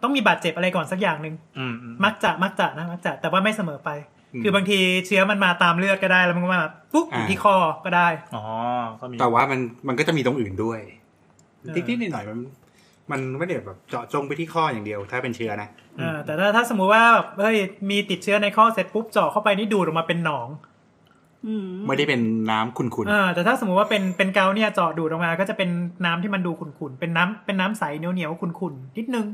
[SPEAKER 8] ต้องมีบาดเจ็บอะไรก่อนสักอย่างหนึ่ง
[SPEAKER 4] อืมอืม
[SPEAKER 8] มักจะมักจะนะมักจะแต่ว่าไม่เสมอไป คือบางทีเชื้อมันมาตามเลือดก็ได้แล้วมันก็มาปุ๊บอยู่ที่คอก็ได้
[SPEAKER 4] อ๋อก็มี
[SPEAKER 7] แต่ว่ามันมันก็จะมีตรงอื่นด้วยนิดๆหน่อยๆมัน มันไม่ได้แบบเจาะจงไปที่ข้ออย่างเดียว ถ้าเป็นเชื้อนะ
[SPEAKER 8] เออแต่ถ้าถ้าสมมุติว่าแบบเฮ้ยมีติดเชื้อในข้อเสร็จปุ๊บเจาะเข้าไปนี่ดูดออกมาเป็นหนอง
[SPEAKER 2] อืม
[SPEAKER 7] ไม่ได้เป็นน้ำขุ่น
[SPEAKER 8] เออแต่ถ้าสมมุติว่าเป็นเป็นเกาเนี่ยเจาะดูดออกมา ก็จะเป็นน้ำที่มันดูขุ่นๆเป็นน้ำเป็นน้ำใสเหนียวเหนียวๆขุ่นๆนิดนึง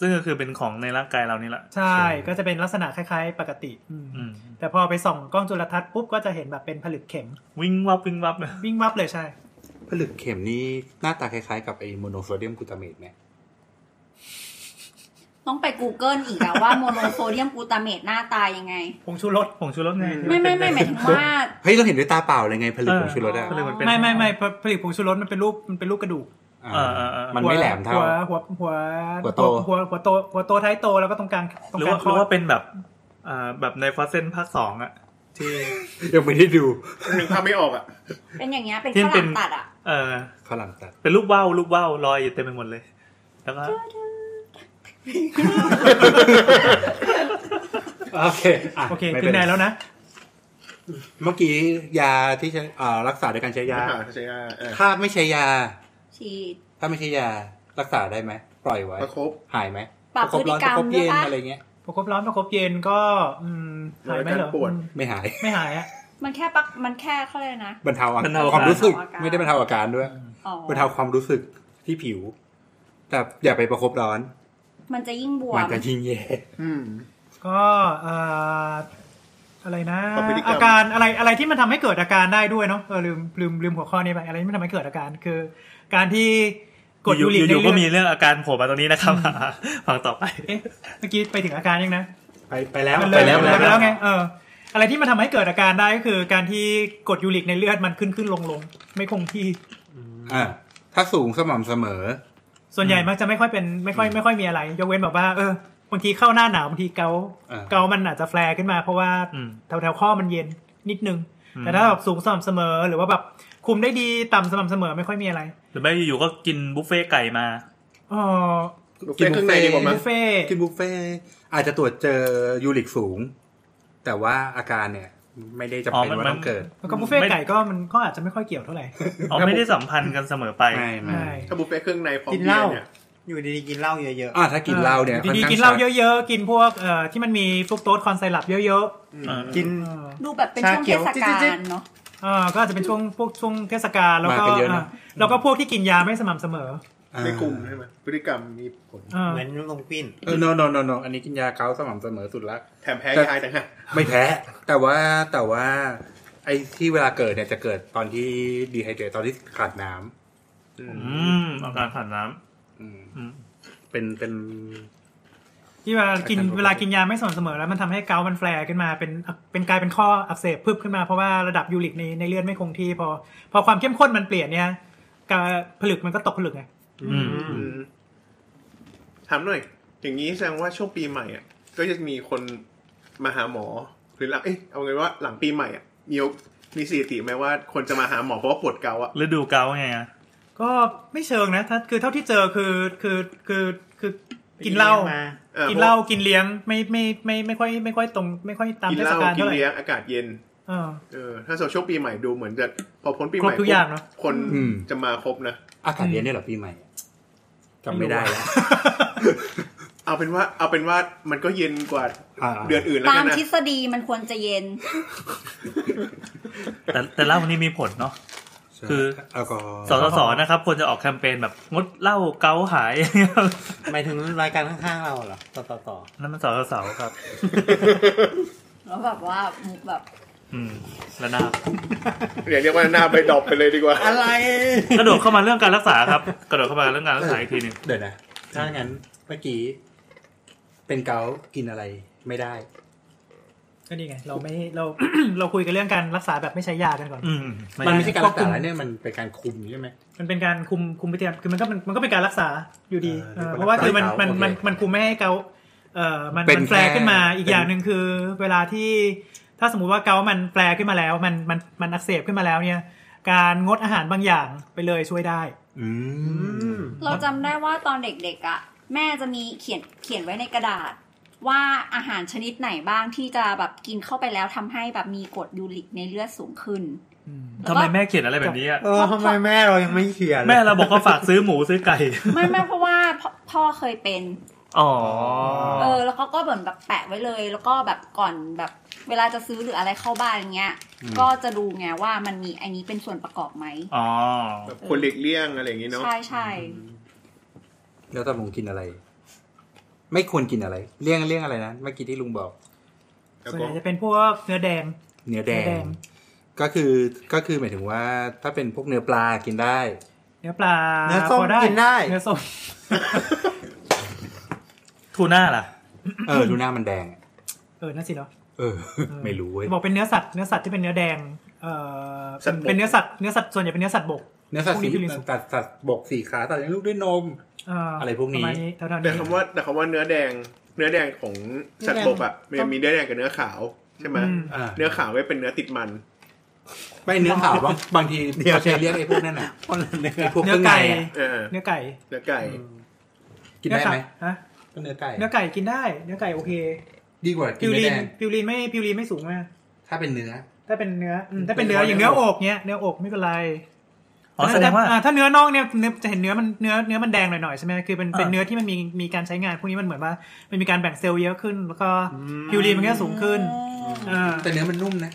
[SPEAKER 4] ซึ่งก็คือเป็นของในร่างกายเรานี่แหละ
[SPEAKER 8] ใช่ก็จะเป็นลักษณะคล้าย ๆ ปกติอืม
[SPEAKER 4] อืม
[SPEAKER 8] แต่พอไปส่องกล้องจุลทรรศน์ปุ๊บก็จะเห็นแบบเป็นผลึกเข็ม
[SPEAKER 4] วิ่งวับวิ่งวับเลย
[SPEAKER 8] วิ่งวับเลยใช่
[SPEAKER 7] ๆผลึกเข็มนี้หน้าตาคล้ายๆกับไอโมโนโซเดียมกลูตาเมตไหม
[SPEAKER 2] ต้องไป Google อีกอะว่าโมโนโซเดียมกลูตาเมตหน้าตายังไง
[SPEAKER 4] ผงชูรสผงชูรสไงที่
[SPEAKER 2] ไม่
[SPEAKER 4] น
[SPEAKER 2] ไม่
[SPEAKER 4] เป็น
[SPEAKER 2] ไม่หมายถึงว่า
[SPEAKER 7] เฮ้ย เราเห็นด้วยตาเปล่าเลยไงผลิตผงชูรสอะ
[SPEAKER 4] ก็เลยมันเป็น
[SPEAKER 8] ไม่ไม่ไม่ผผลึกผงชูรสมันเป็นรูปมันเป็นรูปกระดูก
[SPEAKER 7] อ่า
[SPEAKER 4] เออเออเออ
[SPEAKER 7] มันไม่แหลมเท่า
[SPEAKER 8] หัวหัวหัว
[SPEAKER 7] หัวโต
[SPEAKER 8] หัวหัวโตหัวโตท้ายโตแล้วก็ตรงกลางตรง
[SPEAKER 4] หรือก
[SPEAKER 8] ลา
[SPEAKER 4] ว่าง ห
[SPEAKER 8] ข้
[SPEAKER 4] รือ
[SPEAKER 8] อ
[SPEAKER 4] ว่าเป็นแบบอ่าแบบในฟาเซนภาคสองอะที่
[SPEAKER 7] ยังไม่ได้ดู
[SPEAKER 6] หนึ่งภาพไม่ออกอ่ะ
[SPEAKER 2] เป็นอย่างเงี้ยเป็น
[SPEAKER 4] ที่
[SPEAKER 2] ฝ
[SPEAKER 4] เป็
[SPEAKER 2] รั่
[SPEAKER 4] น
[SPEAKER 2] งตัดอะ
[SPEAKER 4] เออ
[SPEAKER 7] ฝรั่งตัด
[SPEAKER 4] เป็นรูปว่าวรูปว่าวลอยอยู่เต็มไปหมดเลย แล้วก็
[SPEAKER 7] โอเคอ่ะ
[SPEAKER 8] โอเค
[SPEAKER 7] ม่
[SPEAKER 8] ถึ
[SPEAKER 7] ป็
[SPEAKER 8] งไหนแล้วนะ
[SPEAKER 7] เมื่อกี้ยาที่ใช้อ่ารักษาด้วยการใช้ยา
[SPEAKER 6] หาใช้ยาเออ
[SPEAKER 7] ถ้าไม่ใช้ยา
[SPEAKER 2] ฉีด
[SPEAKER 7] ถ้าไม่ใช้ยารักษาได้ไหม ปล่อยไว้
[SPEAKER 6] ประคบ
[SPEAKER 7] หายไหม
[SPEAKER 2] ปรับ
[SPEAKER 7] คบร้อ
[SPEAKER 2] พฤ
[SPEAKER 7] น
[SPEAKER 2] ติกรรม
[SPEAKER 7] คบเย็น
[SPEAKER 2] ด้วยปะ
[SPEAKER 7] อะไรเงี้ย
[SPEAKER 8] ประคบร้อนประคบเย็นก็อืมหายไหมเหรอ
[SPEAKER 6] ปวด
[SPEAKER 8] อืม
[SPEAKER 7] ไม่หาย
[SPEAKER 8] ไม่หายอ่ะ
[SPEAKER 2] มันแค่ปักมันแค่เขาเลยกนะ
[SPEAKER 7] บรรเทาอา
[SPEAKER 2] บรรเทา
[SPEAKER 7] ความรู้สึก
[SPEAKER 2] อาการ
[SPEAKER 7] ไม่ได้บรรเทาอาการด้วย
[SPEAKER 2] อ๋อบ
[SPEAKER 7] รรเทาความรู้สึกที่ผิว แต่อย่าไปประคบร้อน
[SPEAKER 2] มันจะยิ่งบว
[SPEAKER 7] มัน
[SPEAKER 2] ม
[SPEAKER 7] จะยิ่งแย่
[SPEAKER 6] อืม
[SPEAKER 8] ก็เอ่ออะไรนะ
[SPEAKER 6] ปรับพฤติกรรม
[SPEAKER 8] อาการอะไรอะไรที่มันทำให้เกิดอาการได้ด้วยเนาะเออลืมลืมลืมหัวข้อนี้ไปอะไรที่มันทำให้เกิดอาการคือ การที่กด
[SPEAKER 4] อ
[SPEAKER 8] ยู
[SPEAKER 4] ยู่
[SPEAKER 8] ริก
[SPEAKER 4] อยู่ๆ
[SPEAKER 8] ใน
[SPEAKER 4] ก็มี
[SPEAKER 8] เลือด
[SPEAKER 4] เรื่องอาการโผล่มาตรงนี้นะครับ ฟังต่อไป
[SPEAKER 8] เอ๊ะเมื่อกี้ไปถึงอาการยังนะ
[SPEAKER 7] ไปไปแล้ว
[SPEAKER 8] มัน
[SPEAKER 7] ไปแล้ว
[SPEAKER 8] ไป
[SPEAKER 7] ไป
[SPEAKER 8] แล้
[SPEAKER 7] แล้ว
[SPEAKER 8] วไงเอออะไรที่มันทำให้เกิดอาการได้ก็คือ การที่กรดยูริกในเลือดมันขึ้นขึ้นลงลงไม่คงที่
[SPEAKER 7] อ่ะถ้าสูงสม่ำเสมอ
[SPEAKER 8] ส่วนใหญ่มักจะไม่ค่อยเป็นไม่ค่อยไม่ค่อยมีอะไร ยกเว้นแบบว่าเออบางทีเข้าหน้าหนาวบางทีเกา
[SPEAKER 7] อ่า
[SPEAKER 8] เกามันอาจจะแฟร์ขึ้นมาเพราะว่า
[SPEAKER 4] อืม
[SPEAKER 8] แถวแถวๆข้อมันเย็นนิดนึง แต่ถ้าแบบสูงสม่ำเสมอหรือว่าแบบคุมได้ดีต่ำสม่ำเสมอไม่ค่อยมีอะไร
[SPEAKER 4] หรือไม่อยู่ๆก็กินบุฟเฟ่ไก่มา
[SPEAKER 8] เอ่อ
[SPEAKER 6] บุฟเฟ่ต์ข้างในดีกว่ามั้
[SPEAKER 8] บุ
[SPEAKER 6] ง
[SPEAKER 8] ฟเฟ่ต์
[SPEAKER 7] กินบุฟเฟ่ต์อาจจะตรวจเจอยูริกสูง แต่ว่าอาการเนี่ย ไม่ได้จำ
[SPEAKER 4] อ๋อ
[SPEAKER 7] เป็น
[SPEAKER 4] มัน
[SPEAKER 7] ว่าต้อง
[SPEAKER 4] มัน
[SPEAKER 7] เกิด
[SPEAKER 8] แล้วก็บุฟเฟ่ต์
[SPEAKER 4] ไม่
[SPEAKER 8] ไก่ก็มันก็อาจจะไม่ค่อยเกี่ยวเท่าไหร่
[SPEAKER 4] อ๋อไม่ได้สัมพันธ์กันเสมอไป
[SPEAKER 7] ไม่ไม่
[SPEAKER 8] ใช่
[SPEAKER 6] ถ้าบุฟเฟ่ต์เครื่องในพร้อม
[SPEAKER 3] กินเห
[SPEAKER 6] เบีย
[SPEAKER 3] ล้า
[SPEAKER 6] ร์เนี่ย
[SPEAKER 3] อยู่ดีๆกินเหล้าเยอะ
[SPEAKER 7] อ่าถ้ากินเหล้าเนี่ย
[SPEAKER 8] ดี
[SPEAKER 7] ค่อ
[SPEAKER 8] ๆ
[SPEAKER 7] ข้ง
[SPEAKER 8] กินเหล้า
[SPEAKER 7] ชัด
[SPEAKER 8] เยอะๆกินพวกเอ่อที่มันมีฟรุกโตสคอนไซรัปเยอะ
[SPEAKER 4] อ่า
[SPEAKER 3] ๆ กิน
[SPEAKER 8] ๆเออ
[SPEAKER 2] ดูแบบเป็น
[SPEAKER 3] ชา
[SPEAKER 2] ช่วง
[SPEAKER 3] เขี
[SPEAKER 2] เท
[SPEAKER 3] ยว
[SPEAKER 2] ศกาลเนาะ
[SPEAKER 8] เออก็อาจจะเป็นช่วงพวกช่วงเทศกาลแล้วก็
[SPEAKER 7] มากันเยอะนะ
[SPEAKER 8] อ่ะแล้วก็พวกที่กินยาไม่สม่ำเสมอ
[SPEAKER 7] อ่า
[SPEAKER 6] ไม่กลุ่มใช่ไหมพฤติกรรมมีผล
[SPEAKER 8] เออ
[SPEAKER 3] เหมือนลงปิ้น
[SPEAKER 7] เออโนโนโนโนอันนี้กินยาเกาสม่ำเสมอสุดละ
[SPEAKER 6] แถมแพ้
[SPEAKER 7] แต่
[SPEAKER 6] ยาอีกต่างหาก
[SPEAKER 7] ไม่แพ้ แต่ว่าแต่ว่า ไอ้ที่เวลาเกิดเนี่ยจะเกิดตอนที่ดีไฮเดรตตอนที่ขาดน้ำ
[SPEAKER 4] อืมอาการขาดน้
[SPEAKER 7] อืม
[SPEAKER 4] ำอืม
[SPEAKER 7] เป็นเป็น
[SPEAKER 8] จ ที่เวลากินเวลากินยาไม่สม่ำเสมอแล้วมันทำให้เกาต์มันแฟร์ขึ้นมาเป็นเป็นกลายเป็นข้ออักเสบพึบขึ้นมาเพราะว่าระดับยูริกในในเลือดไม่คงที่พอ พอความเข้มข้นมันเปลี่ยนเนี่ยกาผลึกมันก็ตกผลึกไง
[SPEAKER 4] อืม
[SPEAKER 6] อืมถามหน่อย อย่างนี้แสดงว่าช่วงปีใหม่อ่ะ ก็จะมีคนมาหาหมอหรือหลังเอ๊ะเอาไงว่าหลังปีใหม่อ่ะมีโอมีสถิติไหมว่าคนจะมาหาหมอเพราะว่าปวดเกาอ่ะ
[SPEAKER 4] ฤดูเกาไงอะ
[SPEAKER 8] ก็ไม่เชิงนะถ้าคือเท่าที่เจอคือคือคือคือกินเหล้า
[SPEAKER 3] มา
[SPEAKER 6] ออ
[SPEAKER 8] กินเหล้ากินเลี้ยงไม่ไม่ไม่ไม่ค่อยไม่ค่อยตรงไม่ค่อยตาม
[SPEAKER 6] กิน
[SPEAKER 8] เท
[SPEAKER 6] เห
[SPEAKER 8] ศ
[SPEAKER 6] ล้าก
[SPEAKER 8] าล
[SPEAKER 6] กิ
[SPEAKER 8] เท่าน ไหร่
[SPEAKER 6] เลี้ยงอากาศเย็น
[SPEAKER 8] เออ
[SPEAKER 6] เออถ้าโซเชียลปีใหม่ดูเหมือนจะพอพ้นปีใหม่
[SPEAKER 8] ครบทุกอย่างเนอะ
[SPEAKER 6] คน
[SPEAKER 7] อืม
[SPEAKER 6] จะมาครบนะ
[SPEAKER 7] อากาศเย็นเนี่ยเหรอปีใหม่จำไม่ได้แล้ว
[SPEAKER 6] เอาเป็นว่าเอาเป็นว่ามันก็เย็นกว่า
[SPEAKER 7] า
[SPEAKER 6] เดือนอื่นแล้ว
[SPEAKER 2] ตา
[SPEAKER 6] กั
[SPEAKER 2] ม
[SPEAKER 6] นนะ
[SPEAKER 2] ทฤษฎีมันควรจะเย็น
[SPEAKER 4] แต่แต่เหล้านี่มีผลเนาะ
[SPEAKER 7] ใช่
[SPEAKER 4] คือ
[SPEAKER 7] แอลกอฮอล์
[SPEAKER 4] สสสนะครับควรจะออกแคมเปญแบบงดเหล้าเกาหาย
[SPEAKER 3] หมายถึงรายการข้างๆเราเหรอต่อต่อต่อ
[SPEAKER 4] นั่นมันสสสครับ
[SPEAKER 2] แล้วแบบว่ามุกแบบ
[SPEAKER 4] อืมระนาบ
[SPEAKER 6] อย่าเรียกว่าหน้าไปดรอปไปเลยดีกว่า
[SPEAKER 3] อะไร
[SPEAKER 4] กระโดดเข้ามาเรื่องการรักษาครับ กระโดดเข้ามาเรื่องการรักษาอีกทีหนึ่ง
[SPEAKER 7] เดี๋ยวนะถ้างั้นเมื่อกี้ เป็นเกาต์กินอะไรไม่ได้
[SPEAKER 8] ก็นี่ไงเราไม่เรา เราคุยกันเรื่องการรักษาแบบไม่ใช้ยากันก่อน
[SPEAKER 4] อืม
[SPEAKER 7] มัน
[SPEAKER 4] ด้
[SPEAKER 7] ไม่ใช่การรักษาแล้วเนี่ยมันเป็นการคุมใช่ไหม
[SPEAKER 8] มันเป็นการคุมคุมพฤติกรรมคือมันก็มันมันก็เป็นการรักษาอยู่ดี
[SPEAKER 7] เออ
[SPEAKER 8] เออเพราะว่าคือมัน
[SPEAKER 7] เรียกว่า
[SPEAKER 8] มั
[SPEAKER 7] รั
[SPEAKER 8] น
[SPEAKER 7] กษา
[SPEAKER 8] มัน
[SPEAKER 7] โอเค
[SPEAKER 8] มันคุมไม่ให้เกาเอ่อมัน
[SPEAKER 7] เป็น
[SPEAKER 8] มันแฟร์
[SPEAKER 7] แค่
[SPEAKER 8] ขึ้นมาอีก
[SPEAKER 7] เป็น
[SPEAKER 8] อย่างหนึ่งคือ เวลาที่ถ้าสมมุติว่าเกามันแปลขึ้นมาแล้วมันมันมันอักเสบขึ้นมาแล้วเนี่ย การงดอาหารบางอย่างไปเลยช่วยได้
[SPEAKER 7] อืม
[SPEAKER 2] เราจำได้ว่าตอนเด็กๆอะ่ะ แม่จะมีเขียนเขียนไว้ในกระดาษ ว่าอาหารชนิดไหนบ้างที่จะแบบกินเข้าไปแล้วทำให้แบบมีกรดยูริกในเลือดสูงขึ้น
[SPEAKER 4] ทำไมแม่เขียนอะไรแบบนี้อะ
[SPEAKER 3] เออทำไมแม่เรายังไม่เขียนเลย
[SPEAKER 4] แม่เราบอกว่าฝากซื้อหมูซื้อไก่
[SPEAKER 2] ไม่ไม่เพราะว่าพ่อพ่อเคยเป็น
[SPEAKER 4] อ๋อ
[SPEAKER 2] เออแล้วเขาก็เหมือนแบบแปะไว้เลย แล้วก็แบบก่อนแบบเวลาจะซื้อหรืออะไรเข้าบ้านอย่างเงี้ย ก็จะดูไงว่ามันมีอันนี้เป็นส่วนประกอบไหม
[SPEAKER 4] อ๋อ
[SPEAKER 6] แบบคนหลีกเลี่ยงอะไรอย่างนี้เนาะ
[SPEAKER 2] ใช่ใช่
[SPEAKER 7] แล้วตกลงกินอะไร ไม่ควรกินอะไร เลี่ยงเลี่ยงอะไรนะเมื่อกี้ที่ลุงบอก
[SPEAKER 6] แล้ว
[SPEAKER 8] ส่วน
[SPEAKER 6] ก็
[SPEAKER 8] ใหญ่จะเป็นพวกเนื้อแดง
[SPEAKER 7] เนื้อแด
[SPEAKER 8] เนื้อแด
[SPEAKER 7] ง
[SPEAKER 8] ง
[SPEAKER 7] ก็คือก็คือหมายถึงว่า ถ้าเป็นพวกเนื้อปลากินได้
[SPEAKER 8] เนื้อปลา
[SPEAKER 3] เนื้อส้ม
[SPEAKER 8] พ
[SPEAKER 3] กินได้
[SPEAKER 8] เนื้อส้ม
[SPEAKER 4] ทูน่าล่ะ
[SPEAKER 7] เออ ดูหน้ามันแดง
[SPEAKER 8] เออนั่นสิเนาะ
[SPEAKER 7] เออ ไม่รู้เว้ย
[SPEAKER 8] บอกเป็นเนื้อสัตว์เนื้อสัตว์ที่เป็นเนื้อแดง เอ่อเป็นเป็นเนื้อสัตว์เนื้อสัตว์ส่วนใหญ่เป็นเนื้อสัตว์บก
[SPEAKER 7] เนื้อสัตว์สี
[SPEAKER 8] พวกนี้คือลิ้นสุก
[SPEAKER 7] สัตว์สัตว์บกสีขาสัตว์เลี้ยงลูกด้วยนม
[SPEAKER 8] เ
[SPEAKER 7] อะไรพวกนี้
[SPEAKER 8] ปมาณนี้เท่าๆ
[SPEAKER 6] แต่
[SPEAKER 8] นี้
[SPEAKER 6] คำว่าแต่คำว่าเนื้อแดง เนื้อแดงของสัตว์บกอ่ะมันจะมีเนื้อแดงกับเนื้อขาวใช่ไหม
[SPEAKER 7] อ่า
[SPEAKER 6] เนื้อขาวไว้เป็นเนื้อติดมัน
[SPEAKER 7] ไม่เนื้อขาวบางบางทีเขาใช้เลี้ยงไอ้พวกนั่นน่ะ
[SPEAKER 3] คนละเนื้อ
[SPEAKER 7] ไอ้พวก
[SPEAKER 8] เนื้อ
[SPEAKER 7] เครื่ง
[SPEAKER 8] ไก่
[SPEAKER 7] ในะ
[SPEAKER 6] เออ
[SPEAKER 8] เนื้อไก่
[SPEAKER 6] เนื้อไก่
[SPEAKER 7] กินได้ไหม
[SPEAKER 8] ฮะ
[SPEAKER 7] ก็เนื้อไก่
[SPEAKER 8] เนื้อไก่กินได้ เนื้อไก่โอเค
[SPEAKER 7] ดีกว่ากิ
[SPEAKER 8] พิ
[SPEAKER 7] น
[SPEAKER 8] ว
[SPEAKER 7] เนื้
[SPEAKER 8] ลี
[SPEAKER 7] อน แดง
[SPEAKER 8] พิวลีนไม่พิวลีนไม่สูงมาก
[SPEAKER 7] ถ้าเป็นเนื้อ
[SPEAKER 8] ถ้าเป็นเนื้ออืมถ้าเป็นเนื้ออย่างเนื้ออกเนี้ยเนื้ออกไม่เป็นไร
[SPEAKER 4] อ๋อแสดงว่า
[SPEAKER 8] อ่ถ้าเนื้อน่องเนี่ยเนื้อจะเห็นเนื้อมันเนื้อเนื้อมันแดงหน่อยๆใช่ไหมคือเป็นเป็น
[SPEAKER 4] อ่า
[SPEAKER 8] เนื้อที่มันมีมีการใช้งานพวกนี้มันเหมือนว่ามันมีการแบ่งเซลล์เยอะขึ้น แล้วก็พิวลีนมันก็สูงขึ้นอ่า
[SPEAKER 7] แต่เนื้อมันนุ่มนะ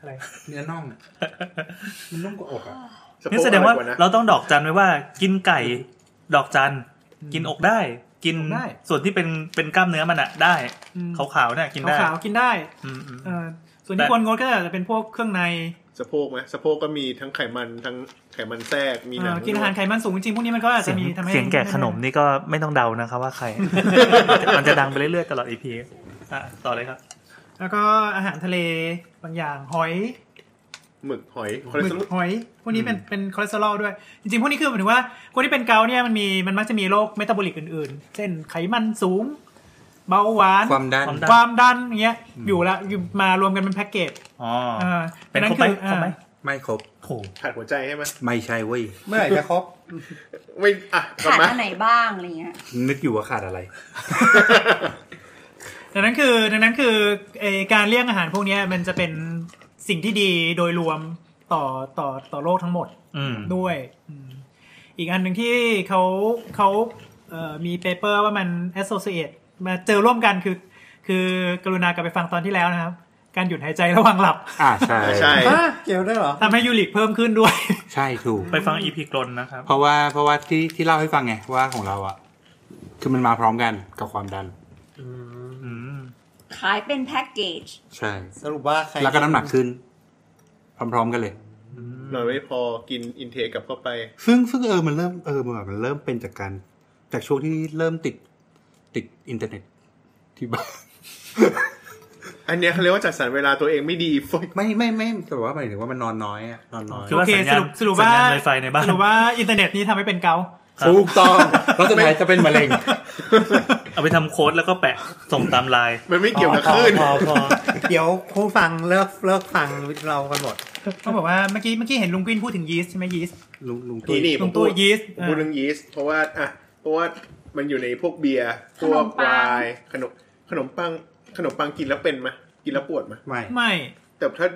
[SPEAKER 8] อะไร
[SPEAKER 7] เนื้อน่องอะมันนุ่มกว่าอกอ่ะ
[SPEAKER 6] สะโพ
[SPEAKER 4] นี่
[SPEAKER 6] ก
[SPEAKER 4] แสดงว่า
[SPEAKER 6] อร่อยกนะ
[SPEAKER 4] เราต้องดอกจันไว้ว่า กินไก่ดอกจัน กินอกได้ กิน
[SPEAKER 8] อกได้
[SPEAKER 4] ส่วนที่เป็นเป็นกล้ามเนื้อมันอะได้
[SPEAKER 8] อืม
[SPEAKER 4] ขาวๆเนี่ยกินได้
[SPEAKER 8] ขาวๆกินได้
[SPEAKER 4] อืมอืม
[SPEAKER 8] เอ่อส่วน
[SPEAKER 4] แต่
[SPEAKER 8] ที่ควรงดก็อาจจะเป็นพวกเครื่องใน
[SPEAKER 6] สะโพกไหมสะโพกก็มีทั้งไขมันทั้งไขมันแทรกมีหนัง
[SPEAKER 8] เอ่อกินอาหารไขมันสูงจริงๆพวกนี้มันก็อาจ
[SPEAKER 4] เสีย
[SPEAKER 8] จะ
[SPEAKER 4] ง
[SPEAKER 8] มีทำให้
[SPEAKER 4] เสียงแกะขนมนี่ก็ไม่ต้องเดานะครับว่าใคร มันจะดังไปเรื่อยๆตลอดอีพีอ่ะต่อเลยครับ
[SPEAKER 8] แล้วก็อาหารทะเลบางอย่างหอย
[SPEAKER 6] หมึกหอยคอ
[SPEAKER 8] ห
[SPEAKER 6] เลส
[SPEAKER 8] มึ
[SPEAKER 6] เตอกรอล
[SPEAKER 8] หอยพวกนี้เป็นเป็นคอเลสเตอรอลด้วย จริงๆพวกนี้คือหมายถึงว่าคนที่เป็นเกาต์เนี่ยมันมีมันมักจะมีโรคเมตาบอลิกอื่นๆ เช่นไขมันสูง เบาหวาน
[SPEAKER 7] ความดัน
[SPEAKER 4] ความดัน
[SPEAKER 8] ความดันอย่างเงี้ยอยู่ละอยู่มารวมกันเป็นแพ็กเกจ
[SPEAKER 4] อ๋อ
[SPEAKER 8] เออ
[SPEAKER 4] เป็นครบไห
[SPEAKER 8] น
[SPEAKER 4] ม
[SPEAKER 8] คือ
[SPEAKER 4] ครบไหม
[SPEAKER 8] อ่า
[SPEAKER 7] ไม่ครบ
[SPEAKER 4] โถ
[SPEAKER 6] ขาดหัวใจใช่ไหม
[SPEAKER 7] ไม่ใช่เว้ย เมื่อไหร่จะครบ
[SPEAKER 6] ไม่อ่ะกลับ
[SPEAKER 2] ขาด
[SPEAKER 6] มา
[SPEAKER 2] อันไหนบ้างอะไรเงี้ย
[SPEAKER 7] นึกอยู่ว่าขาดอะไร
[SPEAKER 8] ดังนั้นคือดังนั้นคือไอการเลี่ยงอาหารพวกเนี้ยมันจะเป็นสิ่งที่ดีโดยรวมต่อต่อต่อโลกทั้งหมด
[SPEAKER 4] อืม
[SPEAKER 8] ด้วยอืมอีกอันหนึ่งที่เขาเขาเอ่อมีเปเปอร์ว่ามัน associate มาเจอร่วมกันคือ คือกรุณากลับไปฟังตอนที่แล้วนะครับ การหยุดหายใจระหว่างหลับ
[SPEAKER 7] อ่าใช่
[SPEAKER 6] ใช่
[SPEAKER 3] ฮะเกี่ยวด้วยเหรอ
[SPEAKER 8] ทำให้ยูริกเพิ่มขึ้นด้วย
[SPEAKER 7] ใช่ถูก
[SPEAKER 4] ไปฟังอีพีกลนนะครับ
[SPEAKER 7] เพราะว่าเพราะว่าที่ที่เล่าให้ฟังไงว่าของเราอ่ะ คือมันมาพร้อมกันกับความดัน
[SPEAKER 4] อืม
[SPEAKER 2] ขายเป็นแพ็กเกจ
[SPEAKER 7] ใช่
[SPEAKER 3] สรุปว่าใคร
[SPEAKER 7] แล้วก็น้ำหนักขึ้น พร้อมๆกันเลย
[SPEAKER 6] หน่อยไม่พอกินอินเทกกลับเข้าไป
[SPEAKER 7] ซึ่งซึ่งเออมันเริ่มเออมันแบบมันเริ่มเป็นจากการจากช่วงที่เริ่มติด ติดอินเทอร์เน็ตที่บ้าน
[SPEAKER 6] อันเนี้ยเขาเรียกว่าจัดสรรเวลาตัวเองไม่ดี โฟย
[SPEAKER 7] ไม่ไม่ไม่แต่ว่าหมายถึงว่ามันนอนน้อยอะนอนน้อย
[SPEAKER 4] คือว่า
[SPEAKER 8] โอเค
[SPEAKER 4] สัญญา
[SPEAKER 8] ส
[SPEAKER 4] ณ
[SPEAKER 8] รุปสรุปว่า
[SPEAKER 4] สัญญาณ Wi-Fi ในบ้าน
[SPEAKER 8] สรุปว่าอินเทอร์เน็ตนี่ทำให้เป็นเกาต์
[SPEAKER 7] ถูกต้องเพราะสุดท้ายจะเป็นมะเร็ง
[SPEAKER 4] เอาไปทำโค้ดแล้วก็แปะส่งตามไลน์
[SPEAKER 6] มันไม่เกี่ยวกับคลื่น
[SPEAKER 3] พอพอเดี๋ยวผู้ฟังเลิกเลิกฟังเรากันหมด
[SPEAKER 8] เขาบอกว่าเมื่อกี้เมื่อกี้เห็นลุงกวินพูดถึงยีสต์ใช่ไหมยีสต์
[SPEAKER 7] ลุงลุงตุ้
[SPEAKER 6] นี่
[SPEAKER 7] ย
[SPEAKER 6] นี่ผ
[SPEAKER 8] ลุ
[SPEAKER 6] ม
[SPEAKER 8] ง
[SPEAKER 6] พู
[SPEAKER 8] ตู้
[SPEAKER 6] ด
[SPEAKER 8] ยีสต์
[SPEAKER 6] ผมพูดเรื่องยีสต์เพราะว่าอ่ะเพราะว่ามันอยู่ในพวกเบียร์พว
[SPEAKER 2] ข
[SPEAKER 6] ก
[SPEAKER 2] นมปั
[SPEAKER 6] ไว
[SPEAKER 2] ง
[SPEAKER 6] น์ขนมขนมปังขนมปังกินแล้วเป็นไหมกินแล้วปวดไหม
[SPEAKER 7] ไม่
[SPEAKER 8] ไม่
[SPEAKER 6] แต่ถ้า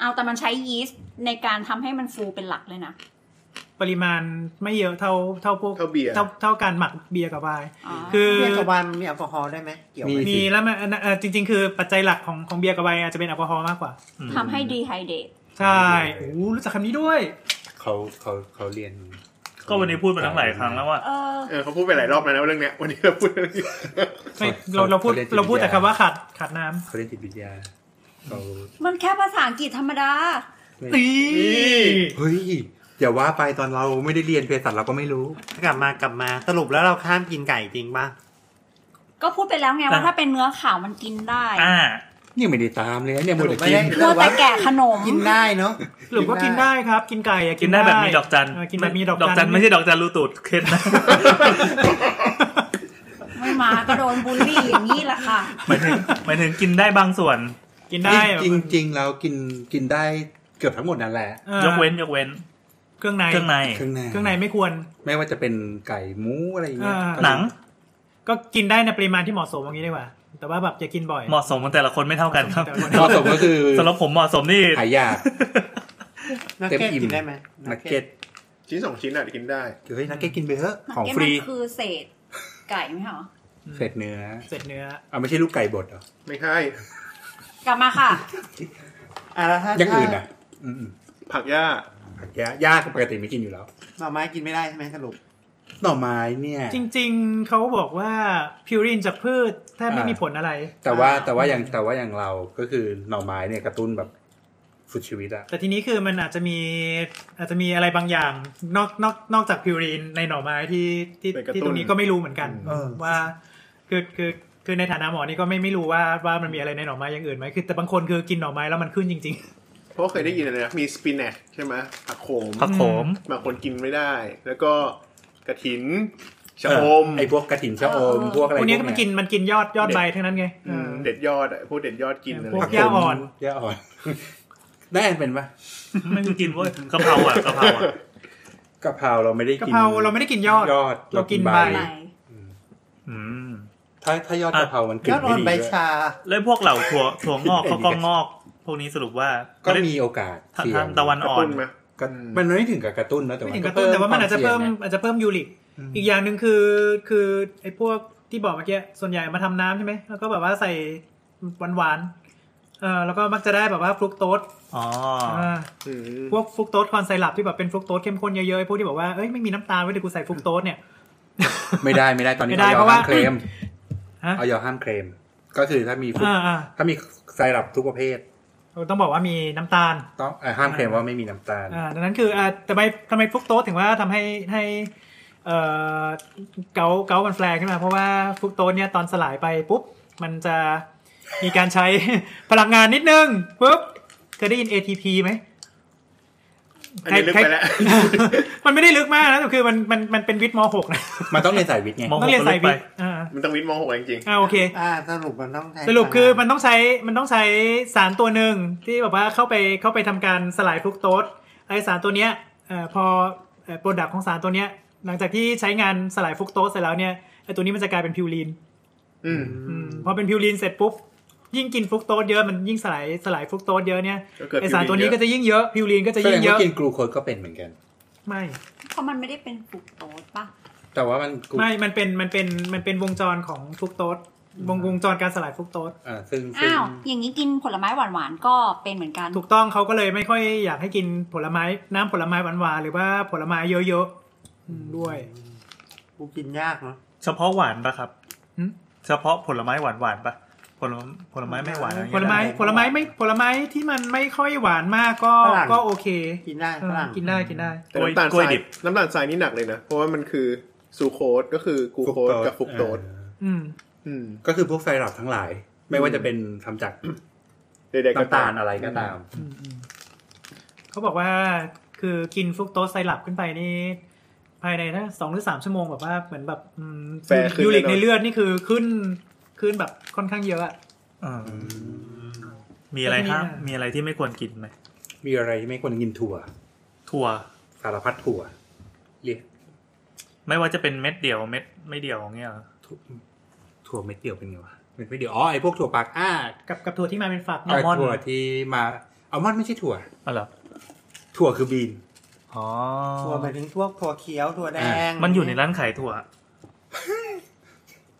[SPEAKER 2] เอาแต่มันใช้ยีสต์ในการทำให้มันฟูเป็นหลักเลยนะ
[SPEAKER 8] ปริมาณไม่เยอะเท่าเท่าพวก
[SPEAKER 6] เท่าเบียร์
[SPEAKER 8] เท่าเท่าการหมักเบียร์กับไวน์
[SPEAKER 2] อ๋อ
[SPEAKER 8] คือ
[SPEAKER 3] เบียร์กับไวน์มันมีแอลกอฮอล์ได้วยไหมเกี่ยวไหม
[SPEAKER 7] มี
[SPEAKER 8] มีแล้วมันเอ่อจริง ๆ คือปัจจัยหลักของของเบียร์กับไวน์อาจจะเป็นแอลกอฮอล์มากกว่า
[SPEAKER 2] ทำให้ดีไฮเดต
[SPEAKER 8] ใช่โอ้รู้จักคำนี้ด้วย
[SPEAKER 7] เขาเขาเขาเรียน
[SPEAKER 4] ก็วันนี้พูดมาตั้งหลายครั้งแล้วว่า
[SPEAKER 2] เออ
[SPEAKER 6] เออเขาพูดไปหลายรอบแล้วนะเรื่องเนี้ยวันนี้เราพูดเรื่องนี้
[SPEAKER 8] ไม่เราเราพูด
[SPEAKER 7] ขยนจิต
[SPEAKER 8] เราพูด
[SPEAKER 7] วิทย
[SPEAKER 8] แต่คำว่าขาดขาดน้
[SPEAKER 7] เขาเรียนจิตวิทยาเขา
[SPEAKER 2] มันแค่ภาษาอังกฤษธรรมดา
[SPEAKER 8] ำตี
[SPEAKER 7] เฮ้ยอย่าว่าไปตอนเราไม่ได้เรียนเภสัชเราก็ไม่รู้
[SPEAKER 3] กลับมากลับมาสรุปแล้วเราข้ามกินไก่จริงปะ
[SPEAKER 2] ก็พูดไปแล้วไงว่า
[SPEAKER 4] อ่ะ
[SPEAKER 2] ถ้าเป็นเนื้อขาวมันกินได้
[SPEAKER 4] อ่า
[SPEAKER 7] นี่ไม่ได้ตามเลยนะเนี่ยมัวแต่กิน
[SPEAKER 2] มัวแต่แกะขนม
[SPEAKER 3] กินได้เนาะ
[SPEAKER 8] หรือว่ากินได้ครับ กินไก่อะ
[SPEAKER 4] กินได้แบบมีดอกจัน
[SPEAKER 8] เกินแบบมีดอก
[SPEAKER 4] ดอกจันไม่ใช่ดอกจันรูตูดเคล็ดนะ
[SPEAKER 2] ไม่มาก็โดนบูลลี่อย่างนี้แหละค่ะ
[SPEAKER 4] หมายถึงหมายถึงกินได้บางส่วน
[SPEAKER 8] กินได้
[SPEAKER 7] จริงจริงๆเรากินกินได้เกือบทั้งหมดนั่นแหละ
[SPEAKER 8] อ่อย
[SPEAKER 4] กเว้นยกเว้น
[SPEAKER 8] เครื่องใน
[SPEAKER 4] เครื่องใน
[SPEAKER 7] เครื่องใน
[SPEAKER 8] เครื่องในไม่ควร
[SPEAKER 7] ไม่ว่าจะเป็นไก่หมูอะไรอย่างเงี้ย
[SPEAKER 8] อ่า
[SPEAKER 7] ก็
[SPEAKER 4] หนัง
[SPEAKER 8] ก็กินได้ในปริมาณที่เหมาะสมอย่างนี้ดีกว่า แต่ว่าแบบอย่ากินบ่อย
[SPEAKER 4] เหมาะสมของแต่ละคนไม่เท่ากันครับ
[SPEAKER 7] เหมาะสมก็คือ
[SPEAKER 4] สำหรับผมเหมาะสมนี่
[SPEAKER 7] หายาก
[SPEAKER 3] นัก
[SPEAKER 7] เต็ม
[SPEAKER 3] เก็ต
[SPEAKER 7] อิ่ม
[SPEAKER 3] กินได้ไหม
[SPEAKER 7] นักเก็ต
[SPEAKER 6] ชิ้นสองชิ้นอ่ะกินได้
[SPEAKER 7] เฮ้ยนักเก็ตกินไปเถอะ
[SPEAKER 2] นัก
[SPEAKER 7] ของ
[SPEAKER 2] เก็ต
[SPEAKER 7] ฟรี
[SPEAKER 2] มันคือเศษไก่ไหมเหรอ
[SPEAKER 7] เศษเนื้อ
[SPEAKER 8] เสร็จเนื้อ
[SPEAKER 7] เอาไม่ใช่ลูกไก่บดเหรอ
[SPEAKER 6] ไม่ใช่
[SPEAKER 2] กลับมาค่ะ
[SPEAKER 3] อ่ะแล้วถ้า
[SPEAKER 7] อย่างอื่นอ่ะอืม
[SPEAKER 6] ผักหญ้า
[SPEAKER 7] ๆผักแยะหญ้าก็ปกติไม่กินอยู่แล้ว
[SPEAKER 3] หน่อไม้กินไม่ได้ใช่ไหมสรุป
[SPEAKER 7] หน่อไม้เนี่ย
[SPEAKER 8] จริง ๆเขาบอกว่าพิวรินจากพืชแทบไม่
[SPEAKER 7] อ่ามี
[SPEAKER 8] มีผลอะไร
[SPEAKER 7] แต่ว่าแต่ว่าอย่างแต่ว่าอย่างเราก็คือหน่อไม้เนี่ยกระตุ้นแบบสุดชีวิตอะ
[SPEAKER 8] แต่ทีนี้คือมันอาจจะมีอาจจะมีอะไรบางอย่าง นอกนอกนอกจากพิวรีนในหน่อไม้ที่ที่ที่ตรงนี้ก็ไม่รู้เหมือนกัน
[SPEAKER 3] เออ
[SPEAKER 8] ว่าคือคือคือในฐานะหมอนี่ก็ไม่ไม่รู้ว่าว่ามันมีอะไรในหน่อไม้อย่างอื่นไหมคือแต่บางคนคือกินหน่อไม้แล้วมันขึ้นจริง
[SPEAKER 6] เพราะว่าเคยได้ยินอะไรนะมีสปินัชใช่ไหมผักโขม
[SPEAKER 4] ผักโขม
[SPEAKER 6] บางคนกินไม่ได้ แล้วก็กระถินชะอม
[SPEAKER 7] ไอพวกกระถินชะอม
[SPEAKER 2] เออ
[SPEAKER 7] พวก
[SPEAKER 8] ๆ
[SPEAKER 7] อะไร
[SPEAKER 8] พวกนี้ก็
[SPEAKER 7] พ
[SPEAKER 8] มั
[SPEAKER 7] วน ก
[SPEAKER 8] กิ
[SPEAKER 7] เย
[SPEAKER 8] นมันกินยอดยอดใบทั้งนั้นไงเอ
[SPEAKER 6] อื
[SPEAKER 8] อ
[SPEAKER 6] มเด็ดยอดอะพวกเด็ดยอดกินอะไร
[SPEAKER 8] พวก
[SPEAKER 6] อย่างเงี้ย
[SPEAKER 8] หญ้าอ่อน
[SPEAKER 7] หญ้าอ่อนได้อันเป็นปะ
[SPEAKER 4] ไม่กินเว้ยกะเพราอ่ะกะเพราอ่ะ
[SPEAKER 7] กะเพราเราไม่ได้
[SPEAKER 8] กะ
[SPEAKER 7] กิน
[SPEAKER 8] เพราเราไม่ได้กินยอด
[SPEAKER 7] ยอดเรากิน
[SPEAKER 8] เรากิน
[SPEAKER 7] ใบ
[SPEAKER 8] ใบ
[SPEAKER 2] ไหน
[SPEAKER 4] อืม
[SPEAKER 7] ถ้าถ้ายอด
[SPEAKER 4] อ่ะ
[SPEAKER 7] กะเพรามันกึ่
[SPEAKER 3] ก็น
[SPEAKER 7] งไม่
[SPEAKER 3] อน
[SPEAKER 7] ดี
[SPEAKER 3] ใบ
[SPEAKER 7] ด้วย
[SPEAKER 3] ชา
[SPEAKER 4] แล้วพวกเหล่าถั่วถั่วงอกเขาก็งอก พวกนี้สรุปว่า
[SPEAKER 7] ก็มีโอกาส
[SPEAKER 4] ทาง
[SPEAKER 7] เสี่ย
[SPEAKER 4] ทาง งตะวัน
[SPEAKER 6] กระ
[SPEAKER 4] อ่อน
[SPEAKER 6] ตุ้นไหม
[SPEAKER 7] ก็มันไม่ถึงกับกระตุ้นนะแต่
[SPEAKER 8] ไม่
[SPEAKER 7] ว่า
[SPEAKER 8] ถึงกระตุ้นแต่ว่ามันอาจจะเพิ่มอาจจะเพิ่มยูริก อีกอย่างหนึ่งคือคือไอ้พวกที่บอกเมื่อกี้ส่วนใหญ่มาทำน้ำใช่ไหมแล้วก็แบบว่าใส่หวานๆเออแล้วก็มักจะได้แบบว่าฟรุกโตส
[SPEAKER 4] อ๋อ
[SPEAKER 8] าพวกฟรุกโตสคอนไซรัปที่แบบเป็นฟรุกโตสเข้มข้นเยอะๆพวกที่บอกว่าเอ้ยไม่มีน้ำตาลไว้ยเดี๋ยวกูใส่ฟรุกโต สเนี่ย
[SPEAKER 7] ไม่ได้ไม่ได้ตอนนี้
[SPEAKER 8] ไม่ได้
[SPEAKER 7] เอาย
[SPEAKER 8] เพ
[SPEAKER 7] อ
[SPEAKER 8] ราะว่า
[SPEAKER 7] ห้ามเคลม
[SPEAKER 8] ฮะ
[SPEAKER 7] เอายอห้ามเคลม ก็คือถ้ามีฟรุต
[SPEAKER 8] อ่าอ่า
[SPEAKER 7] ถ้ามีไซรัปทุกประเภท
[SPEAKER 8] เราต้องบอกว่ามีน้ำตาล
[SPEAKER 7] ต้องเอ่อห้ามเคลมว่าไม่มีน้ำตาล
[SPEAKER 8] อ่าดังนั้นคืออ่าแต่ไปทำไมฟรุกโตสถึงว่าทำให้ให้เอ่อเกาเกามันแฟลร์ขึ้นมา เพราะว่าฟรุกโตสเนี่ยตอนสลายไปปุ๊บมันจะมีการใช้ พลังงานนิดนึงปุ๊บเคยได้ยิน ATP ไหม
[SPEAKER 6] อันนี้ลึกไป แล้ว
[SPEAKER 8] มันไม่ได้ลึกมากนะแต่คือมันมันมันเป็นวิทย์มหกนะ
[SPEAKER 7] มันต้องเรียนสายวิทย์ไง
[SPEAKER 4] ม หก
[SPEAKER 8] ต้องเรียนสาย
[SPEAKER 4] ก็ลึกไป
[SPEAKER 8] วิทย์อ่า
[SPEAKER 6] มันต้องวิทย์มหกแล้วจริง
[SPEAKER 8] อ่าโอเค
[SPEAKER 3] อ่าสรุปมันต้องใช้
[SPEAKER 8] สรุปคือมันต้องใช้มันต้องใช้สารตัวหนึ่งที่แบบว่าเข้าไปเข้าไปทำการสลายฟรุกโตสไอสารตัวเนี้ยเอ่อพอโปรดักของสารตัวเนี้ยหลังจากที่ใช้งานสลายฟรุกโตสเสร็จแล้วเนี่ยไอตัวนี้มันจะกลายเป็นพิวรีน
[SPEAKER 6] ๆอืม
[SPEAKER 8] อืมพอเป็นพิวรีนเสร็จปุ๊บยิ่งกินฟรุกโตสเยอะมันยิ่งสลายสลายฟรุกโตสเยอะเนี่ย
[SPEAKER 6] ก็เกิด
[SPEAKER 8] ไอสารตัวนี้ก็
[SPEAKER 6] พิมพ์เยอะ
[SPEAKER 8] จะยิ่งเยอะพิวรีนก็จะ
[SPEAKER 7] แสด
[SPEAKER 8] ยิ่
[SPEAKER 7] ง
[SPEAKER 8] งเย
[SPEAKER 7] ว่า
[SPEAKER 8] อะ
[SPEAKER 7] กินกลูโคสก็เป็นเหมือนกัน
[SPEAKER 8] ไม่
[SPEAKER 2] เพราะมันไม่ได้เป็นฟรุกโตสป่ะ
[SPEAKER 7] แต่ว่ามันกลู
[SPEAKER 8] ไม่ มันเป็น มันเป็น มันเป็นวงจรของฟรุกโตส วงวงจรการสลายฟรุกโตส
[SPEAKER 7] อ่าซึ่งซึ่ง
[SPEAKER 2] อ้าว อย่างนี้กินผลไม้หวานๆก็เป็นเหมือนกัน
[SPEAKER 8] ถูกต้องเขาก็เลยไม่ค่อยอยากให้กินผลไม้ น้ำผลไม้หวานๆ หรือว่าผลไม้เยอะๆอืมด้วย
[SPEAKER 3] กูกินยากเนาะ
[SPEAKER 4] เฉพาะหวานปะครับ
[SPEAKER 8] หืม
[SPEAKER 4] เฉพาะผลไม้หวานหวานๆปะผลไม้ผลไม้ไม่หวานอะไรอย่าง
[SPEAKER 8] ผ
[SPEAKER 4] เงี้ย
[SPEAKER 8] ลไม้ ผลไม้ไม่ ผลไม้ที่มันไม่ค่อยหวานมากก็ ก็โอเค
[SPEAKER 3] กินได้ฝรั่ง
[SPEAKER 8] กินได้ กินได้
[SPEAKER 6] แต่น้ำตาล
[SPEAKER 4] ก
[SPEAKER 6] ท
[SPEAKER 4] ล้วย
[SPEAKER 6] ราย
[SPEAKER 4] ดิบ
[SPEAKER 6] น้ำตาลทรายนี่หนักเลยนะ เพราะว่ามันคือซูโคสก็คือกลูโคสกับฟรุกโตส
[SPEAKER 7] เออ
[SPEAKER 8] อืม
[SPEAKER 6] อืม
[SPEAKER 7] ก็คือพวกไซรัปทั้งหลาย ไม่ว่าจะเป็นทำจาก
[SPEAKER 6] ใดๆก็
[SPEAKER 7] น้ำตาลอะไรก็ตาม
[SPEAKER 8] เขาบอกว่าคือกินฟรุกโตสไซรัปขึ้นไปนี่ภายในถ้าสองหรือสามชั่วโมงแบบว่าเหมือนแบบอืม
[SPEAKER 6] แฟร์ขึ้น
[SPEAKER 8] ยูริกใน
[SPEAKER 6] แน่นอน
[SPEAKER 8] เลือดนี่คือขึ้นขึ้นแบบค่อนข้างเยอะอะ
[SPEAKER 4] อ่ามีอะไรครับ มีอะไรที่ไม่ควรกินไหม
[SPEAKER 7] มีอะไรที่ไม่ควรกินถั่ว
[SPEAKER 4] ถั่ว
[SPEAKER 7] สารพัดถั่วเรียก
[SPEAKER 4] ไม่ว่าจะเป็นเม็ดเดียวเม็ดไม่เดียวอย่างเงี้ยเหรอ
[SPEAKER 7] ถั่วถั่วเม็ดเดียวเป็นไงวะเม็ดไม่เดียวอ๋อไอพวกถั่วปากอ้า
[SPEAKER 8] กับกับถั่วที่มาเป็นฝัก
[SPEAKER 7] ไอถั่วที่มาอัลมอนด์ไม่ใช่ถั่ว
[SPEAKER 4] อ๋อเหรอ
[SPEAKER 7] ถั่วคือบีน
[SPEAKER 4] อ๋อ
[SPEAKER 3] ถั่วหมายถึงพวกถั่วเขียวถั่วแดง
[SPEAKER 4] มันอยู่ในร้านขายถั่ว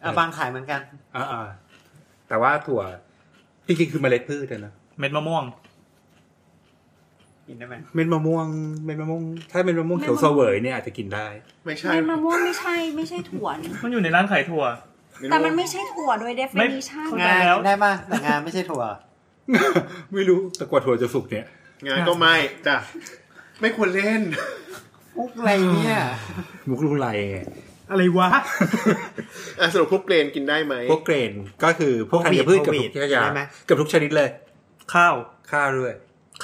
[SPEAKER 3] อ่ะบางขายเหมือนกัน
[SPEAKER 7] อ่าๆแต่ว่าถั่วจริงๆคือเมล็ดพืชอะนะ
[SPEAKER 4] เม็ดมะม่วง
[SPEAKER 3] กินได้ไหม
[SPEAKER 7] เม็ดมะม่วงเม็ดมะม่วงถ้าเป็นมะม่วงเขียวเสวยเนี่ยอาจจะกินได้
[SPEAKER 6] ไม่ใช่
[SPEAKER 2] ไม่มะม่วงไม่ใช่ไม่ใช่ถั่วนี่
[SPEAKER 4] มันอยู่ในร้านขายถั่ว
[SPEAKER 2] แต่มันไม่ใช่ถั่วโดย definition
[SPEAKER 4] ไม่
[SPEAKER 3] งานได้ป่ะแต่งานไม่ใช่ถั่ว
[SPEAKER 7] ไม่รู้แต่กว่าถั่วจะสุกเนี่ย
[SPEAKER 6] งานก็ไม่จ้ะไม่ควรเล่น
[SPEAKER 3] มุกอะไรเนี่ย
[SPEAKER 7] มุกลุงไรไง
[SPEAKER 8] อะไรวะ
[SPEAKER 6] อ่ะสรุปพวกเกรนกินได้ไหม
[SPEAKER 7] พวกเกรนก็คือพวก
[SPEAKER 3] พวก
[SPEAKER 7] ธั
[SPEAKER 3] วี
[SPEAKER 7] ญ
[SPEAKER 3] ด
[SPEAKER 7] พืชเกับ
[SPEAKER 3] พวกวี
[SPEAKER 7] ทุ
[SPEAKER 3] ด
[SPEAKER 7] กชนิดยา
[SPEAKER 3] ได้ไหม
[SPEAKER 7] เกับทุกชนิดเลย
[SPEAKER 4] ข้าว
[SPEAKER 7] ข้าวด้วย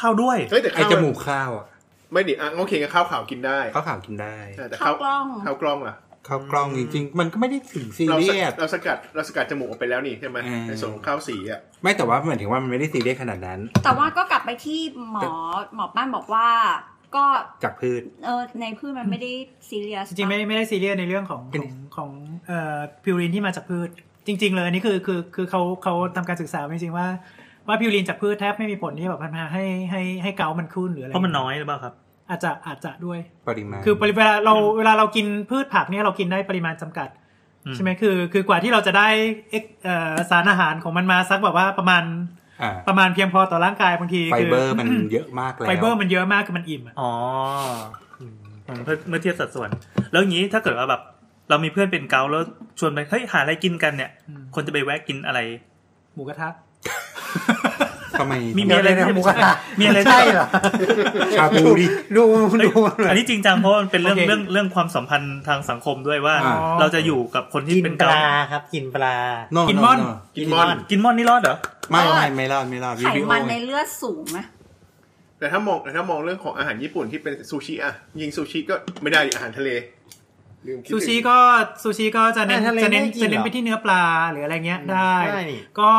[SPEAKER 4] ข้าวด้วย
[SPEAKER 6] เฮ้ยแต่
[SPEAKER 7] ไอ
[SPEAKER 6] ข้าว
[SPEAKER 7] จมูกข้าวอ่ะ
[SPEAKER 6] ไม่ดิอ่ะโอเคกับข้าวขาวกินได้
[SPEAKER 7] ข้าวขาวกินได้
[SPEAKER 6] อ่ะแต่
[SPEAKER 2] ข้าวกล้อง
[SPEAKER 6] ข้าวกล้องล่ะ
[SPEAKER 7] ข้าวกล้องจริงๆ มันก็ไม่ได้ถึงซี
[SPEAKER 6] เรา
[SPEAKER 7] เรี
[SPEAKER 6] ส
[SPEAKER 7] ย
[SPEAKER 6] กั
[SPEAKER 7] ส
[SPEAKER 6] ดเราสกัดเราสกัดจมูกออกไปแล้วนี่ใช่ไหม
[SPEAKER 7] อืม
[SPEAKER 6] ในส่วนของข้าวสีอ่ะ
[SPEAKER 7] ไม่แต่ว่าหมายถึงว่ามันไม่ได้ซีเรียสขนาดนั้น
[SPEAKER 2] แต่ว่าก็กลับไปที่หมอหมอป้านบอกว่า ก็
[SPEAKER 7] จากพืช
[SPEAKER 2] เออในพืชมันไม่ได้ซีเรียส
[SPEAKER 8] จริงๆไม่ไม่ได้ซีเรียสในเรื่องของ
[SPEAKER 7] เป็น
[SPEAKER 8] ของของเอ่อพิวรินที่มาจากพืช จริง ๆ เลยอันนี่คือคือคือเขาเขาทำการศึกษาไว้จริงๆว่าว่าพิวรินจากพืชแทบไม่มีผลที่แบบพันมาให้ให้ให้เกามันขึ้นหรืออะไร
[SPEAKER 4] เพราะมันน้อยหรือเปล่าครับ
[SPEAKER 8] อาจจะอาจจะด้วย
[SPEAKER 7] ปริมาณ
[SPEAKER 8] คือปริเวลาเราเวลาเรากินพืชผักเนี่ยเรากินได้ปริมาณจำกัด
[SPEAKER 4] อืม
[SPEAKER 8] ใช่ไหมคือคือกว่าที่เราจะได้เอ็กเอ่อสารอาหารของมันมาสักแบบว่าประมาณ
[SPEAKER 7] อ่า
[SPEAKER 8] ประมาณเพียงพอต่อร่างกายบางที
[SPEAKER 7] ไฟ
[SPEAKER 8] คื
[SPEAKER 7] เบอร์มันเยอะมากแล้ว
[SPEAKER 8] ไฟเบอร์มันเยอะมากคือมันอิ่มอะ
[SPEAKER 4] อ๋ออืมเมื่อเทียบสัดส่วน แล้วอย่างนี้ถ้าเกิดว่าแบบ เรามีเพื่อนเป็นเกาต์แล้วชวนไปเฮ้ยหาอะไรกินกันเนี่ย คนจะไปแวะกินอะไร
[SPEAKER 8] หมูกระทะ
[SPEAKER 7] ทำไม
[SPEAKER 4] มีมีอะไร
[SPEAKER 3] เดี๋ยว
[SPEAKER 4] ที่
[SPEAKER 3] เดี๋ยวหมูกระทะ
[SPEAKER 4] มีอะไรที่
[SPEAKER 3] ใช่เหรอ
[SPEAKER 7] ชาบูดิ
[SPEAKER 3] ดู
[SPEAKER 4] เฮ้ย
[SPEAKER 3] ดู
[SPEAKER 4] อันนี้จริงจังเพราะมันเป็นเรื่อง
[SPEAKER 8] โอเค
[SPEAKER 4] เรื่องเรื่องความสัมพันธ์ทางสังคมด้วยว่า
[SPEAKER 7] อ่า
[SPEAKER 4] เราจะอยู่กับคนที่
[SPEAKER 3] กิน
[SPEAKER 4] เป็น
[SPEAKER 3] ป
[SPEAKER 4] เกา
[SPEAKER 3] ลา
[SPEAKER 4] ต์
[SPEAKER 3] ครับ กินปลา
[SPEAKER 7] No, no,
[SPEAKER 8] กินม่อน
[SPEAKER 7] no
[SPEAKER 6] กินมอน
[SPEAKER 4] กินม่อนนี่รอดเหรอ
[SPEAKER 7] ไม่ไม่ไม่รอดไม่รอด
[SPEAKER 2] ไข
[SPEAKER 7] วิดี
[SPEAKER 2] มัน
[SPEAKER 7] โอ
[SPEAKER 2] ในเลือดสูงนะ
[SPEAKER 6] แต่ถ้ามองแต่ถ้ามองเรื่องของอาหารญี่ปุ่นที่เป็นซูชิอ่ะยิงซูชิก็ไม่ได้ดิอาหารทะเลลืมคิด
[SPEAKER 8] ซู
[SPEAKER 6] ถึง
[SPEAKER 8] ชิก็ซูชิก็จะเน้น
[SPEAKER 3] อ่ะทะเล
[SPEAKER 8] จะเน้น
[SPEAKER 3] ไม่กิน
[SPEAKER 8] จะ
[SPEAKER 3] เห
[SPEAKER 8] เน้น
[SPEAKER 3] รอ
[SPEAKER 8] ไปที่เนื้อปลาหรืออะไรเงี้ยได้
[SPEAKER 3] ได้นี่
[SPEAKER 8] ก็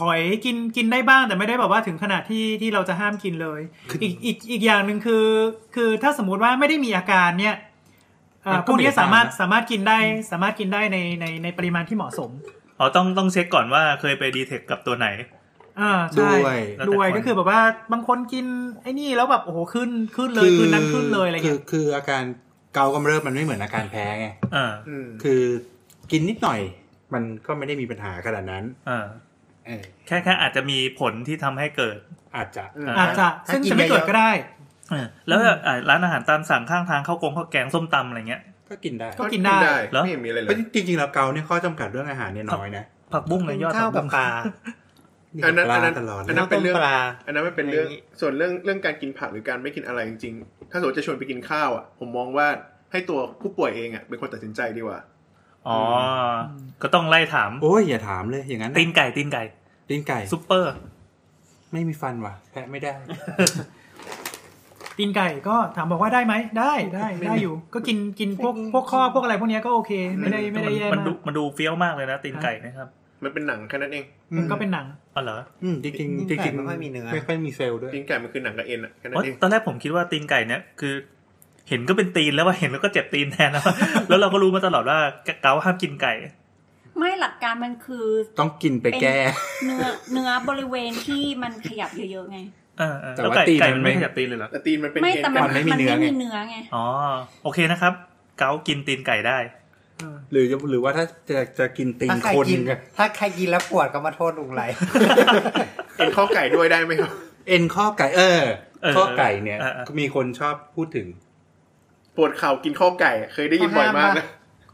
[SPEAKER 8] หอยกินกินได้บ้างแต่ไม่ได้แบบว่าถึงขนาดที่ที่เราจะห้ามกินเลย อีกอีกอีกอย่างหนึ่งคือ คือถ้าสมมุติว่าไม่ได้มีอาการเนี่ยเอ่อ
[SPEAKER 7] มันก็
[SPEAKER 8] พวกเนี้ย
[SPEAKER 7] ไม่ได้
[SPEAKER 8] สามารถ
[SPEAKER 7] นะ
[SPEAKER 8] สามารถกินได้สามารถกินได้ในในในปริมาณที่เหมาะสม
[SPEAKER 4] อ๋อต้องต้องเช็คก่อนว่าเคยไปดีเทคกับตัวไหน
[SPEAKER 8] อ่า
[SPEAKER 7] ด้
[SPEAKER 8] ใช่
[SPEAKER 7] วย
[SPEAKER 4] แล้วแต่
[SPEAKER 8] ด้วย
[SPEAKER 4] คน
[SPEAKER 8] ก็คือแบบว่าบางคนกินไอ้นี่แล้วแบบโอ้โหขึ้นขึ้นเลยขึ้นนั้นขึ้นเลยอะไร
[SPEAKER 7] คื
[SPEAKER 8] เงี้ย
[SPEAKER 7] คืออาการเกากำเริบมันไม่เหมือนอาการแพ้ไง
[SPEAKER 4] อ่า
[SPEAKER 6] อืม
[SPEAKER 7] คือกินนิดหน่อย มันก็ไม่ได้มีปัญหาขนาดนั้น
[SPEAKER 4] อ่า
[SPEAKER 7] เออ
[SPEAKER 4] แค่แค่อาจจะมีผลที่ทำให้เกิด
[SPEAKER 7] อาจจะ
[SPEAKER 6] ม
[SPEAKER 8] อาจจะ
[SPEAKER 3] ถ้า
[SPEAKER 8] ซึ่ง
[SPEAKER 3] กิน
[SPEAKER 8] จะไม่เกิด
[SPEAKER 3] เยอะๆ
[SPEAKER 8] ก็ได้
[SPEAKER 4] เออแล้วอ่าร้านอาหารตามสั่งข้างทางข้าวกงข้าวแกงส้มตำอะไรเงี้ย
[SPEAKER 7] ก็กินได้
[SPEAKER 8] ก็กินได้
[SPEAKER 4] เหรอ
[SPEAKER 6] ไม่เห็นมีอะไรเล
[SPEAKER 7] เพราะ
[SPEAKER 6] ย
[SPEAKER 7] จริงๆแล้วเกาเนี่ยข้อจำกัดเรื่องอาหารเนี่ยน้อยนะ
[SPEAKER 4] ผักบุ้งเลยยอด
[SPEAKER 3] ข้าว
[SPEAKER 4] ผั
[SPEAKER 3] กับ
[SPEAKER 4] กบุ้ง
[SPEAKER 3] ปลา
[SPEAKER 6] อันนั้น
[SPEAKER 7] ปลา
[SPEAKER 6] อันนั้น
[SPEAKER 7] ตลอดเล
[SPEAKER 6] อัน
[SPEAKER 7] ย
[SPEAKER 6] นั้นเป็นเรื่อง
[SPEAKER 3] ข้าวต้มปลา
[SPEAKER 6] อันนั้นไม่เป็นเรื่อง
[SPEAKER 3] อะไรอย่างงี้
[SPEAKER 6] ส่วนเรื่องเรื่องการกินผักหรือการไม่กินอะไรจริงๆ ถ้าสมมติจะชวนไปกินข้าวอ่ะผมมองว่าให้ตัวผู้ป่วยเองอ่ะเป็นคนตัดสินใจดีกว่า
[SPEAKER 4] อ๋อ ก็ต้องไล่ถาม
[SPEAKER 7] โอ้ยอย่าถามเลยอย่างนั้น
[SPEAKER 4] ตีนไก่ตีนไก่
[SPEAKER 7] ตีนไก่
[SPEAKER 4] ซุปเปอร์
[SPEAKER 7] ไม่มีฟันว่ะแพะไม่ได้
[SPEAKER 8] ตีนไก่ก็ถามบอกว่าได้ไหมได้ได้ได้อยู่ ก็กินกินพวกพวกข้อพวกอะไรพวกเนี้ยก็โอเค ไม่ได้ไม่ได้แย่
[SPEAKER 4] มัน
[SPEAKER 8] มา
[SPEAKER 4] ดู
[SPEAKER 8] ก
[SPEAKER 4] มันดูเฟี้ยวมากเลยนะตีนไก่นะครับ
[SPEAKER 6] มันเป็นหนังแค่นั้นเอง
[SPEAKER 8] มันก็เป็นหนัง
[SPEAKER 4] อ๋อเหรอ
[SPEAKER 7] อืมจริงๆจ
[SPEAKER 3] ตีนไก่
[SPEAKER 7] ริงๆ
[SPEAKER 3] ไม่ค่อยมีเนื้อ
[SPEAKER 7] ไม่ค่อยมีเซลล์ด้วย
[SPEAKER 6] ตีนไก่มันคือหนังกับเอ็นอ่ะแค่นั้
[SPEAKER 4] โอ๊ย
[SPEAKER 6] นเอง
[SPEAKER 4] ตอนแรกผมคิดว่าตีนไก่เนี่ยคือ เห็นก็เป็นตีนแล้วว่าเห็นแล้วก็เจ็บตีนแทนแล้ว แล้วเราก็รู้มาตลอดว่าเกาห้ามกินไก่
[SPEAKER 2] ไม่หลักการมันคือ
[SPEAKER 7] ต้องกินไปแก้
[SPEAKER 2] เนื้อเนื้อบริเวณที่มันขยับเยอะๆไง
[SPEAKER 4] เออเออ
[SPEAKER 7] แต่
[SPEAKER 4] แล้ว
[SPEAKER 7] ว่า
[SPEAKER 4] ไก่
[SPEAKER 7] ตีน
[SPEAKER 4] ไก่
[SPEAKER 7] มั
[SPEAKER 4] มันน
[SPEAKER 7] ไม่
[SPEAKER 4] ไม่ขยับตีนเลยเหรอ
[SPEAKER 6] แต่ตีนมันเป็น
[SPEAKER 2] ไม่
[SPEAKER 6] เอ็น
[SPEAKER 2] แต่มัน
[SPEAKER 7] มันไม่มี
[SPEAKER 2] มัน
[SPEAKER 7] เนื้อ
[SPEAKER 2] ไม่
[SPEAKER 7] ไง
[SPEAKER 2] มีเนื้อไง
[SPEAKER 4] อ๋อโอเคนะครับ เกากินตีนไก่ได้
[SPEAKER 7] หรือหรือว่าถ้าจะจะกินตีน
[SPEAKER 3] ถ้าใคร
[SPEAKER 7] คน
[SPEAKER 3] กินถ้าใครกินแล้วปวดก็มาโทษลุงไหล
[SPEAKER 6] เอ็นข้อไก่ด้วยได้ไหมครับ
[SPEAKER 7] เอ็นข้อไก่เออ
[SPEAKER 4] เออ
[SPEAKER 7] ข้อไก่เนี่ย
[SPEAKER 4] เออเออ
[SPEAKER 7] มีคนชอบพูดถึง
[SPEAKER 6] ปวดเข่ากินข้อไก่เคยได้ยินบ่อยมากนะ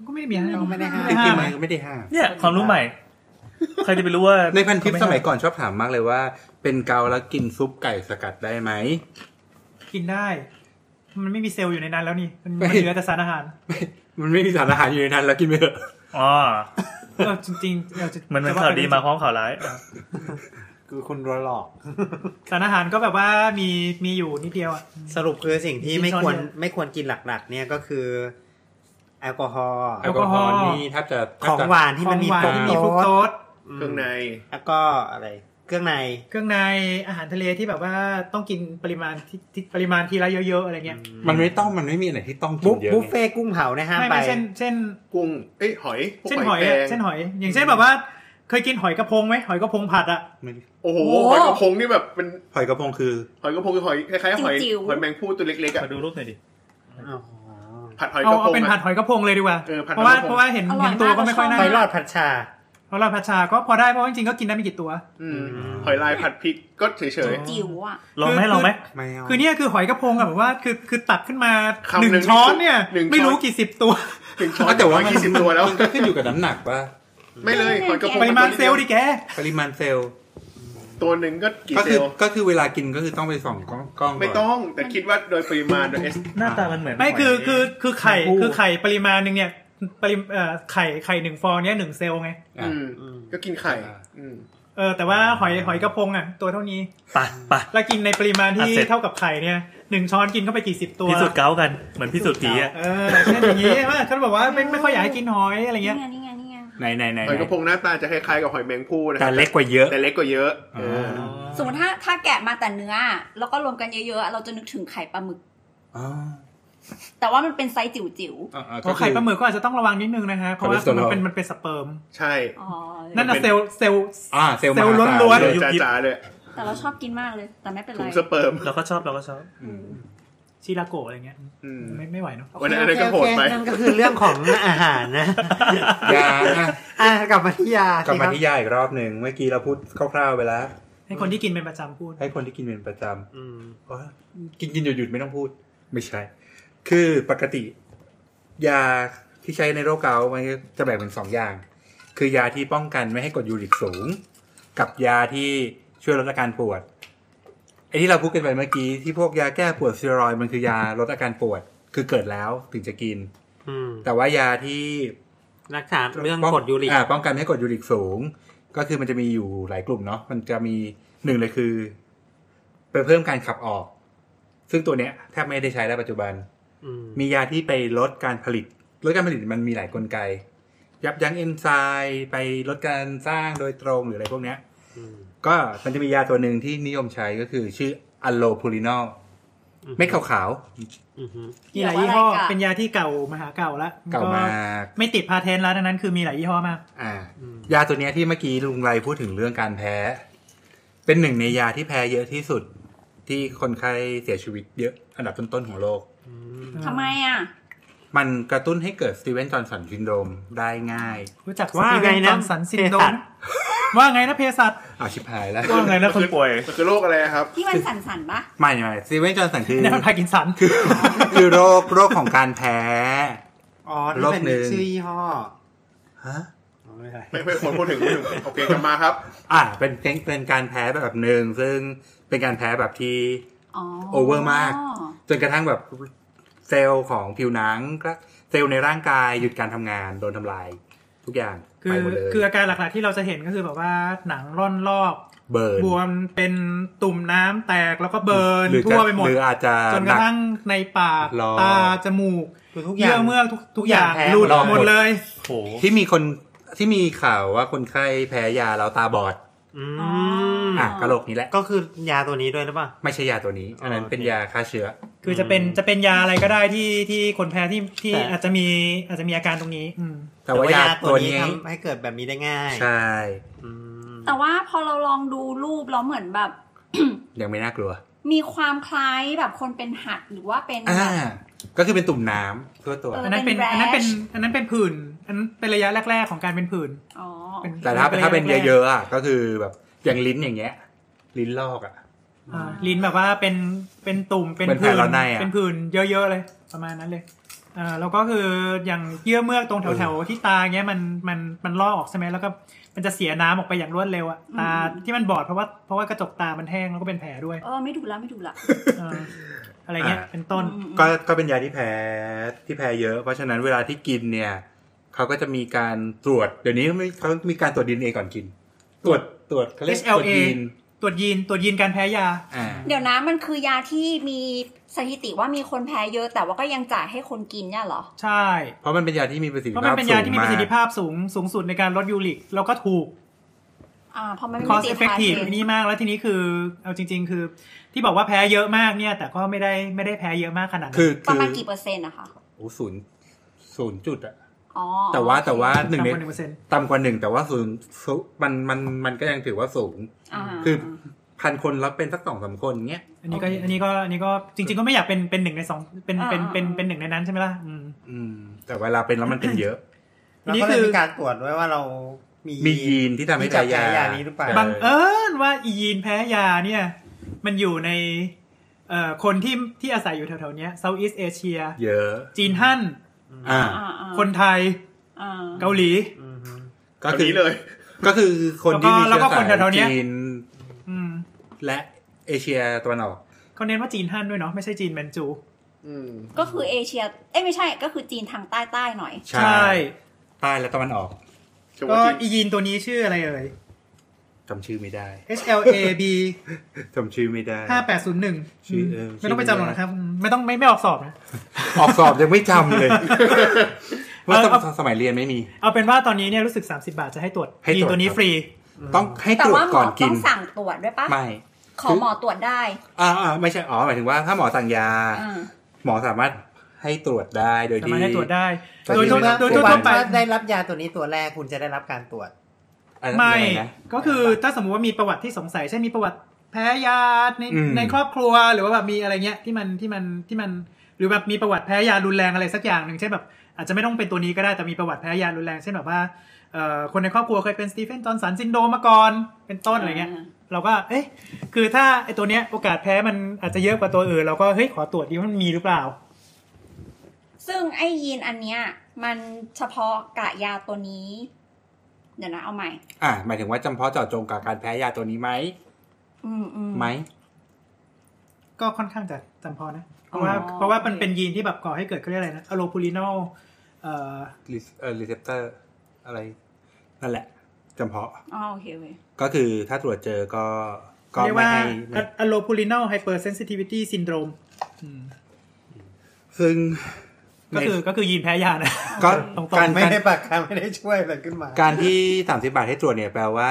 [SPEAKER 8] ก็ไม่ได้มีอะไร
[SPEAKER 3] เราไม่ได้ห้าม
[SPEAKER 7] จริงๆ
[SPEAKER 8] ม
[SPEAKER 7] มันก็ไม่ได้ห้าม
[SPEAKER 4] เนี่ยความรู้ใหม่ ใครจะไปรู้ว่า
[SPEAKER 7] ในพันทิปสมัยก่อนชอบถามมากเลยว่า เป็นเกาแล้วกินซุปไก่สกัดได้ไหม
[SPEAKER 8] กินได้ มันไม่มีเซลล์อยู่ในนั้นแล้วนี่ มันมันเหลือแต่สารอาหาร
[SPEAKER 7] มันไม่มีสารอาหารอยู่ในนั้นแล้วกินไปเถอะ
[SPEAKER 4] อ๋อ
[SPEAKER 8] เออจริงๆเออจะ
[SPEAKER 4] มันเป็น
[SPEAKER 8] จะ
[SPEAKER 4] ข่าวดีมาพร้อมข่าวร้าย
[SPEAKER 7] คือคุณรอหลอก
[SPEAKER 8] สารอาหารก็แบบว่ามีมีอยู่นิดเดียวอ่ะ
[SPEAKER 3] สรุปคือสิ่งที่
[SPEAKER 8] กิน
[SPEAKER 3] ไม่
[SPEAKER 8] ช้อ
[SPEAKER 3] ค
[SPEAKER 8] น
[SPEAKER 3] วร
[SPEAKER 8] เดียว
[SPEAKER 3] ไม่ควรกินหลักๆ เนี่ยก็คือแอลกอฮอล์
[SPEAKER 7] แอลกอฮอล์นี่แทบจะแทบ
[SPEAKER 3] ข
[SPEAKER 7] จะ
[SPEAKER 3] องหวานที่มันมี
[SPEAKER 8] ของหวานที่มีฟรุกโตส
[SPEAKER 3] อืม
[SPEAKER 6] เครื่องใน
[SPEAKER 3] แล้วก็อะไร เครื่องใน
[SPEAKER 8] เครื่องในอาหารทะเลที่แบบว่าต้องกินปริมาณที่ที่ปริมาณทีละเยอะๆอะไรเงี้ย
[SPEAKER 7] มันไม่ต้องมันไม่มีอะไรที่ต้องกิ
[SPEAKER 3] บุ
[SPEAKER 7] น
[SPEAKER 3] ฟ
[SPEAKER 7] เยอะ
[SPEAKER 3] บุฟ
[SPEAKER 7] ไง
[SPEAKER 3] เฟ่ต์กุ้งเผาเนี่ยห้าม
[SPEAKER 8] ไม่
[SPEAKER 3] ไป
[SPEAKER 8] ไม่เช่นเช่น
[SPEAKER 6] กุ้งเอ้ยหอยพวก
[SPEAKER 8] เช่น
[SPEAKER 6] ห
[SPEAKER 8] ห
[SPEAKER 6] อ
[SPEAKER 8] อย ย
[SPEAKER 6] แด
[SPEAKER 8] อะ
[SPEAKER 6] ง
[SPEAKER 8] เช่นหอย อย่างเช่นแบบว่าเคยกินหอยกระพงไหมหอยกระพงผัดอ่ะ
[SPEAKER 7] มัน
[SPEAKER 6] โอ้โห
[SPEAKER 2] โอ้โห
[SPEAKER 6] หอยกระพงนี่แบบเป็น
[SPEAKER 7] หอยกระพงคือ
[SPEAKER 6] หอยกระพงคือหอยคล้ายๆหอย
[SPEAKER 2] จิ๋วๆ
[SPEAKER 6] หอยแมงผู้ตัวเล็กๆอ่ะ
[SPEAKER 4] มาดูรูปหน่อยดิ
[SPEAKER 6] ผัดหอย
[SPEAKER 8] เอา
[SPEAKER 6] กระพ
[SPEAKER 8] เอา
[SPEAKER 6] ง
[SPEAKER 8] เป็นผัด
[SPEAKER 6] อะ
[SPEAKER 8] หอยกระพงเลยดีกว่า
[SPEAKER 6] เออผัด
[SPEAKER 8] เพราะว่า
[SPEAKER 6] หอยกระพง
[SPEAKER 8] เพราะว่าเห็น
[SPEAKER 2] อร่อย
[SPEAKER 8] เห็นตัว
[SPEAKER 2] มาก
[SPEAKER 8] ก็ไม่ค่อย
[SPEAKER 2] เราชอบ
[SPEAKER 8] น่า
[SPEAKER 3] ไปรอดผัดชา
[SPEAKER 8] เพราะเราผัดชาก็พอได้เพราะว่าจริงๆก็กินได้ไม่กี่ตัว
[SPEAKER 6] อืม
[SPEAKER 3] อืม
[SPEAKER 6] หอยลายผัดพริกก็เฉย
[SPEAKER 2] จิ๋วอ่ะ
[SPEAKER 4] ลองไหม
[SPEAKER 8] คือ
[SPEAKER 4] ลองไหม
[SPEAKER 7] ไม่เอา
[SPEAKER 8] คือเนี่ยคือหอยกระพงอะแบบว่าคือคือตักขึ้นมา
[SPEAKER 6] คำห
[SPEAKER 8] ห
[SPEAKER 6] นึ่
[SPEAKER 8] นึ่
[SPEAKER 6] ง
[SPEAKER 8] งช้อนเนี่ย
[SPEAKER 6] หนึ่งช้อน
[SPEAKER 8] ไม่รู้กี่สิบตัว
[SPEAKER 6] ๆถึงช้อน
[SPEAKER 7] แต่ว่า
[SPEAKER 6] ยี่สิบตัวแล้ว
[SPEAKER 7] มันก็ขึ้นอยู่กับน้ำหนักป่ะ
[SPEAKER 6] ไม่เลยหอยกระพง
[SPEAKER 8] ปริมาณเซลล์ดิแก
[SPEAKER 7] ปริมาณเซลล์
[SPEAKER 6] ตัวหนึ่งก็กี่
[SPEAKER 7] ก็
[SPEAKER 6] เซ
[SPEAKER 7] คื
[SPEAKER 6] ล
[SPEAKER 7] อ
[SPEAKER 6] ล์
[SPEAKER 7] ก็คือเวลากินก็คือต้องไปส่องกล้องกล้องก่น
[SPEAKER 6] ไม่ต้องแต่คิดว่าโดยปริมาณโดยเอส
[SPEAKER 4] หน้าตามันเหมือน
[SPEAKER 8] ไม่คือ
[SPEAKER 4] หย
[SPEAKER 8] คือคือไข่
[SPEAKER 4] แมงผู้
[SPEAKER 8] คือไข่ปริมาณหนึ่งเนี่ยปริมเอ่อไข่ไข่หนึ่งฟองเนี่ยหนึ่งเซลล์ไง
[SPEAKER 7] อ่ะ
[SPEAKER 6] อืมก็กินไข่
[SPEAKER 7] อ่า
[SPEAKER 6] อืม
[SPEAKER 8] เออแต่ว่าหอยหอยกระพงอ่ะตัวเท่านี้
[SPEAKER 4] ไปไป
[SPEAKER 8] แล้วกินในปริมาณที่
[SPEAKER 4] อ่ะเสร็จ
[SPEAKER 8] เท่ากับไข่เนี่ยหนึ่งช้อนกินเข้าไปกี่สิบตัว
[SPEAKER 4] พิสูจน์เก้ากัน เหมือนพิสูจน์ผีอะ
[SPEAKER 8] เออเช่นอย่างนี้ ว่าเขาบอกว่าไม่ไม่ค่อยอยากให้กินหอยอะไร
[SPEAKER 2] นี่
[SPEAKER 8] เงี้ย
[SPEAKER 2] ไงนี่ไงนี่ไง
[SPEAKER 7] ไหนไหนไหน
[SPEAKER 6] หอยกระพงหน้าตาจะคล้ายๆกับหอยแมงผู้นะค
[SPEAKER 7] แต่
[SPEAKER 6] รับ
[SPEAKER 7] เล็กกว่าเยอะ
[SPEAKER 6] แต่เล็กกว่าเยอะเอออ
[SPEAKER 2] สมมติถ้าถ้าแกะมาแต่เนื้อ แล้วก็รวมกันเยอะๆ เราจะนึกถึงไข่ปลาหมึก
[SPEAKER 7] อ๋อ
[SPEAKER 2] แต่ว่ามันเป็นไซส์จิ๋ว
[SPEAKER 7] อ่ะอ่ะ
[SPEAKER 8] เพราะ
[SPEAKER 7] คือ
[SPEAKER 8] ไข่ปลาหมึกก็อาจจะต้องระวังนิดนึงนะฮะเพราะว่า
[SPEAKER 7] Cholesterol
[SPEAKER 8] มันเป็นมันเป็นสเปิร์ม
[SPEAKER 6] ใช่
[SPEAKER 2] ๆอ๋อ
[SPEAKER 8] นั่นน่ะเซลล์เซลล์
[SPEAKER 7] อ่าเซลล์
[SPEAKER 8] เซลล์
[SPEAKER 7] มหาศา
[SPEAKER 8] ล้วน
[SPEAKER 6] เดี๋ยวจ๋าๆเลย
[SPEAKER 2] แต่เราชอบกินมากเลย แต่ไม่เป็น
[SPEAKER 6] ถุ
[SPEAKER 2] ไรง
[SPEAKER 6] สเปิร์ม
[SPEAKER 4] เราก็ชอบเราก็ชอบ
[SPEAKER 7] อืม
[SPEAKER 8] ชิราโกะอะไรเงี้ย
[SPEAKER 6] อืม
[SPEAKER 8] ไม่ไม่ไหวเนาะ
[SPEAKER 6] วันนั้นอันนั้นก็โหดไป
[SPEAKER 3] นั่นก็คือเรื่องของอาหารนะ
[SPEAKER 7] ยาอ่ะ
[SPEAKER 3] อ่ะกลับมาที่ยาก
[SPEAKER 7] ลับ
[SPEAKER 3] สิค
[SPEAKER 7] มา
[SPEAKER 3] รับ
[SPEAKER 7] ที่ยาอีกรอบหนึ่งเมื่อกี้เราพูดคร่าวๆไปแล้ว
[SPEAKER 8] ให้คนที่กินเป็นประจำพูด
[SPEAKER 7] ให้คนที่กินเป็นประจำ
[SPEAKER 3] อืม
[SPEAKER 7] โอ๊ยกินกินหยุดหยุดไม่ต้องพูด ไม่ใช่ คือปกติ ยาที่ใช้ในโรคเกาต์มันจะแบ่งเป็นสองอย่าง คือยาที่ป้องกันไม่ให้กรดยูริกสูง กับยาที่ช่วยลดอาการปวดไอ้ที่เราพูดกันไปเมื่อกี้ที่พวกยาแก้ปวดสเตียรอยด์มันคือยาลดอาการปวด คือเกิดแล้วถึงจะกิน
[SPEAKER 3] อืม
[SPEAKER 7] แต่ว่ายาที่
[SPEAKER 3] รักษาเรื่อง
[SPEAKER 7] ป้
[SPEAKER 3] กรดยูริก
[SPEAKER 7] อ่าป้องกันไม่ให้กรดยูริกสูง ก็คือมันจะมีอยู่หลายกลุ่มเนาะมันจะมีหนึ่งเลยคือ ไปเพิ่มการขับออก ซึ่งตัวเนี้ยแทบไม่ได้ใช้แล้วปัจจุบัน
[SPEAKER 3] อืม
[SPEAKER 7] มียาที่ไปลดการผลิต ลดการผลิตมันมีหลายกลไก ยับยั้งเอนไซม์ไปลดการสร้างโดยตรงหรืออะไรพวกเนี้ย
[SPEAKER 3] อืม
[SPEAKER 7] ก็มันจะมียาตัวหนึ่งที่นิยมใช้ก็คือชื่ออะโลพูรินอลเม็ดขาว
[SPEAKER 3] อือฮึ
[SPEAKER 8] มีหลายยี่ห้อ
[SPEAKER 2] เกี่วอะไรกับ
[SPEAKER 8] เป็นยาที่เก่ามหาเก่าละ
[SPEAKER 7] ๆเก่ามาก
[SPEAKER 8] ไม่ติดพาเทนต์แล้วดังนั้นคือมีหลายยี่ห้อมาก
[SPEAKER 7] อ่า
[SPEAKER 3] อืม
[SPEAKER 7] ยาตัวเนี้ยที่เมื่อกี้ลุงไรพูดถึงเรื่องการแพ้ เป็นหนึ่งในยาที่แพ้เยอะที่สุด ที่คนไข้เสียชีวิตเยอะอันดับต้นๆของโลก
[SPEAKER 3] อืม
[SPEAKER 2] ทำไมอ่ะ
[SPEAKER 7] มันกระตุ้นให้เกิดสตีเวนจอห์นสันซินโดรมได้ง่าย
[SPEAKER 8] รู้จัก
[SPEAKER 3] ว่า
[SPEAKER 8] สตีเว
[SPEAKER 3] ไง
[SPEAKER 8] นจ
[SPEAKER 3] นะ
[SPEAKER 8] อห์นสันซินโด
[SPEAKER 3] เภสั
[SPEAKER 8] ม
[SPEAKER 3] ช
[SPEAKER 8] ว่าไงนะเพสัต
[SPEAKER 7] อ้าวชิบหายแล้ว
[SPEAKER 4] ว่าไงนะคนป่วย
[SPEAKER 6] มันคือโรคอะไรครับ
[SPEAKER 2] ที่มันสั่นๆปะ
[SPEAKER 7] ไม่ไม่สตีเวนจอห์นสันคือ
[SPEAKER 8] นั่นมันพากินสัน
[SPEAKER 7] คือคือโรคโรคของการแพ้
[SPEAKER 3] อ๋อที่
[SPEAKER 7] โรค
[SPEAKER 3] เป็น
[SPEAKER 7] หนึ่ง
[SPEAKER 3] ชื่อยี่ห้อ
[SPEAKER 7] ฮะ
[SPEAKER 3] อ๋อไม่ใช่
[SPEAKER 6] ไม่ไม่ควรพูดถึงพูดถึงโอเคกลับมาครับ
[SPEAKER 7] อ่าเป็นเป็นเป็นการแพ้แบบหนึ่งซึ่งเป็นการแพ้แบบที่
[SPEAKER 2] อ๋อ
[SPEAKER 7] over มาก จนกระทั่งแบบเซลล์ของผิวหนังก็เซลล์ในร่างกายหยุดการทำงานโดนทำลาย ทุกอย่าง
[SPEAKER 8] คื
[SPEAKER 7] ไป
[SPEAKER 8] อ
[SPEAKER 7] หมดเลย
[SPEAKER 8] คืออาการหลักๆที่เราจะเห็นก็คือแบบว่าหนังร่อนลอก
[SPEAKER 7] เบิร์น
[SPEAKER 8] บวมเป็นตุ่มน้ำแตกแล้วก็เบิร์น
[SPEAKER 7] หรือ
[SPEAKER 8] ทั่วไปหมด
[SPEAKER 7] หรืออาจจะ
[SPEAKER 8] จน
[SPEAKER 7] ห
[SPEAKER 8] ก
[SPEAKER 7] นั
[SPEAKER 8] ระ
[SPEAKER 7] ก
[SPEAKER 8] ทั่งในปาก
[SPEAKER 7] หลอด
[SPEAKER 8] ตาจมูก
[SPEAKER 3] คือทุกอ
[SPEAKER 8] เยื่
[SPEAKER 3] ย่า
[SPEAKER 8] อง เมือกทุกทุ
[SPEAKER 3] ทุ
[SPEAKER 8] ก
[SPEAKER 3] ก
[SPEAKER 8] อย่
[SPEAKER 3] อา
[SPEAKER 8] ย่าง ง
[SPEAKER 3] แพ้
[SPEAKER 8] หลุด
[SPEAKER 7] หลอดห
[SPEAKER 8] ห
[SPEAKER 7] ม
[SPEAKER 8] ม
[SPEAKER 7] ด
[SPEAKER 8] ดเลย
[SPEAKER 4] โอ้โห
[SPEAKER 7] ที่มีคนที่มีข่าวว่าคนไข้แพ้ยาแล้วตาบอด
[SPEAKER 3] อื
[SPEAKER 2] อ๋อ
[SPEAKER 3] ม
[SPEAKER 2] อ่
[SPEAKER 7] อ่ะกระโหลกนี้แหละ
[SPEAKER 3] ก็คือยาตัวนี้ด้วยหรือเปล่า
[SPEAKER 7] ไม่ใช่ยาตัวนี้ อันนั้น
[SPEAKER 3] อ๋อโอเค
[SPEAKER 7] เป็นยาฆ่าเชื้อ
[SPEAKER 8] คือจะเป็นจะเป็นยาอะไรก็ได้ที่ที่คนแพ้ที่ที่
[SPEAKER 3] แต่
[SPEAKER 8] อาจจะมีอาจจะมีอาการตรงนี้ อืม
[SPEAKER 7] แต่ว่ายาตัวนี้
[SPEAKER 3] ทำให้เกิดแบบนี้ได้ง่าย
[SPEAKER 7] ใช่
[SPEAKER 3] อืม
[SPEAKER 2] แต่ว่าพอเราลองดูรูปแล้วเหมือนแบบ
[SPEAKER 7] ยังไม่น่ากลัว
[SPEAKER 2] มีความคล้ายแบบคนเป็นหัดหรือว่าเป็น
[SPEAKER 7] อ่า
[SPEAKER 2] แบบ
[SPEAKER 7] ก็คือเป็นตุ่มน้ำทั่วตัว
[SPEAKER 2] เอ
[SPEAKER 8] อันนั้นเป็น
[SPEAKER 2] เป็น
[SPEAKER 8] อันนั้นเป็น
[SPEAKER 2] rash
[SPEAKER 8] อันนั้นเป็นผื่นอันนั้นเป็นระยะแรก ๆ ของการเป็นผื่น
[SPEAKER 2] อ๋อ
[SPEAKER 8] เป็น
[SPEAKER 7] แต่ถ้า
[SPEAKER 8] ระยะ
[SPEAKER 7] ถ้าเป็น
[SPEAKER 8] แรกๆ
[SPEAKER 7] เยอะๆอ่ะก็คือแบบอย่างลิ้นอย่างเงี้ย ลิ้นลอกอ่ะ
[SPEAKER 8] อ่าลิ้นแบบว่าเป็นเป็นตุ่มเป็น
[SPEAKER 7] เป็นแผล
[SPEAKER 8] ผื่น
[SPEAKER 7] ร้อนในอะ
[SPEAKER 8] เป็นผื่นเยอะๆเลย ประมาณนั้นเลยอ่าแล้วก็คืออย่างเยื่อเมือกตรงแถวๆที่ตาเงี้ยมันมันมันลอกออกใช่ไหมแล้วก็มันจะเสียน้ำออกไปอย่างรวดเร็วอะตา
[SPEAKER 2] อืม
[SPEAKER 8] ที่มันบอดเพราะว่าเพราะว่ากระจกตามันแห้งแล้วก็เป็นแผลด้วย
[SPEAKER 2] เออไม่ดูละไม่ดูละ
[SPEAKER 8] เอ่ออะไรเงี้ย
[SPEAKER 7] อ่า
[SPEAKER 8] เป็นต้น
[SPEAKER 2] อืมอืม
[SPEAKER 7] ก็ก็เป็นยาที่แพ้ที่แพ้เยอะ เพราะฉะนั้นเวลาที่กินเนี่ย เขาก็จะมีการตรวจ เดี๋ยวนี้ไม่เขามีการตรวจดีเอ็นเอก่อนกิน ตรวจตรวจเขาเรียกตรวจ
[SPEAKER 8] HLA
[SPEAKER 7] ยีน
[SPEAKER 8] ตรวจยีนตรวจยีนการแพ้ยา
[SPEAKER 7] อ่า
[SPEAKER 2] เดี๋ยวนะมันคือยาที่มีสถิติว่ามีคนแพ้เยอะ แต่ว่าก็ยังจ่ายให้คนกินเนี่ยเหรอ
[SPEAKER 8] ใช่
[SPEAKER 7] เพราะมันเป็นยาที่มีประสิท
[SPEAKER 8] เพ
[SPEAKER 7] ธิ
[SPEAKER 8] ราะ
[SPEAKER 7] ภาพสูง
[SPEAKER 8] มันเป็นยาที่มีประสิทธิ
[SPEAKER 7] มาก
[SPEAKER 8] ภาพสูงสูงสุดในการลดยูริกแล้วก็ถูก
[SPEAKER 2] อ่าเพราะมันไม่
[SPEAKER 8] cost
[SPEAKER 2] มี
[SPEAKER 8] effective
[SPEAKER 2] ติด
[SPEAKER 8] นี่มากแล้วทีนี้คือเอาจริง ๆ คือที่บอกว่าแพ้เยอะมากเนี่ย แต่ก็ไม่ได้ไม่ได้แพ้เยอะมากขนาดนั้น
[SPEAKER 7] คือ
[SPEAKER 2] ป
[SPEAKER 7] คื
[SPEAKER 2] ระ
[SPEAKER 7] อ
[SPEAKER 2] มาณกี่เปอร์เซ็นต์นะคะ
[SPEAKER 7] โอ้ศูนย์ศูนย์จุดอะ
[SPEAKER 2] อ๋อ
[SPEAKER 7] แต่ว่าแต่ว่าหนึ่ง
[SPEAKER 8] ต่ำ
[SPEAKER 7] ใน
[SPEAKER 8] กว่าหนึ่งเปอร์เซ็นต์
[SPEAKER 7] ต่ำกว่าหนึ่งแต่ว่าศูนย์ศูนย์มันมันมันก็ยังถือว่าสูง
[SPEAKER 2] า
[SPEAKER 7] คือพันคนแล้วเป็นสักสองสามคนเงี้ย
[SPEAKER 8] อันนี้ก็อันนี้ก็อันนี้ก็จริง ๆ ก็ไม่อยากเป็นเป็นหนึ่งในสองเป็นเป็นเป็นเป็นหนึ่งในนั้นใช่ไหมล่ะอืม
[SPEAKER 7] อืม แต่เวลาเป็นแล้วมันเป็นเยอะ
[SPEAKER 8] นี่
[SPEAKER 1] นี่
[SPEAKER 8] คื
[SPEAKER 1] คือ อมีการตรวจด้วยว่าเรามี
[SPEAKER 7] มียีนที่ทำให้
[SPEAKER 1] จะ
[SPEAKER 7] แพ้ยา
[SPEAKER 1] นี้หรือเปล่า
[SPEAKER 7] บั
[SPEAKER 8] บังเอิญว่าอียีนแพ้ยาเนี่ย มันอยู่ในเอ่อคนที่ที่อาศัยอยู่แถวๆเนี้ยเซาท์อีสเอเชีย
[SPEAKER 7] เยอะ
[SPEAKER 8] จีนฮั่น
[SPEAKER 7] อ่า
[SPEAKER 2] อ่าอ่า
[SPEAKER 8] คนไทย
[SPEAKER 2] อ่า
[SPEAKER 8] เกาหลี
[SPEAKER 7] ก็
[SPEAKER 6] ตอน
[SPEAKER 7] คือ
[SPEAKER 6] นี้เลย
[SPEAKER 7] ก็คือคนที่มี
[SPEAKER 8] แล้ว
[SPEAKER 7] เชื้
[SPEAKER 8] ก็
[SPEAKER 7] อสาย
[SPEAKER 8] แล้วก็คนแถวๆเนี้ย
[SPEAKER 7] จีน
[SPEAKER 8] อืม
[SPEAKER 7] และเอเชียตะวันออก
[SPEAKER 8] เขาเน้นว่าจีนฮั่นด้วยเนาะไม่ใช่จีนแมนจู
[SPEAKER 6] อืม
[SPEAKER 2] ก็คือเอเชีย เอ้ยไม่ใช่ ก็คือจีนทางใต้ใต้ๆหน่อย
[SPEAKER 7] ใช่ใต้และตะวันออก
[SPEAKER 6] จะ
[SPEAKER 8] ก็
[SPEAKER 6] ว่า
[SPEAKER 8] อี
[SPEAKER 6] ที่
[SPEAKER 8] ยีนตัวนี้ชื่ออะไรเอ่ย
[SPEAKER 7] จำชื่อไม่ได้
[SPEAKER 8] HLAB
[SPEAKER 7] จำชื่อไม่ได้
[SPEAKER 8] ห้าแปดศูนย์หนึ่ง
[SPEAKER 7] ชื่อเออ
[SPEAKER 8] ไม่ต้องไปจำหรอกนะครับ ไม่ต้องไม่ไม่ออกสอบนะ
[SPEAKER 7] ออกสอบยังไม่จำเลยเพราะ
[SPEAKER 8] เอาเอา
[SPEAKER 7] สมัยเรียนไม่มี
[SPEAKER 8] เอาเป็นว่าตอนนี้เนี่ยรู้สึก 30 บาทจะให้ตรวจ
[SPEAKER 7] ให้ตรวจ
[SPEAKER 8] ยีนตัวนี้
[SPEAKER 7] ครับ
[SPEAKER 8] ฟรี
[SPEAKER 7] ต้องให้
[SPEAKER 2] แต่
[SPEAKER 7] ตรวจ
[SPEAKER 2] ว่าหม
[SPEAKER 7] ก่
[SPEAKER 2] อ
[SPEAKER 7] อนกิ
[SPEAKER 2] ต้อน งสั่งตรวจด้วยปะ
[SPEAKER 7] ไม่
[SPEAKER 2] ขอหมอตรวจได้
[SPEAKER 7] อ่าอ่าไม่ใช่อ๋อหมายถึงว่าถ้าหมอสั่งยา
[SPEAKER 2] อ่า
[SPEAKER 7] หมอสามารถให้ตรวจได้โดย
[SPEAKER 8] สา
[SPEAKER 7] ที่
[SPEAKER 8] มารถให้ตรวจได้
[SPEAKER 7] แต่ที่
[SPEAKER 8] โดยทั่ว
[SPEAKER 7] ไม่
[SPEAKER 8] โดย
[SPEAKER 1] คุณ
[SPEAKER 8] ทั่วๆไป
[SPEAKER 1] ถ้าได้รับยาตัวนี้ตัวแรกคุณจะได้รับการตรวจ
[SPEAKER 7] อันนั้น
[SPEAKER 8] ไม่
[SPEAKER 7] ยังงนะ
[SPEAKER 8] ก็คือถ้าสมมุติว่ามีประวัติที่สงสัยเช่นมีประวัติแพ้ยาใน
[SPEAKER 7] อืม
[SPEAKER 8] ในครอบครัวหรือว่าแบบมีอะไรเงี้ยที่มันที่มันที่มันหรือแบบมีประวัติแพ้ยารุนแรงอะไรสักอย่างหนึ่งเช่นแบบอาจจะไม่ต้องเป็นตัวนี้ก็ได้แต่มีประวัติแพ้ยารุนแรงเช่นแบบว่าเอ่อคนในครอบครัวเคยเป็นสตีเฟนจอห์นสันซินโดรมมาก่อนเป็นต้นอะไรเงี้ยเราก็เอ๊ะคือถ้าไอตัวเนี้ยโอกาสแพ้มันอาจจะเยอะกว่าตัวอื่นเราก็เฮ้ยขอตรวจดีว่ามันมีหรือเปล่า
[SPEAKER 2] ซึ่งไอ้ยีนอันเนี้ย มันเฉพาะกะยาตัวนี้ เดี๋ยวนะ เอาใหม่
[SPEAKER 7] อ่าหมายถึงว่าจำเพาะเจาะจงกับการแพ้ยาตัวนี้ไหม
[SPEAKER 2] อืมอืม
[SPEAKER 7] ไหม
[SPEAKER 8] ก็ค่อนข้างจะจำเพอนะเพราะว่าเพราะว่ามันเป็นยีนที่แบบก่อให้เกิดเขาเรียกอะไรนะอะโลพูลินอลเอ่อ
[SPEAKER 7] รีเอ่อรีเซปเตอร์อะไร นั่นแหละจำเพาะ
[SPEAKER 2] อ๋อโอเคเว้ย
[SPEAKER 7] ก็คือถ้าตรวจเจอก็ก็
[SPEAKER 8] เรียก
[SPEAKER 7] ไม่
[SPEAKER 8] ว่า
[SPEAKER 7] ให้ไม่
[SPEAKER 8] allopurinal hypersensitivity syndrome
[SPEAKER 7] ซึ่ง
[SPEAKER 8] ก็คือ
[SPEAKER 7] ใน
[SPEAKER 8] ก็คือยีนแพ้ยานะ
[SPEAKER 7] ก็
[SPEAKER 8] ตรงๆ
[SPEAKER 7] การ
[SPEAKER 1] ไม่
[SPEAKER 7] การ
[SPEAKER 1] ได้ปากคำไม่ได้ช่วยอะไรขึ้นมา
[SPEAKER 7] การที่สามสิบาทให้ตรวจเนี่ยแปลว่า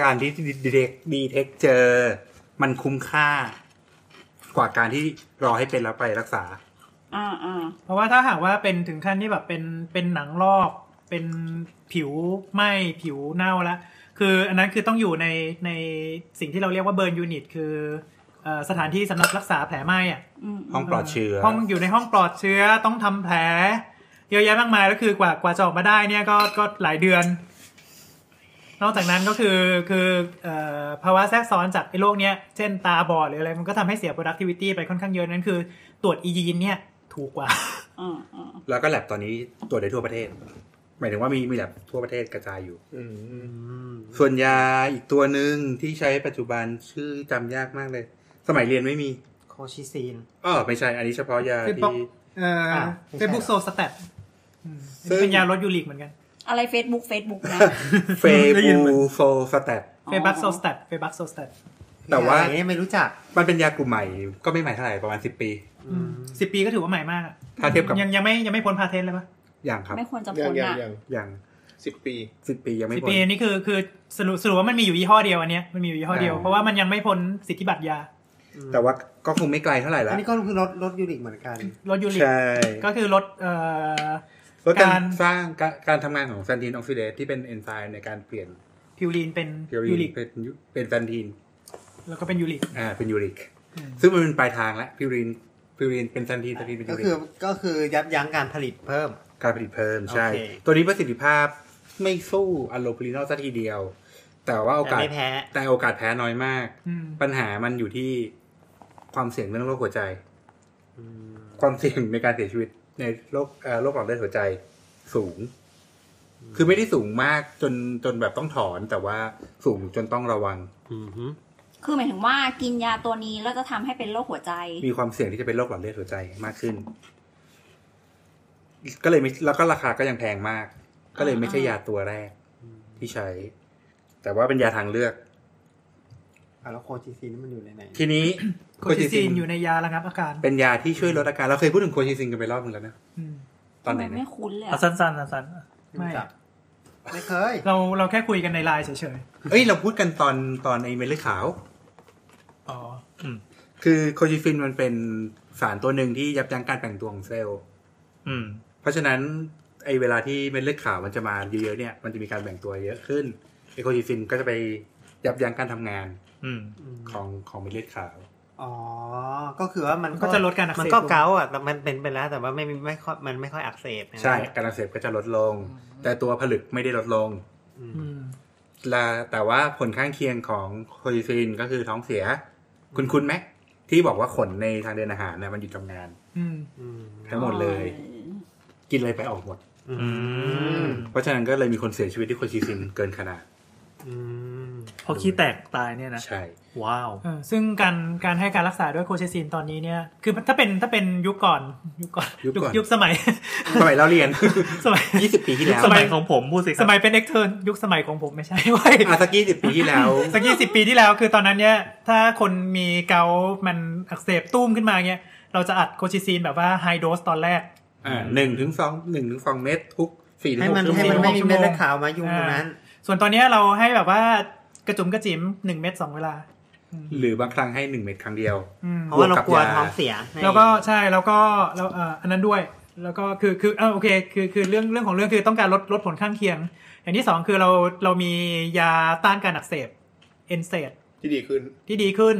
[SPEAKER 7] การที่ดีเทคดีเทคเจอ มันคุ้มค่า กว่าการที่รอให้เป็นแล้วไปรักษา
[SPEAKER 2] อ่าอ่า
[SPEAKER 8] เพราะว่าถ้าหากว่าเป็นถึงขั้นที่แบบเป็นเป็นหนังลอก เป็นผิวไหม้ผิวเน่าละ คืออันนั้นคือต้องอยู่ในในสิ่งที่เราเรียกว่าเบิร์นยูนิตคือเอ่อสถานที่สำหรับรักษาแผลไหม้อะ
[SPEAKER 2] อืม
[SPEAKER 7] ห้องปลอดเชื้อ
[SPEAKER 8] ห้องอยู่ในห้องปลอดเชื้อต้องทำแผล เยอะแยะมากมายแล้วคือกว่ากว่าจะออกมาได้เนี่ยก็ก็หลายเดือน นอกจากนั้นก็คือคือเอ่อภาวะแทรกซ้อนจากไอ้โรคเนี้ยเช่นตาบอดหรืออะไรมันก็ทำให้เสีย productivity ไปค่อนข้างเยอะนั้นคือ ตรวจอียีนเนี่ยถูกกว่า
[SPEAKER 2] อ่าอ่า
[SPEAKER 7] แล้วก็แลบตอนนี้ตรวจได้ทั่วประเทศ หมายถึงว่ามีมีแลบทั่วประเทศกระจายอยู่
[SPEAKER 6] อืม
[SPEAKER 7] ส่วนยาอีกตัวหนึ่งที่ใช้ปัจจุบันชื่อจำยากมากเลย สมัยเรียนไม่มี
[SPEAKER 1] โคชิซีน
[SPEAKER 7] อ๋อไม่ใช่ อันนี้เฉพาะยา
[SPEAKER 8] เป็นปก
[SPEAKER 7] ที่
[SPEAKER 8] เอ่อเฟซบุ๊กโซสแตท
[SPEAKER 7] ซึ่ง
[SPEAKER 8] เป็นยาลดยูริกเหมือนกัน
[SPEAKER 2] อะไรเฟซบุ๊กเฟซบุ๊กนะ
[SPEAKER 7] เฟบูโฟสแตต
[SPEAKER 8] เฟบักโซสแตทเฟบักโซสแตท
[SPEAKER 7] แต่ว่า
[SPEAKER 1] อะไรเนี่ยไม่รู้จัก
[SPEAKER 7] มันเป็นยากลุ่มใหม่ก็ไม่ใหม่เท่าไหร่ประมาณสิบปี
[SPEAKER 8] สิบปีก็ถือว่าใหม่มากอะ
[SPEAKER 7] ถ้าเทียบกับ
[SPEAKER 8] ยังยังไม่ยังไม่พ้นพาเทนเลยปะ
[SPEAKER 7] อย่างครับ
[SPEAKER 2] ไม่ควรจะ
[SPEAKER 6] ยั
[SPEAKER 2] พ้
[SPEAKER 6] ง
[SPEAKER 2] น
[SPEAKER 6] ยัง
[SPEAKER 2] อ่ะ
[SPEAKER 6] ยัง
[SPEAKER 7] อย่าง
[SPEAKER 6] สิบปี
[SPEAKER 7] สิบปียังไม่
[SPEAKER 8] สิบ
[SPEAKER 7] พ้น
[SPEAKER 8] ปีอันนี้คือคือสรุปสรุปว่ามันมีอยู่ยี่ห้อเดียวอันเนี้ยมันมีอยู่ยี่ห้อเดียวเพราะว่ามันยังไม่พ้นสิทธิบัตรยา
[SPEAKER 7] แต่ว่าก็คงไม่ไกลเท่าไหร่
[SPEAKER 1] อั
[SPEAKER 7] ละ
[SPEAKER 1] นนี้ก็คือลดลดยูริกเหมือนกัน
[SPEAKER 8] ลดยูริก
[SPEAKER 7] ใช่
[SPEAKER 8] ก็คือลดเอ่อ
[SPEAKER 7] แล้วกา
[SPEAKER 8] การ ร
[SPEAKER 7] สร้างการการทำงานของซันทีนออกซิเดตที่เป็นเอนไซม์ในการเปลี่ยน
[SPEAKER 8] พิวรีนเป็น
[SPEAKER 7] ยู
[SPEAKER 8] ยู
[SPEAKER 7] ริ
[SPEAKER 8] ริ
[SPEAKER 7] ก
[SPEAKER 8] ก
[SPEAKER 7] เป็นยูเป็นซันทีน
[SPEAKER 8] แล้วก็เป็นยูริก
[SPEAKER 7] อ่าเป็นยูริก
[SPEAKER 8] อืม
[SPEAKER 7] ซึ่งมันเป็นปลายทางแล้วพิวรินพิวรินเป็นซันทีนซันทีนเป็น
[SPEAKER 1] ก็
[SPEAKER 7] ยูริ
[SPEAKER 1] คือก ก็คือยับยั้งการผลิตเพิ่ม
[SPEAKER 7] การผลิตเพิ่มใช่
[SPEAKER 1] โอเค
[SPEAKER 7] ตัวนี้ประสิทธิภาพไม่สู้อะโลพลินอลซะทีเดียว แต่ว่าโอ
[SPEAKER 1] แต่
[SPEAKER 7] กาส
[SPEAKER 1] ไม่แพ้
[SPEAKER 7] แต่โอกาสแพ้น้อยมาก
[SPEAKER 8] อืม
[SPEAKER 7] ปัญหามันอยู่ที่ความเสี่ยงเรื่องโรคหัวใจ ความเสี่ยงในการเสียชีวิตในโรคเอ่อโรคหลอดเลือดหัวใจสูง คือไม่ได้สูงมากจนจนแบบต้องถอน แต่ว่าสูงจนต้องระวัง
[SPEAKER 2] คือหมายถึงว่ากินยาตัวนี้แล้วจะทำให้เป็นโรคหัวใจ
[SPEAKER 7] มีความเสี่ยงที่จะเป็นโรคหลอดเลือดหัวใจมากขึ้น ก็เลยไม่แล้วก็ราคาก็ยังแพงมาก ก็เลยไม่ใช่ยาตัวแรกที่ใช้ แต่ว่าเป็นยาทางเลือก
[SPEAKER 1] อ่ะแล้วโคจิซีนนี่มันอยู่ในไหน
[SPEAKER 7] ทีนี้
[SPEAKER 8] โคจิซินอยู่ในยาระงับอาการ
[SPEAKER 7] เป็นยาที่ช่วยลดอาการ เราเคยพูดถึงโคชิซินกันไปรอบนึงแล้วนะ
[SPEAKER 8] อืม
[SPEAKER 7] ตอนไหนนะ
[SPEAKER 2] ไม่คุ้นเลย
[SPEAKER 4] เอา
[SPEAKER 2] อะ
[SPEAKER 4] สั้นๆสั้น
[SPEAKER 8] ไม่
[SPEAKER 1] ไม่เคย
[SPEAKER 8] เราเราแค่คุยกันในไลน์เฉย
[SPEAKER 7] เอ้ย เราพูดกันตอนตอนไอเม็ดเลือดขาว
[SPEAKER 4] ๆอ๋ออืม
[SPEAKER 7] คือโคชิฟินมันเป็นสารตัวหนึ่งที่ยับยั้งการแบ่งตัวของเซลล์
[SPEAKER 4] อืม
[SPEAKER 7] เพราะฉะนั้นไอเวลาที่เม็ดเลือดขาวมันจะมาเยอะๆเนี่ย มันจะมีการแบ่งตัวเยอะขึ้นไอโคชิฟินก็จะไปยับยั้งการทำงาน
[SPEAKER 4] อืม
[SPEAKER 7] ของของเม็ดเลือดขาว
[SPEAKER 1] อ๋อ ก็คือว่ามัน
[SPEAKER 8] ๆก็จะลดการอักเสบ
[SPEAKER 3] มันก็
[SPEAKER 8] ลง
[SPEAKER 3] เกาอ่ะแต่มันเป็นไปแล้วแต่ว่าไม่ไม่ไม่ค่อยมันไม่ค่อยอักเสบนะ
[SPEAKER 7] ใช่การอักเสบก็จะลดลง แต่ตัวผลึกไม่ได้ลดลง
[SPEAKER 8] อืม
[SPEAKER 7] และแต่ว่าผลข้างเคียงของโคจิซินก็คือท้องเสีย คุณคุณไหมที่บอกว่าขนในทางเดินอาหารเนี่ยมันหยุดทำงาน
[SPEAKER 8] อืม
[SPEAKER 1] อืม
[SPEAKER 7] ทั้งหมดเลย กินอะไรไปออกหมด
[SPEAKER 1] อื
[SPEAKER 4] อื
[SPEAKER 1] ม
[SPEAKER 4] ม
[SPEAKER 7] เพราะฉะนั้นก็เลยมีคนเสียชีวิตที่โคจิซินเกินขนาด
[SPEAKER 1] อืม
[SPEAKER 4] พอขี้แตกตายเนี่ยนะ
[SPEAKER 7] ใช่
[SPEAKER 4] ว้าว
[SPEAKER 8] เออซึ่งการการให้การรักษาด้วยโคเชซินตอนนี้เนี่ย คือถ้าเป็นถ้าเป็นยุคก่อนยุคก่อนยุคสมัย
[SPEAKER 7] สมัยเราเรียน
[SPEAKER 8] สมัย
[SPEAKER 7] 20 ปีที่แล้ว
[SPEAKER 4] ส
[SPEAKER 8] มั
[SPEAKER 4] มั
[SPEAKER 8] ย
[SPEAKER 4] ยของผมพูดสิค
[SPEAKER 8] ส
[SPEAKER 4] รับ
[SPEAKER 8] มัยเป็นเอ็กเทอร์ยุคสมัยของผมไม่ใช่ เว้ย
[SPEAKER 7] อาสัก20 ปีที่แล้ว
[SPEAKER 8] สักยี่สิบปีที่แล้วคือตอนนั้นเนี่ย ถ้าคนมีเกาต์มันอักเสบตุ้มขึ้นมาเนี่ยเราจะอัดโคเชซินแบบว่าไฮโดสตอนแรก
[SPEAKER 7] อ่าหนึ่งถึงสองหนึ่งถึงสองเม็ดทุกสี่ถึง
[SPEAKER 1] ให้
[SPEAKER 7] หก
[SPEAKER 1] มัน
[SPEAKER 7] ชั่ว
[SPEAKER 1] ให้
[SPEAKER 7] โม
[SPEAKER 1] มัน
[SPEAKER 7] ง
[SPEAKER 1] ไม่มีเม็ดเลือดขาวมายุ่งตรงนั้น
[SPEAKER 8] ส่วนตอนเนี้ยเราให้แบบว่ากระจุมกระจิ๋มหนึ่งเม็ดสองเวลา
[SPEAKER 7] หรือบางครั้งให้หนึ่งเม็ดครั้งเดียว
[SPEAKER 8] อืม
[SPEAKER 3] เพราะว่าเรากลัว
[SPEAKER 7] บวกกับยา
[SPEAKER 3] ท้องเสีย
[SPEAKER 8] แล้วก็ใช่แล้วก็แล้วเอ่ออันนั้นด้วยแล้วก็คือคือเออโอเคคือคือเรื่องเรื่องของเรื่องคือต้องการลดลดผลข้างเคียง อย่างที่สองคือเราเรามียาต้านการอักเสบเอนเซด
[SPEAKER 6] ที่ดีขึ้น
[SPEAKER 8] ที่ดีขึ้น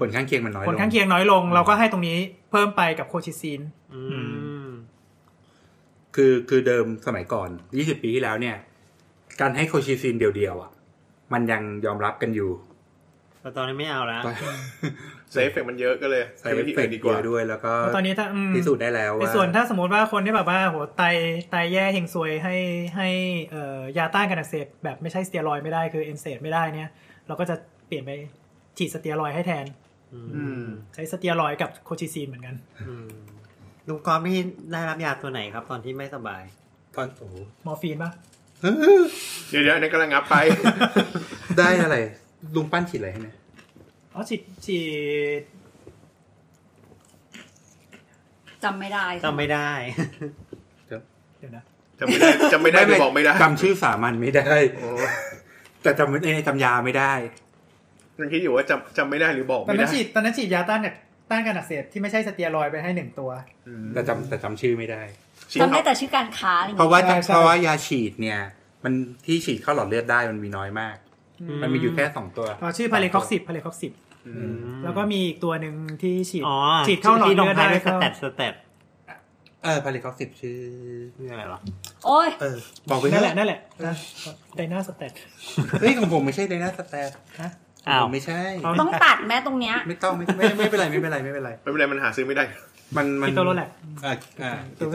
[SPEAKER 7] ผลข้างเคียงมันน้อย
[SPEAKER 8] ผ
[SPEAKER 7] ล
[SPEAKER 8] ล
[SPEAKER 7] ง
[SPEAKER 8] ข้างเคียงน้อยลง เราก็ให้ตรงนี้เพิ่มไปกับโคชิซีน
[SPEAKER 3] อืม
[SPEAKER 7] คือคือเดิมสมัยก่อน 20 ปีที่แล้วเนี่ย การให้โคชิซินเดียวๆอ่ะมันยังยอมรับกันอยู่
[SPEAKER 3] แต่ตอนนี้ไม่เอาแล้ว
[SPEAKER 7] ตอน
[SPEAKER 6] s ซฟเฟกมันเยอะก็เลย
[SPEAKER 7] ใช้เป็น
[SPEAKER 6] ที่
[SPEAKER 7] เฟ
[SPEAKER 6] อื่
[SPEAKER 7] ก
[SPEAKER 6] นดี
[SPEAKER 7] เย
[SPEAKER 6] กว่า
[SPEAKER 7] อะด้วยแล้วก็
[SPEAKER 8] ตอนนี้ถ้าอืม
[SPEAKER 7] พิสูจน์ได้แล้ว
[SPEAKER 8] ใน
[SPEAKER 7] ว่า
[SPEAKER 8] ส่วนถ้าสมมติว่าคนที่แบบว่าโหไตไตแย่เฮงซวยให้ให้เอ่อยาต้านการอักเสบแบบไม่ใช่สเตียรอยด์ไม่ได้คือเอนเซดไม่ได้เนี่ย เราก็จะเปลี่ยนไปฉีดสเตียรอยด์ให้แทน
[SPEAKER 6] อืม
[SPEAKER 8] ใช้สเตียรอยด์กับโคชิซีนเหมือนกัน
[SPEAKER 3] อืมลุงกอล์ฟนี่ได้รับยาตัวไหนครับ ตอนที่ไม่สบาย
[SPEAKER 7] ตอนโอ้โห
[SPEAKER 8] มอร์ฟีนปะ
[SPEAKER 6] เดี๋ยวเดี๋ยวอันนั้นกำลังงับไป
[SPEAKER 7] ได้อะไรลุงปั้นฉีดอะไรให้นะ
[SPEAKER 8] อ๋อฉีดฉีด
[SPEAKER 2] จำไม่ได้
[SPEAKER 3] จำไม่ได้
[SPEAKER 8] เดี๋ยวนะ
[SPEAKER 6] จำไม่ได้จำไม่ได้ไม่บอกไม่ได้
[SPEAKER 7] จำชื่อสามัญไม่ได้
[SPEAKER 6] โอ้
[SPEAKER 7] แต่จำไม่ในจำยาไม่ได้
[SPEAKER 6] ยังคิดอยู่ว่าจำจำไม่ได้หรือบอก
[SPEAKER 8] ตอน
[SPEAKER 6] ไม่
[SPEAKER 8] นั้
[SPEAKER 6] ได้
[SPEAKER 8] นฉีดตอนนั้นฉีดยาต้านต้านการอักเสบที่ไม่ใช่สเตียรอยด์ไปให้หนึ่งตัว
[SPEAKER 6] อืม
[SPEAKER 7] แต่จำแต่จำชื่อไม่ได้
[SPEAKER 6] ฉีด
[SPEAKER 2] จำได้
[SPEAKER 6] เอา
[SPEAKER 2] แต่ชื่อการค้าอะไรอย่าง
[SPEAKER 7] เพราะ
[SPEAKER 2] เงี้ย
[SPEAKER 7] ว่า
[SPEAKER 8] ใช่ใช่
[SPEAKER 7] เพราะว่ายาฉีดเนี่ย มันที่ฉีดเข้าหลอดเลือดได้มันมีน้อยมาก มันมีอยู่แค่สองตัว
[SPEAKER 8] อ๋อชื่อพาเลคอกซิบพาเลคอกซิบ
[SPEAKER 6] อื
[SPEAKER 7] อื
[SPEAKER 6] ม
[SPEAKER 7] ม
[SPEAKER 8] แล้วก็มีอีกตัวหนึ่งที่ฉีด
[SPEAKER 3] อ๋อ
[SPEAKER 8] ฉีดเข้าหลอด
[SPEAKER 3] ที่
[SPEAKER 8] เลือดได้
[SPEAKER 3] ท้ายวยส
[SPEAKER 8] ก็
[SPEAKER 3] เตตสเตต
[SPEAKER 7] เออพาเลคอกสิบชื่อ
[SPEAKER 3] นี่อะไรหรอ
[SPEAKER 2] โอ้ย
[SPEAKER 7] เออ บอกไป
[SPEAKER 8] นั่น
[SPEAKER 7] เถ
[SPEAKER 8] แหละ
[SPEAKER 7] อะ
[SPEAKER 8] นั่นแหละนะไดนาสเตต
[SPEAKER 7] เฮ้ยของผมไม่ใช่ไดนาสแตท
[SPEAKER 8] ฮะ
[SPEAKER 7] ขง
[SPEAKER 3] อ้าว
[SPEAKER 7] ผมไม่ใช่
[SPEAKER 8] เอา
[SPEAKER 2] ต้องตัดแม้ตรงเนี้ย
[SPEAKER 7] ไม่ต้องไม่ไม่ไม่เป็นไรไม่เป็นไรไม่เป็นไร
[SPEAKER 6] ไม่เป็นไรมันหาซื้อไม่ได้
[SPEAKER 7] มันมัน
[SPEAKER 8] คิโตโรแลก
[SPEAKER 7] อ่าอ่า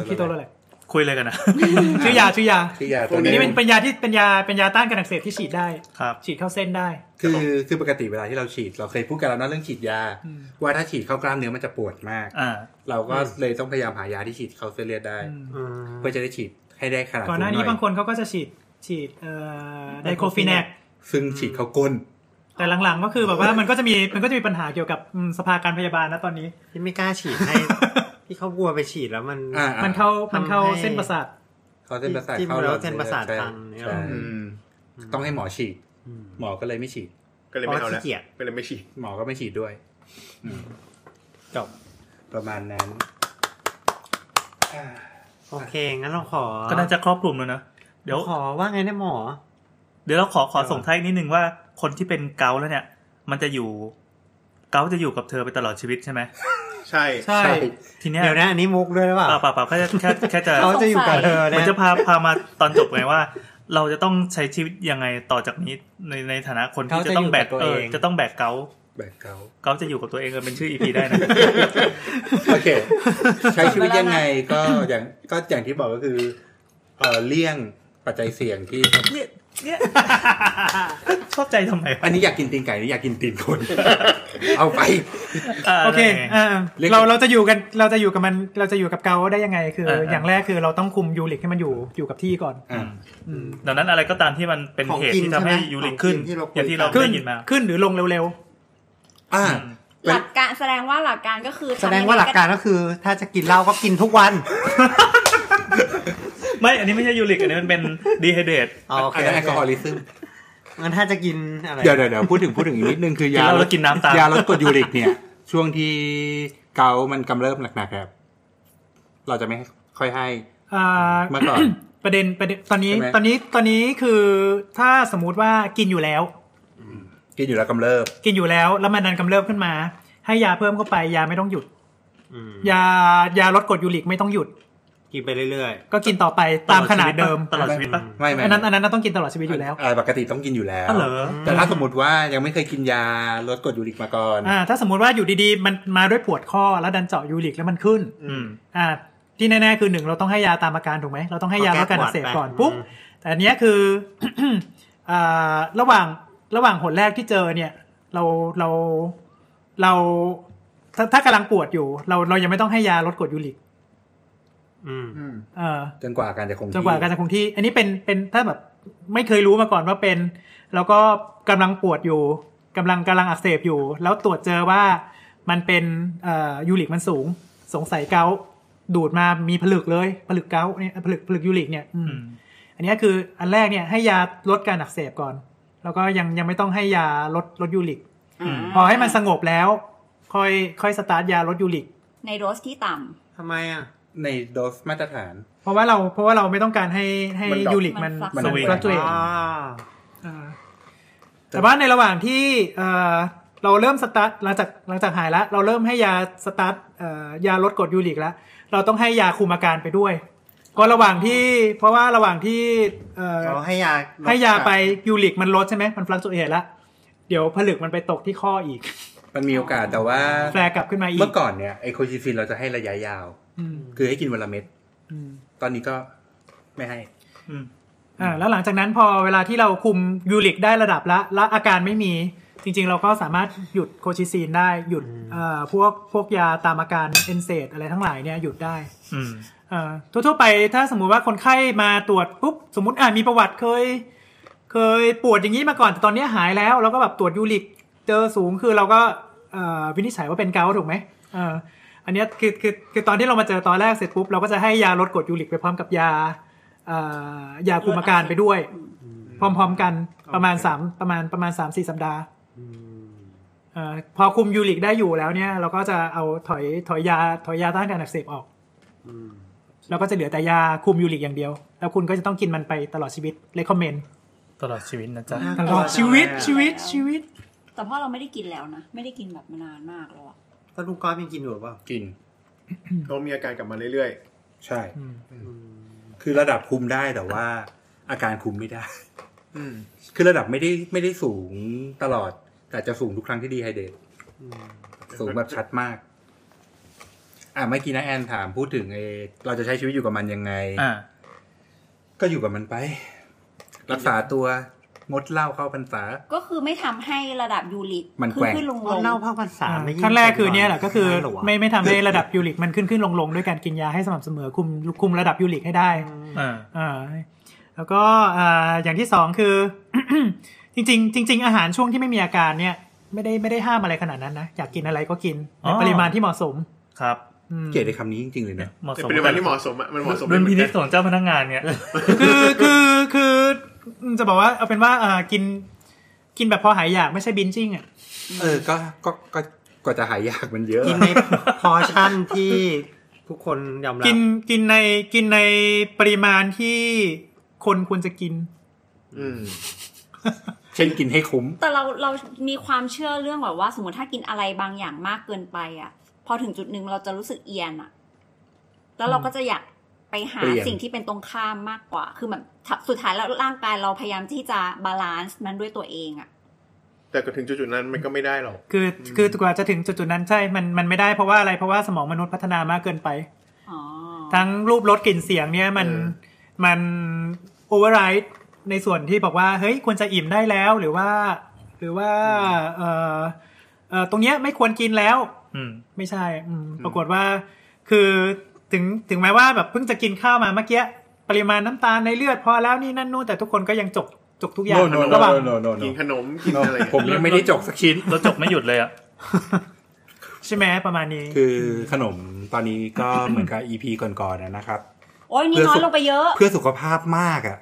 [SPEAKER 8] คิโตโรแลก
[SPEAKER 4] คุยอะไรกันนะ
[SPEAKER 8] ชื่อยาชื่อยา
[SPEAKER 7] คือยา
[SPEAKER 6] พวก
[SPEAKER 8] อันนี้เป็น
[SPEAKER 7] ตัว
[SPEAKER 8] เป็นยาที่เป็นยาเป็นยาต้านการอักเสบที่ฉีดได้
[SPEAKER 4] ครับ
[SPEAKER 8] ฉีดเข้าเส้นได้
[SPEAKER 7] คือคือปกติเวลาที่เราฉีด เราเคยพูดกันแล้วนะเรื่องฉีดยา
[SPEAKER 8] อืม
[SPEAKER 7] ว่าถ้าฉีดเข้ากล้ามเนื้อมันจะปวดมาก
[SPEAKER 4] อ่า
[SPEAKER 7] เราก็เลยต้องพยายามหายาที่ฉีดเข้าเส้นเลือดได้
[SPEAKER 8] อืม
[SPEAKER 3] อืม
[SPEAKER 7] เพื่อจะได้ฉีดให้ได้ขนาด
[SPEAKER 8] ก่อนหน้า
[SPEAKER 7] สู
[SPEAKER 8] นี้
[SPEAKER 7] ย
[SPEAKER 8] บางคนเขาก็จะฉีดฉีดเอ่อไดโคฟีแนก
[SPEAKER 7] ซึ่งฉีดเข้าก้น
[SPEAKER 8] แต่หลังๆ ก็คือแบบว่ามันก็จะมีมันก็จะมีปัญหาเกี่ยวกับอืมสภาการพยาบาลนะตอนนี้
[SPEAKER 3] ที่ไม่กล้าฉีดให้ ที่เขากลัวไปฉีดแล้วมัน
[SPEAKER 7] อ่า
[SPEAKER 8] มั
[SPEAKER 7] มัน
[SPEAKER 8] เข้า
[SPEAKER 3] ทำให้
[SPEAKER 8] มันเข้าเส้นประสาท
[SPEAKER 7] เขาเส้นประสาท
[SPEAKER 3] จิ้ม
[SPEAKER 7] เข้า
[SPEAKER 3] แล้ว
[SPEAKER 7] หอดอ
[SPEAKER 3] เส้นประสาท
[SPEAKER 7] ใช่
[SPEAKER 3] พังเนี่ย
[SPEAKER 7] ใช่
[SPEAKER 6] อืม
[SPEAKER 7] ต้องให้หมอฉีด
[SPEAKER 3] อืม
[SPEAKER 7] หมอก็เลยไม่ฉีด
[SPEAKER 6] ก็เลยไม่เอาแล้ว
[SPEAKER 3] ขี้เกียจ
[SPEAKER 6] ก็เลยไม่ฉีด
[SPEAKER 7] หมอก็ไม่ฉีดด้วย
[SPEAKER 3] จบ
[SPEAKER 7] ประมาณนั้น
[SPEAKER 3] โอเค งั้นเราขอ
[SPEAKER 4] ก็น่าจะครอบคลุมแล้วนะ เดี๋ยว
[SPEAKER 3] ขอว่าไงนะหมอ
[SPEAKER 4] เดี๋ยวเราขอขอส่งท้ายนิดนึงว่าคนที่เป็นเกาต์แล้วเนี่ย มันจะอยู่ เกาต์จะอยู่กับเธอไปตลอดชีวิตใช่ไหม
[SPEAKER 6] ใช่
[SPEAKER 8] ใช่
[SPEAKER 4] ทีเนี้ย
[SPEAKER 3] เดี๋ยวนะอันนี้มุกด้วยหรือเปล่า
[SPEAKER 4] เปล่าเปล่าเปล่าแค่แค่แค่จะ
[SPEAKER 3] เขาจะอยู่กับเธอ
[SPEAKER 4] มัน
[SPEAKER 3] เนี่ย
[SPEAKER 4] จะพาพามาตอนจบไงว่า เราจะต้องใช้ชีวิตยังไงต่อจากนี้ในในฐานะคนที่จะต้องแบกเออจะต้องแบกเกาต์
[SPEAKER 7] แบบเขา
[SPEAKER 4] เกาต์จะอยู่กับตัวเองเออเป็นชื่ออีพีได้นะ
[SPEAKER 7] โอเค ใช้ชีวิตยังไงก็อย่างก็อย่างที่บอกก็คือเออเลี่ยงปัจจัยเสี่ยงที่
[SPEAKER 4] เนี่ย ชอบใจทำไม
[SPEAKER 7] อันนี้อยากกินตีนไก่หรืออยากกินตีนคน เอาไป
[SPEAKER 4] า
[SPEAKER 8] โอเค
[SPEAKER 4] ได้ไง
[SPEAKER 8] อ่า
[SPEAKER 7] เรียก
[SPEAKER 8] เราเราจะอยู่กันเราจะอยู่กับมันเราจะอยู่กับเกาได้ยังไง คืออา อย่างแรกคือเราต้องคุมยูริกให้มันอยู่อยู่กับที่ก่อน
[SPEAKER 7] อ่ะ
[SPEAKER 8] อืม
[SPEAKER 4] ดังนั้นอะไรก็ตามที่มันเป็น
[SPEAKER 1] ของ
[SPEAKER 4] เหตุ
[SPEAKER 1] กิน
[SPEAKER 4] ที่ทำให้
[SPEAKER 1] ใช่ไหม
[SPEAKER 4] ยูริกขึ้น
[SPEAKER 1] ของกินที่เราคุย
[SPEAKER 4] อย่างที่เรา
[SPEAKER 8] ขึ้น
[SPEAKER 4] ได้ยินมา
[SPEAKER 8] ขึ้นหรือลงเร็ว
[SPEAKER 7] อ่ะ
[SPEAKER 4] อืม
[SPEAKER 2] หลักการแสดงว่าหลักการก็คือ
[SPEAKER 1] แสดงว่าหลักการก็คือ ถ้าจะกินเหล้าก็กินทุกวัน
[SPEAKER 4] ไม่ อันนี้ไม่ใช่ยูริก อันนี้มันเป็นดีไฮเดต
[SPEAKER 1] อ๋อโอ
[SPEAKER 7] อั
[SPEAKER 1] เคน
[SPEAKER 7] นั้นแอลกอฮอลิซึม
[SPEAKER 1] งั้นถ้าจะกินอะไร
[SPEAKER 7] เดี๋ยวเดี๋ยวเดี๋ยวพูดถึงพูดถึงอีกนิดนึงคือ ยา
[SPEAKER 4] กินเหล้าแล้วกินน้ำตาม
[SPEAKER 7] ยาลดกรดยูริกเนี่ย ช่วงที่เกามันกำเริบหนักๆครับ เราจะไม่ค่อยให้
[SPEAKER 8] ๆอ่า
[SPEAKER 7] เมื่อก่อน
[SPEAKER 8] ประเด็นประเด็นตอนนี้
[SPEAKER 7] ใช่ไหม
[SPEAKER 8] ตอนนี้ตอนนี้คือถ้าสมมุติว่ากินอยู่แล้ว
[SPEAKER 7] กินอยู่แล้วกำเริบ
[SPEAKER 8] กินอยู่แล้วแล้วมันดันกำเริบขึ้นมา ให้ยาเพิ่มเข้าไปยาไม่ต้องหยุดยายาลดกรดยูริกไม่ต้องหยุด
[SPEAKER 3] กินไปเรื่อย
[SPEAKER 8] ก็กินต่อไปตามขนาดเดิม
[SPEAKER 4] ตลอดชีวิตปะ
[SPEAKER 7] ไม่ไม่
[SPEAKER 8] อันนั้นอันนั้นต้องกินตลอดชีวิตอยู่แล้ว
[SPEAKER 7] อ่าปกติต้องกินอยู่แล้ว
[SPEAKER 4] อ๋อเหรอ
[SPEAKER 7] แต่ถ้าสมมติว่ายังไม่เคยกินยาลดกรดยูริกมาก่อน
[SPEAKER 8] อ่าถ้าสมมุติว่าอยู่ดีๆ มันมาด้วยปวดข้อแล้วดันเจาะยูริกแล้วมันขึ้น
[SPEAKER 4] อืม
[SPEAKER 8] อ่าที่แน่ๆคือหนึ่งเราต้องให้ยาตามอาการถูกไหมเราต้องให้ยาลดการอักเสบก่อน
[SPEAKER 1] เอาแก้ปวดไป
[SPEAKER 8] ปุ๊บแต่อันเนี้ยคือ อ่าระหว่างระหว่างหนแรกที่เจอเนี่ย เราเราเราถ้าถ้ากำลังปวดอยู่ เราเรายังไม่ต้องให้ยาลดกรดยูริก
[SPEAKER 1] อืม
[SPEAKER 8] เออ
[SPEAKER 7] จนกว่าอาการจะคงที่
[SPEAKER 8] จนกว่าการจะคงที่ อันนี้เป็นเป็นถ้าแบบไม่เคยรู้มาก่อนว่าเป็น แล้วก็กำลังปวดอยู่กำลังกำลังอักเสบอยู่ แล้วตรวจเจอว่ามันเป็นเอ่อยูริกมันสูง สงสัยเกาต์ดูดมามีผลึกเลยผลึกเกาต์เนี่ยผลึกผลึกยูริกเนี่ยอืม
[SPEAKER 4] อืม
[SPEAKER 8] อันนี้คืออันแรกเนี่ยให้ยาลดการอักเสบก่อน แล้วก็ยังยังไม่ต้องให้ยาลดลดยูริก
[SPEAKER 2] า
[SPEAKER 8] พอให้มันสงบแล้ว ค่อยค่อยสตาร์ทยาลดยูริก
[SPEAKER 2] ในโดสที่ต่ำ
[SPEAKER 1] ทำไมอ่ะ
[SPEAKER 7] ในโดสมาตรฐาน
[SPEAKER 8] เพราะว่าเราเพราะว่าเราไม่ต้องการให้ให้
[SPEAKER 7] มันดรอป
[SPEAKER 8] ยูริกมัน
[SPEAKER 7] มัน
[SPEAKER 8] ส
[SPEAKER 7] ส
[SPEAKER 8] วิ
[SPEAKER 7] วิ
[SPEAKER 8] ง
[SPEAKER 7] ง
[SPEAKER 8] ตัวเอง
[SPEAKER 1] อ่า
[SPEAKER 8] แต่ว่าในระหว่างที่เอ่อเราเริ่มสตาร์ทหลังจากหลังจากหายแล้ว เราเริ่มให้ยาสตาร์ทเอ่อยาลดกรดยูริกแล้ว เราต้องให้ยาคุมอาการไปด้วย ก็ระหว่างที่เพราะว่าระหว่างที่เอ่อ
[SPEAKER 1] เราให้ยาลด
[SPEAKER 8] ให้ยาไปยูริกมันลดใช่ไหมมันฟลักซ์เอทแล้วเดี๋ยวผลึกมันไปตกที่ข้ออีก
[SPEAKER 7] มันมีโอกาสแต่ว่า
[SPEAKER 8] แปรกลับขึ้นมาอี
[SPEAKER 7] เมื่
[SPEAKER 8] ก
[SPEAKER 7] อก่อนเนี่ยไอโคชิฟินเราจะให้ระยะยาว
[SPEAKER 8] อืม
[SPEAKER 7] คือให้กินวันละเม็ด
[SPEAKER 8] อืม
[SPEAKER 7] ตอนนี้ก็ไม่ให้
[SPEAKER 4] อืม
[SPEAKER 8] อ่าแล้วหลังจากนั้นพอเวลาที่เราคุมยูริกได้ระดับละและอาการไม่มี จริงๆ เราก็สามารถหยุดโคชิซีนได้หยุดเอ่อพวกพวกยาตามอาการเอนเซดอะไรทั้งหลายเนี่ยหยุดได้
[SPEAKER 4] อืม
[SPEAKER 8] เอ่อทั่วๆไปถ้าสมมุติว่าคนไข้มาตรวจปุ๊บสมมติอ่ามีประวัติเคย เคยปวดอย่างนี้มาก่อนแต่ตอนเนี้ยหายแล้วแล้วก็แบบตรวจยูริกเจอสูงคือเราก็เอ่อวินิจฉัยว่าเป็นเกาต์ถูกไหมเอ่ออันเนี้ยคือคือคือตอนที่เรามาเจอตอนแรกเสร็จปุ๊บเราก็จะให้ยาลดกรดยูริกไปพร้อมกับยาเอ่อยาคุมอาการไปด้วย พร้อมๆกันประมาณสามประมาณประมาณสามสี่สัปดาห์
[SPEAKER 1] อืม
[SPEAKER 8] เอ่อพอคุมยูริกได้อยู่แล้วเนี่ย เราก็จะเอาถอยถอยยาถอยยาต้านการอักเสบออก
[SPEAKER 1] อืม
[SPEAKER 8] แล้วก็จะเหลือแต่ยาคุมยูริกอย่างเดียว แล้วคุณก็จะต้องกินมันไปตลอดชีวิตเลคคอมเมน
[SPEAKER 4] ตลอดชีวิตนะจ๊ะ
[SPEAKER 8] ตลอดชีวิตชีวิตชีวิต
[SPEAKER 2] แต่พ่อเราไม่ได้กินแล้วนะ ไม่ได้กินแบบมานานมากแล้วอะ
[SPEAKER 1] ก็ลุงก้อยยังกินอยู่หรือเปล่า
[SPEAKER 7] กิน
[SPEAKER 6] เขามีอาการกลับมาเรื่อย
[SPEAKER 7] ใช่ คือระดับคุมได้แต่ว่าอาการคุมไม่ได้
[SPEAKER 6] ๆ อืม
[SPEAKER 7] คือระดับไม่ได้ไม่ได้สูงตลอด แต่จะสูงทุกครั้งที่ดีไฮเดรตสูงแบบชัดมาก อ่ะเมื่อกี้นะแอนถามพูดถึงเอเราจะใช้ชีวิตอยู่กับมันยังไง
[SPEAKER 4] อ่า
[SPEAKER 7] ก็อยู่กับมันไป รักษาตัวงดเหล้าเข้าพรรษา
[SPEAKER 2] ก็คือไม่ทำให้ระดับยูริก
[SPEAKER 7] มัน
[SPEAKER 2] ขึ้น
[SPEAKER 7] แกว่ง
[SPEAKER 2] ขึ้นลงล
[SPEAKER 1] เอา
[SPEAKER 2] ง
[SPEAKER 1] เหล่าภาคภาษาไม่ยิ่ง
[SPEAKER 8] ขั้นแรกคือเนี่ยแหละก็คือ
[SPEAKER 1] นั่นเหรวะ
[SPEAKER 8] ไม่ไม่ทำให้ระดับยูริกมันขึ้นขึ้นลงลงด้วยการกินยาให้สม่ำเสมอคุมคุมระดับยูริกให้ได้
[SPEAKER 4] อ่า
[SPEAKER 8] อ่าแล้วก็อ่าอย่างที่สองคือ จริงๆจริง ๆ อาหารช่วงที่ไม่มีอาการเนี่ย ไม่ได้ไม่ได้ห้ามอะไรขนาดนั้นนะ อยากกินอะไรก็กิน
[SPEAKER 4] อ๋อ
[SPEAKER 8] ในปริมาณที่เหมาะสม
[SPEAKER 4] ครับ
[SPEAKER 8] อืม
[SPEAKER 7] เกลียดในคำนี้จริงๆเลยนะ
[SPEAKER 4] เหมาะสม
[SPEAKER 6] เป็นวันที่เหมาะสมอะมันเหมาะสม
[SPEAKER 4] ดุลพินิจ
[SPEAKER 6] เห
[SPEAKER 4] ข
[SPEAKER 6] มือนกัน
[SPEAKER 4] องเจ้าพนักงานเนี่ย
[SPEAKER 8] คือคือคือจะบอกว่าเอาเป็นว่าอ่ากิน กินแบบพอหายอยากไม่ใช่บินจิ้งอ่ะ
[SPEAKER 7] เออ ก็ก็ก็กว่าจะหายยากมันเยอะ
[SPEAKER 1] กินในพอร์ชั่นที่ทุกคนยอมรับ
[SPEAKER 8] กินกินในกินในปริมาณที่คนควรจะกิน
[SPEAKER 6] อืม
[SPEAKER 7] เช่นกินให้คุ้ม
[SPEAKER 2] แต่เราเรามีความเชื่อเรื่องแบบว่า สมมติถ้ากินอะไรบางอย่างมากเกินไปอ่ะ พอถึงจุดหนึ่งเราจะรู้สึกเอียนอ่ะ แล้วเราก็จะอยากไปหา
[SPEAKER 7] เปลี่ยน
[SPEAKER 2] สิ่งที่เป็นตรงข้ามมากกว่า คือแบบสุดท้ายแล้วร่างกายเราพยายามที่จะบาลานซ์มันด้วยตัวเองอ่ะ
[SPEAKER 6] แต่ก็ถึงจุดๆนั้นมันก็ไม่ได้หรอก
[SPEAKER 8] คือคือกว่าจะถึงจุดๆนั้นใช่ มันมันไม่ได้เพราะว่าอะไรเพราะว่าสมองมนุษย์พัฒนามากเกินไป
[SPEAKER 2] อ๋อ
[SPEAKER 8] ทั้งรูปรสกลิ่นเสียงเนี่ยมัน
[SPEAKER 6] เออ
[SPEAKER 8] มันโอเวอร์ไรด์ ในส่วนที่บอกว่าเฮ้ยควรจะอิ่มได้แล้วหรือว่า หรือว่าเอ่อเอ่อตรงเนี้ยไม่ควรกินแล้ว
[SPEAKER 4] อืม
[SPEAKER 8] ไม่ใช่อืมปรากฏว่า คือถึงถึงแม้ว่าแบบเพิ่งจะกินข้าวมาเมื่อกี้ปริมาณน้ำตาลในเลือดพอแล้วนี่นั่นนู่นแต่ทุกคนก็ยังจกจกทุกอย่าง
[SPEAKER 9] โนโนโน
[SPEAKER 8] ระหว่าง
[SPEAKER 9] โนโน
[SPEAKER 6] กินขนมกินอะไร
[SPEAKER 7] ผมยังไม่ได้จกสักชิ้น
[SPEAKER 4] แล้วจบไม่หยุดเลยอ่ะ
[SPEAKER 8] ใช่ไหมประมาณนี้
[SPEAKER 7] คือขนมตอนนี้ก็เหมือนกับ EP ก่อนๆนะนะครับ
[SPEAKER 2] โอ้ยนี่น้อยลงไปเยอะ
[SPEAKER 7] เพื่อสุขภาพมากอ่ะ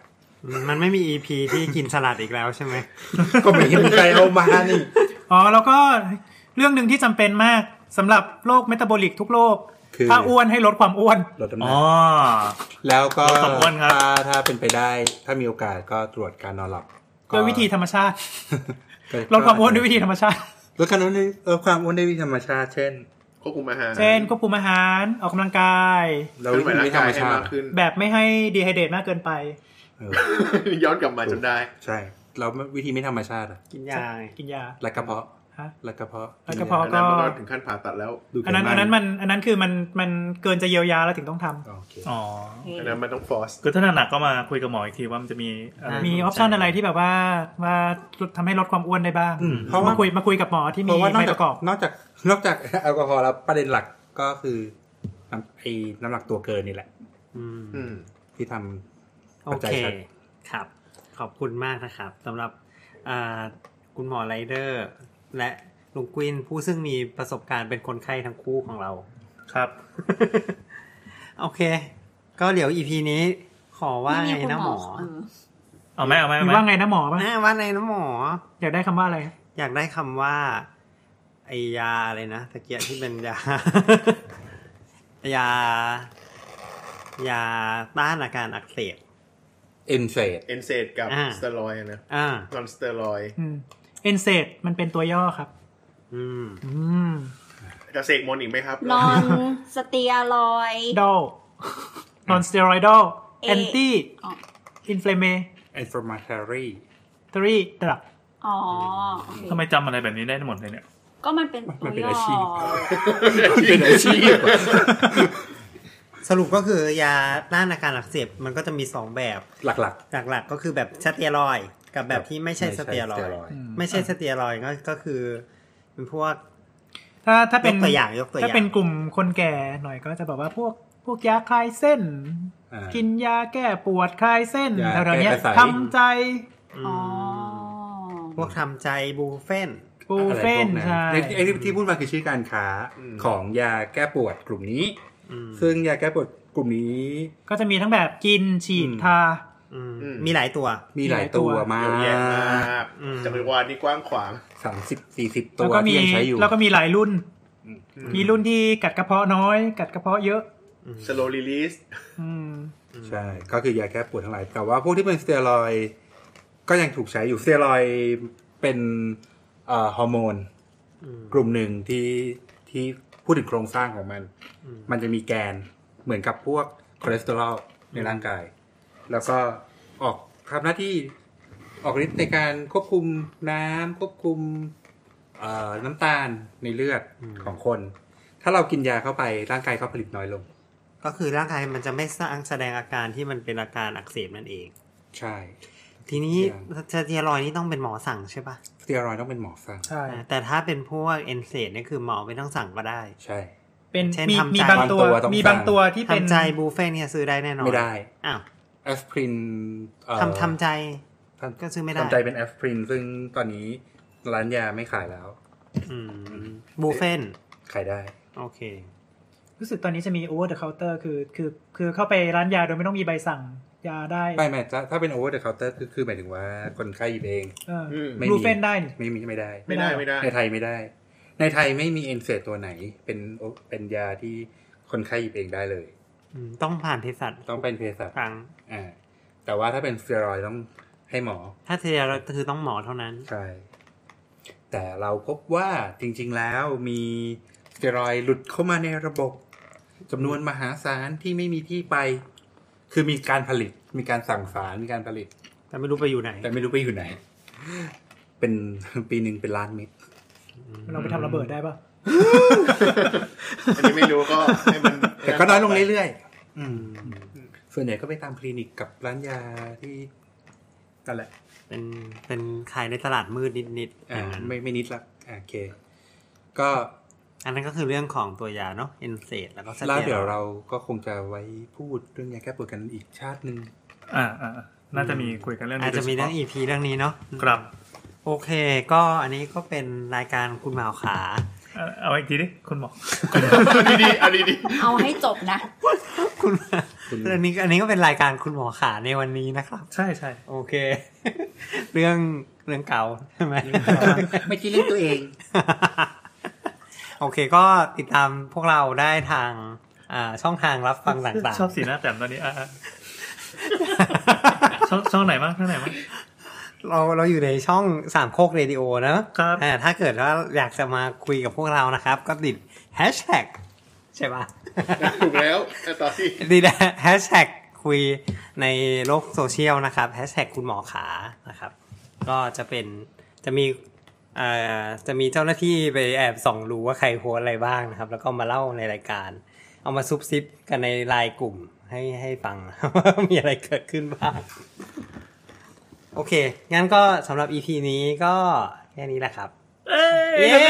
[SPEAKER 3] มันไม่มี EP ที่กินสลัดอีกแล้วใช่ไหม
[SPEAKER 7] ก็ไม่เห็นใครเอามานี่
[SPEAKER 8] อ๋อแล้วก็เรื่องหนึ่งที่จำเป็นมากสำหรับโรคเมตาบอลิกทุกโรค
[SPEAKER 7] คือ
[SPEAKER 8] ถ้าอ้วนให้ลดความอ้วน
[SPEAKER 7] ลดน้ำห
[SPEAKER 4] อ๋
[SPEAKER 7] นั
[SPEAKER 4] อ
[SPEAKER 7] กแล้วก็
[SPEAKER 4] ลดความอ้วนครับ
[SPEAKER 7] ถ้าถ้าเป็นไปได้ ถ้ามีโอกาสก็ตรวจการนอนหลับก็
[SPEAKER 8] ด้วยวิธีธรรมชาติ
[SPEAKER 7] ก็
[SPEAKER 8] ลดความอ้วนด้วยวิธีธรรมชาติ
[SPEAKER 7] ลดการอ้วนด้วยเออความอ้วนด้วยวิธีธรรมชาติ เช่น
[SPEAKER 6] ควบคุมอาหาร
[SPEAKER 8] เช่นควบคุมอาหารออกกำลังกาย
[SPEAKER 7] เรา
[SPEAKER 6] เคลื่
[SPEAKER 7] วิ
[SPEAKER 6] อนไหว
[SPEAKER 7] ธี
[SPEAKER 6] ร่างการ ย
[SPEAKER 7] ธรม
[SPEAKER 6] ให้
[SPEAKER 7] ชาติ
[SPEAKER 6] มากขึ้น
[SPEAKER 8] แบบไม่ให้ดีไฮเดรตมากเกินไป
[SPEAKER 7] เออ
[SPEAKER 6] ย้อนกลับมาจนได้
[SPEAKER 7] ใช่เราวิธีไม่ธรรมชาติอะ
[SPEAKER 3] กินยาไง
[SPEAKER 8] กินยา
[SPEAKER 7] รักกระเพาะ
[SPEAKER 8] ฮะ
[SPEAKER 7] รักกระเพาะ
[SPEAKER 8] รักกระเพาะ
[SPEAKER 6] อันนั้นมันก็ถึงขั้นผ่าตัดแล้ว
[SPEAKER 7] ดูกั
[SPEAKER 8] อันนั้น
[SPEAKER 7] บ้าง
[SPEAKER 8] อันนั้นมันอันนั้นคือมันมันเกินจะเยียวยาแล้วถึงต้องทำ
[SPEAKER 7] โอเค
[SPEAKER 4] อ๋อ
[SPEAKER 6] อันนั้นมันต้องฟอร์ส
[SPEAKER 4] คือถ้าหนักๆก็มาคุยกับหมออีกทีว่ามันจะมีอะไร
[SPEAKER 8] มีออปชันอะไรที่แบบว่าว่าทำให้ลดความอ้วนได้บ้าง
[SPEAKER 7] อืมเพราะว่า
[SPEAKER 8] มาคุยมาคุยกับหมอที่
[SPEAKER 7] เพ
[SPEAKER 8] มี
[SPEAKER 7] ราะว่านอก
[SPEAKER 8] ใบ
[SPEAKER 7] จาก
[SPEAKER 8] ประกอบ
[SPEAKER 7] นอกจาก นอกจากแอลกอฮอล์แล้วประเด็นหลักก็คือน้ำไอ้น้ำหนักตัวเกินนี่แหละ
[SPEAKER 3] อืม
[SPEAKER 6] อืม
[SPEAKER 7] ที่ทำ
[SPEAKER 3] โอ
[SPEAKER 7] ปัจจัย
[SPEAKER 3] เคครั
[SPEAKER 7] ชัด
[SPEAKER 3] บ ขอบคุณมากนะครับสำหรับอ่าคุณหมอไรเดอร์ และลุงกวินผู้ซึ่งมีประสบการณ์เป็นคนไข้ทั้งคู่ของเรา
[SPEAKER 4] ครับ
[SPEAKER 3] โอเค ก็เดี๋ยวอีพีนี้ ขอว่าไงนะหมอ
[SPEAKER 4] เอาไหมเอาไหม
[SPEAKER 8] มี
[SPEAKER 4] เอาไหม
[SPEAKER 8] ว่าไงนะหมอปะ
[SPEAKER 3] อ่าว่าไงนะหมอ
[SPEAKER 8] อยากได้คำว่าอะไร
[SPEAKER 3] อยากได้คำว่า ไอยาอะไรนะตะเกียบที่เป็นยา ยา ยาต้านอาการอักเสบ
[SPEAKER 7] เอนเซด
[SPEAKER 6] เอนเซดกับ
[SPEAKER 3] อ่า
[SPEAKER 6] สเตียรอยด์อะนะ
[SPEAKER 3] อ่า
[SPEAKER 6] นอนสเตียรอยด์
[SPEAKER 8] อืมเอนเซดมันเป็นตัวย่อครับ
[SPEAKER 3] อืม
[SPEAKER 8] อืม
[SPEAKER 6] จะเสกมนต์อีกไหมครับ
[SPEAKER 2] นอนสเตียรอยด์
[SPEAKER 8] ดอลนอนสเตียรอยดอล
[SPEAKER 2] เอ
[SPEAKER 8] แอนตี้
[SPEAKER 2] อ๋อ
[SPEAKER 8] อินฟลามเม
[SPEAKER 7] เอนฟอร์มาทารี
[SPEAKER 8] ทรีดรับ
[SPEAKER 2] อ๋อโอเค
[SPEAKER 4] ทำไมจำอะไรแบบนี้ได้หมดเลยเนี่ย
[SPEAKER 2] ก็มันเป็นตัวย่อ
[SPEAKER 7] เป็นอาชีพ
[SPEAKER 3] สรุปก็คือยาต้านอาการอักเสบมันก็จะมีสองแบบ
[SPEAKER 7] หลัก
[SPEAKER 3] หลักๆก็คือแบบสเตียรอยด์กับแบบที่ไม่ใช่
[SPEAKER 7] ไม่ใช่
[SPEAKER 3] สเตียรอยด์
[SPEAKER 7] สเตียรอยด์
[SPEAKER 3] ไม่ใช่สเตียรอยด์ก็ก็คือเป็นพวก
[SPEAKER 8] ถ้าถ้าเป็น
[SPEAKER 3] ยกตัวอย่างยกตัวอย่าง
[SPEAKER 8] ถ้าเป็นกลุ่มคนแก่หน่อยก็จะแบบว่าพวกพวกยาคลายเส้น
[SPEAKER 7] อ่ากิ
[SPEAKER 8] กินยาแก้ปวดคลายเส้น
[SPEAKER 7] ยา
[SPEAKER 8] แถวๆเนี้ย
[SPEAKER 7] แก้กระสาย
[SPEAKER 8] ทำใจ
[SPEAKER 2] อ๋อ
[SPEAKER 3] พวกทำใจบูเฟน
[SPEAKER 8] บู
[SPEAKER 7] ๆอะไร
[SPEAKER 8] เฟ
[SPEAKER 7] พวน กนั้น
[SPEAKER 8] ใช่
[SPEAKER 7] ไอ้ไอ้ที่ที่พูดมาคือชื่อการค้า
[SPEAKER 6] อืม
[SPEAKER 7] ของยาแก้ปวดกลุ่มนี้
[SPEAKER 3] อืม
[SPEAKER 7] ซึ่งยาแก้ปวดกลุ่มนี้
[SPEAKER 8] ก็จะมีทั้งแบบกินฉีด
[SPEAKER 7] อืม
[SPEAKER 8] ทา
[SPEAKER 3] อืม
[SPEAKER 6] อืม
[SPEAKER 3] มีหลายตัว
[SPEAKER 7] มีหลาย
[SPEAKER 8] หลายตั
[SPEAKER 7] ตัว วมา
[SPEAKER 6] เยอะแยะมาก
[SPEAKER 3] อืม
[SPEAKER 6] จักรวาลนี่กว้างขวาง
[SPEAKER 7] สามสิบสี่สิบตั
[SPEAKER 8] แล้ว
[SPEAKER 7] ว
[SPEAKER 8] ก็มี
[SPEAKER 7] ที่ยังใช้อยู่
[SPEAKER 8] แล้วก็มีหลายรุ่น
[SPEAKER 6] อืม
[SPEAKER 8] มีรุ่นที่กัดกระเพาะน้อย กัดกระเพาะเยอะ
[SPEAKER 6] สโลลีลิส
[SPEAKER 8] อืม
[SPEAKER 7] ใช่ ก็คือยาแก้ปวดทั้งหลาย แต่ว่าพวกที่เป็นสเตียรอยด์ก็ยังถูกใช้อยู่ สเตียรอยด์เป็นเอ่อฮอร์โมน กลุ่มหนึ่งที่ที่พูดถึงโครงสร้างของมัน มันจะมีแกนเหมือนกับพวกคอเลสเตอรอลในร่างกาย แล้วก็ออกทำหน้าที่ออกฤทธิ์ในการควบคุมน้ำควบคุมเอ่อน้ำตาลในเลือดของคน ถ้าเรากินยาเข้าไปร่างกายก็ผลิตน้อยลง
[SPEAKER 3] ก็คือร่างกายมันจะไม่สร้างแสดงอาการที่มันเป็นอาการอักเสบนั่นเอง
[SPEAKER 7] ใช่
[SPEAKER 3] ทีนี้
[SPEAKER 7] ใช่
[SPEAKER 3] สเตียรอยด์นี่ต้องเป็นหมอสั่งใช่ปะ
[SPEAKER 7] สเตียรอยด์ต้องเป็นหมอสั่ง
[SPEAKER 8] ใช่
[SPEAKER 3] ่ะแต่ถ้าเป็นพวกเอนเซดนี่ยคือหมอไม่ต้องสั่งก็ได้
[SPEAKER 7] ใช่
[SPEAKER 8] เป็น
[SPEAKER 3] เช่น
[SPEAKER 8] มี
[SPEAKER 3] ทำ
[SPEAKER 8] มี
[SPEAKER 3] ใจ
[SPEAKER 8] บางตัว
[SPEAKER 7] บางตัวต้อง
[SPEAKER 8] มีบาง
[SPEAKER 7] สั่ง
[SPEAKER 8] ตัวที่เป็น
[SPEAKER 3] ทำใจบูเฟนเนี่ยซื้อได้แน่นอน
[SPEAKER 7] ไม่ได้
[SPEAKER 3] อ้าว
[SPEAKER 7] แอสพรินเอ่อ
[SPEAKER 3] ทำทำใจ
[SPEAKER 7] ทำ
[SPEAKER 3] ก็ซื้อไม่ได้
[SPEAKER 7] ทำใจเป็นแอสพรินซึ่งตอนนี้ร้านยาไม่ขายแล้ว
[SPEAKER 3] อืมบูเฟน
[SPEAKER 7] ขายได้
[SPEAKER 3] โอเค
[SPEAKER 8] รู้สึกตอนนี้จะมี over the counter คือคือคือเข้าไปร้านยาโดยไม่ต้องมีใบสั่งยาได้
[SPEAKER 7] ไม่ไม่ถ้าถ้าเป็น over the counter คือคือหมายถึงว่าคนไข้หยิบเอง
[SPEAKER 8] เออ
[SPEAKER 6] อืม
[SPEAKER 7] ไม่มี
[SPEAKER 8] บลูเฟนได้นี่
[SPEAKER 7] ไม่มีไม่ได้
[SPEAKER 6] ไม่ได้ไม่ได้
[SPEAKER 7] ในไทยไม่ได้ ในไทยไม่มีเอนเซตตัวไหน เป็นเป็นยาที่คนไข้หยิบเองได้เลย
[SPEAKER 3] อืมต้องผ่านเภสัช
[SPEAKER 7] ต้องเป็นเภสัช
[SPEAKER 3] ครั้ง
[SPEAKER 7] อ่าแต่ว่าถ้าเป็นสเตียรอยด์ต้องให้หมอ
[SPEAKER 3] ถ้าเทียรอยด์คือต้องหมอเท่านั้น
[SPEAKER 7] ใช่ แต่เราพบว่าจริงๆแล้วมีสเตียรอยด์หลุดเข้ามาในระบบจำนวนมหาศาลที่ไม่มีที่ไป คือมีการผลิต มีการสั่งสารมีการผลิต
[SPEAKER 3] แต่ไม่รู้ไปอยู่ไหน
[SPEAKER 7] แต่ไม่รู้ไปอยู่ไหน เป็นปีหนึ่งเป็นล้านเม็ด
[SPEAKER 8] มันเอาไปทำระเบิดได้ปะ
[SPEAKER 6] อันนี้ไม่รู้ก็ให้มัน
[SPEAKER 7] แต่ก็น้อยลงเรื่อยๆ ส่วนใหญ่ก็ไปตามคลินิกกับร้านยาที่ นั่นแหละ
[SPEAKER 3] เป็นเป็นขายในตลาดมืดนิดๆอ
[SPEAKER 7] อ่า
[SPEAKER 3] ย่างนั้น
[SPEAKER 7] ไม่ไม่นิดละอ่าโอเค ก็
[SPEAKER 3] อันนั้นก็คือเรื่องของตัวยาเนาะเอนเซดแล้วก็ส
[SPEAKER 7] แล้วเดี๋ยว
[SPEAKER 3] รอย
[SPEAKER 7] เราก็คงจะไว้พูดเรื่องยาแก้ปวดกันอีกชาติหนึ่ง
[SPEAKER 4] อ่าอ่าน่าจะมีคุยกันเรื่องนี้
[SPEAKER 3] อาจจะมีเรื่อง EP เรื่องนี้เนาะ
[SPEAKER 4] ครับ
[SPEAKER 3] โอเค ก็อันนี้ก็เป็นรายการคุณหมาวขา
[SPEAKER 4] เอาเอาอีกทีดิคุณหมอ
[SPEAKER 6] ดีๆอันนี้ดี
[SPEAKER 2] เอาให้จบนะ
[SPEAKER 3] คุณ
[SPEAKER 7] คุณ
[SPEAKER 3] อันนี้อันนี้ก็เป็นรายการคุณหมอขาในวันนี้นะครับ
[SPEAKER 4] ใช่ใช่
[SPEAKER 3] โอเค เรื่องเรื่องเก่าใช่ไหม
[SPEAKER 7] ไม่ใช่เรื่องตัวเอง
[SPEAKER 3] โอเคก็ติดตามพวกเราได้ทางอ่าช่องทางรับฟังต่าง
[SPEAKER 4] ชอบสีหน้าแต้มตอนนี้อ่ะอ่ะช่องช่องไหนบ้างช่องไหน บ้าง
[SPEAKER 3] ๆ เราเราอยู่ในช่องสามโคกเรดิโอนะครับ อ่าถ้าเกิดว่าอยากจะมาคุยกับพวกเรานะครับ ก็ติดแฮชแท็กใช่ปะ
[SPEAKER 6] ถูกแล้วอ่ะต่อที่
[SPEAKER 3] ดีนะแฮชแท็กคุยในโลกโซเชียลนะครับแฮชแท็กคุณหมอขานะครับ ก็จะเป็นจะมีเอ่อจะมีเจ้าหน้าที่ไปแอบส่องรู้ว่าใครโพสต์อะไรบ้างนะครับ แล้วก็มาเล่าในรายการ เอามาซุบซิบกันในไลน์กลุ่มให้ให้ฟัง ว่ามีอะไรเกิดขึ้นบ้าง โอเค งั้นก็สำหรับ EP นี้ก็แค่นี้แหละครับ
[SPEAKER 4] เอ้ยสวัส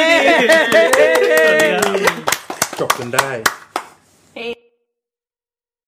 [SPEAKER 4] ดีครับ
[SPEAKER 7] จบกันได้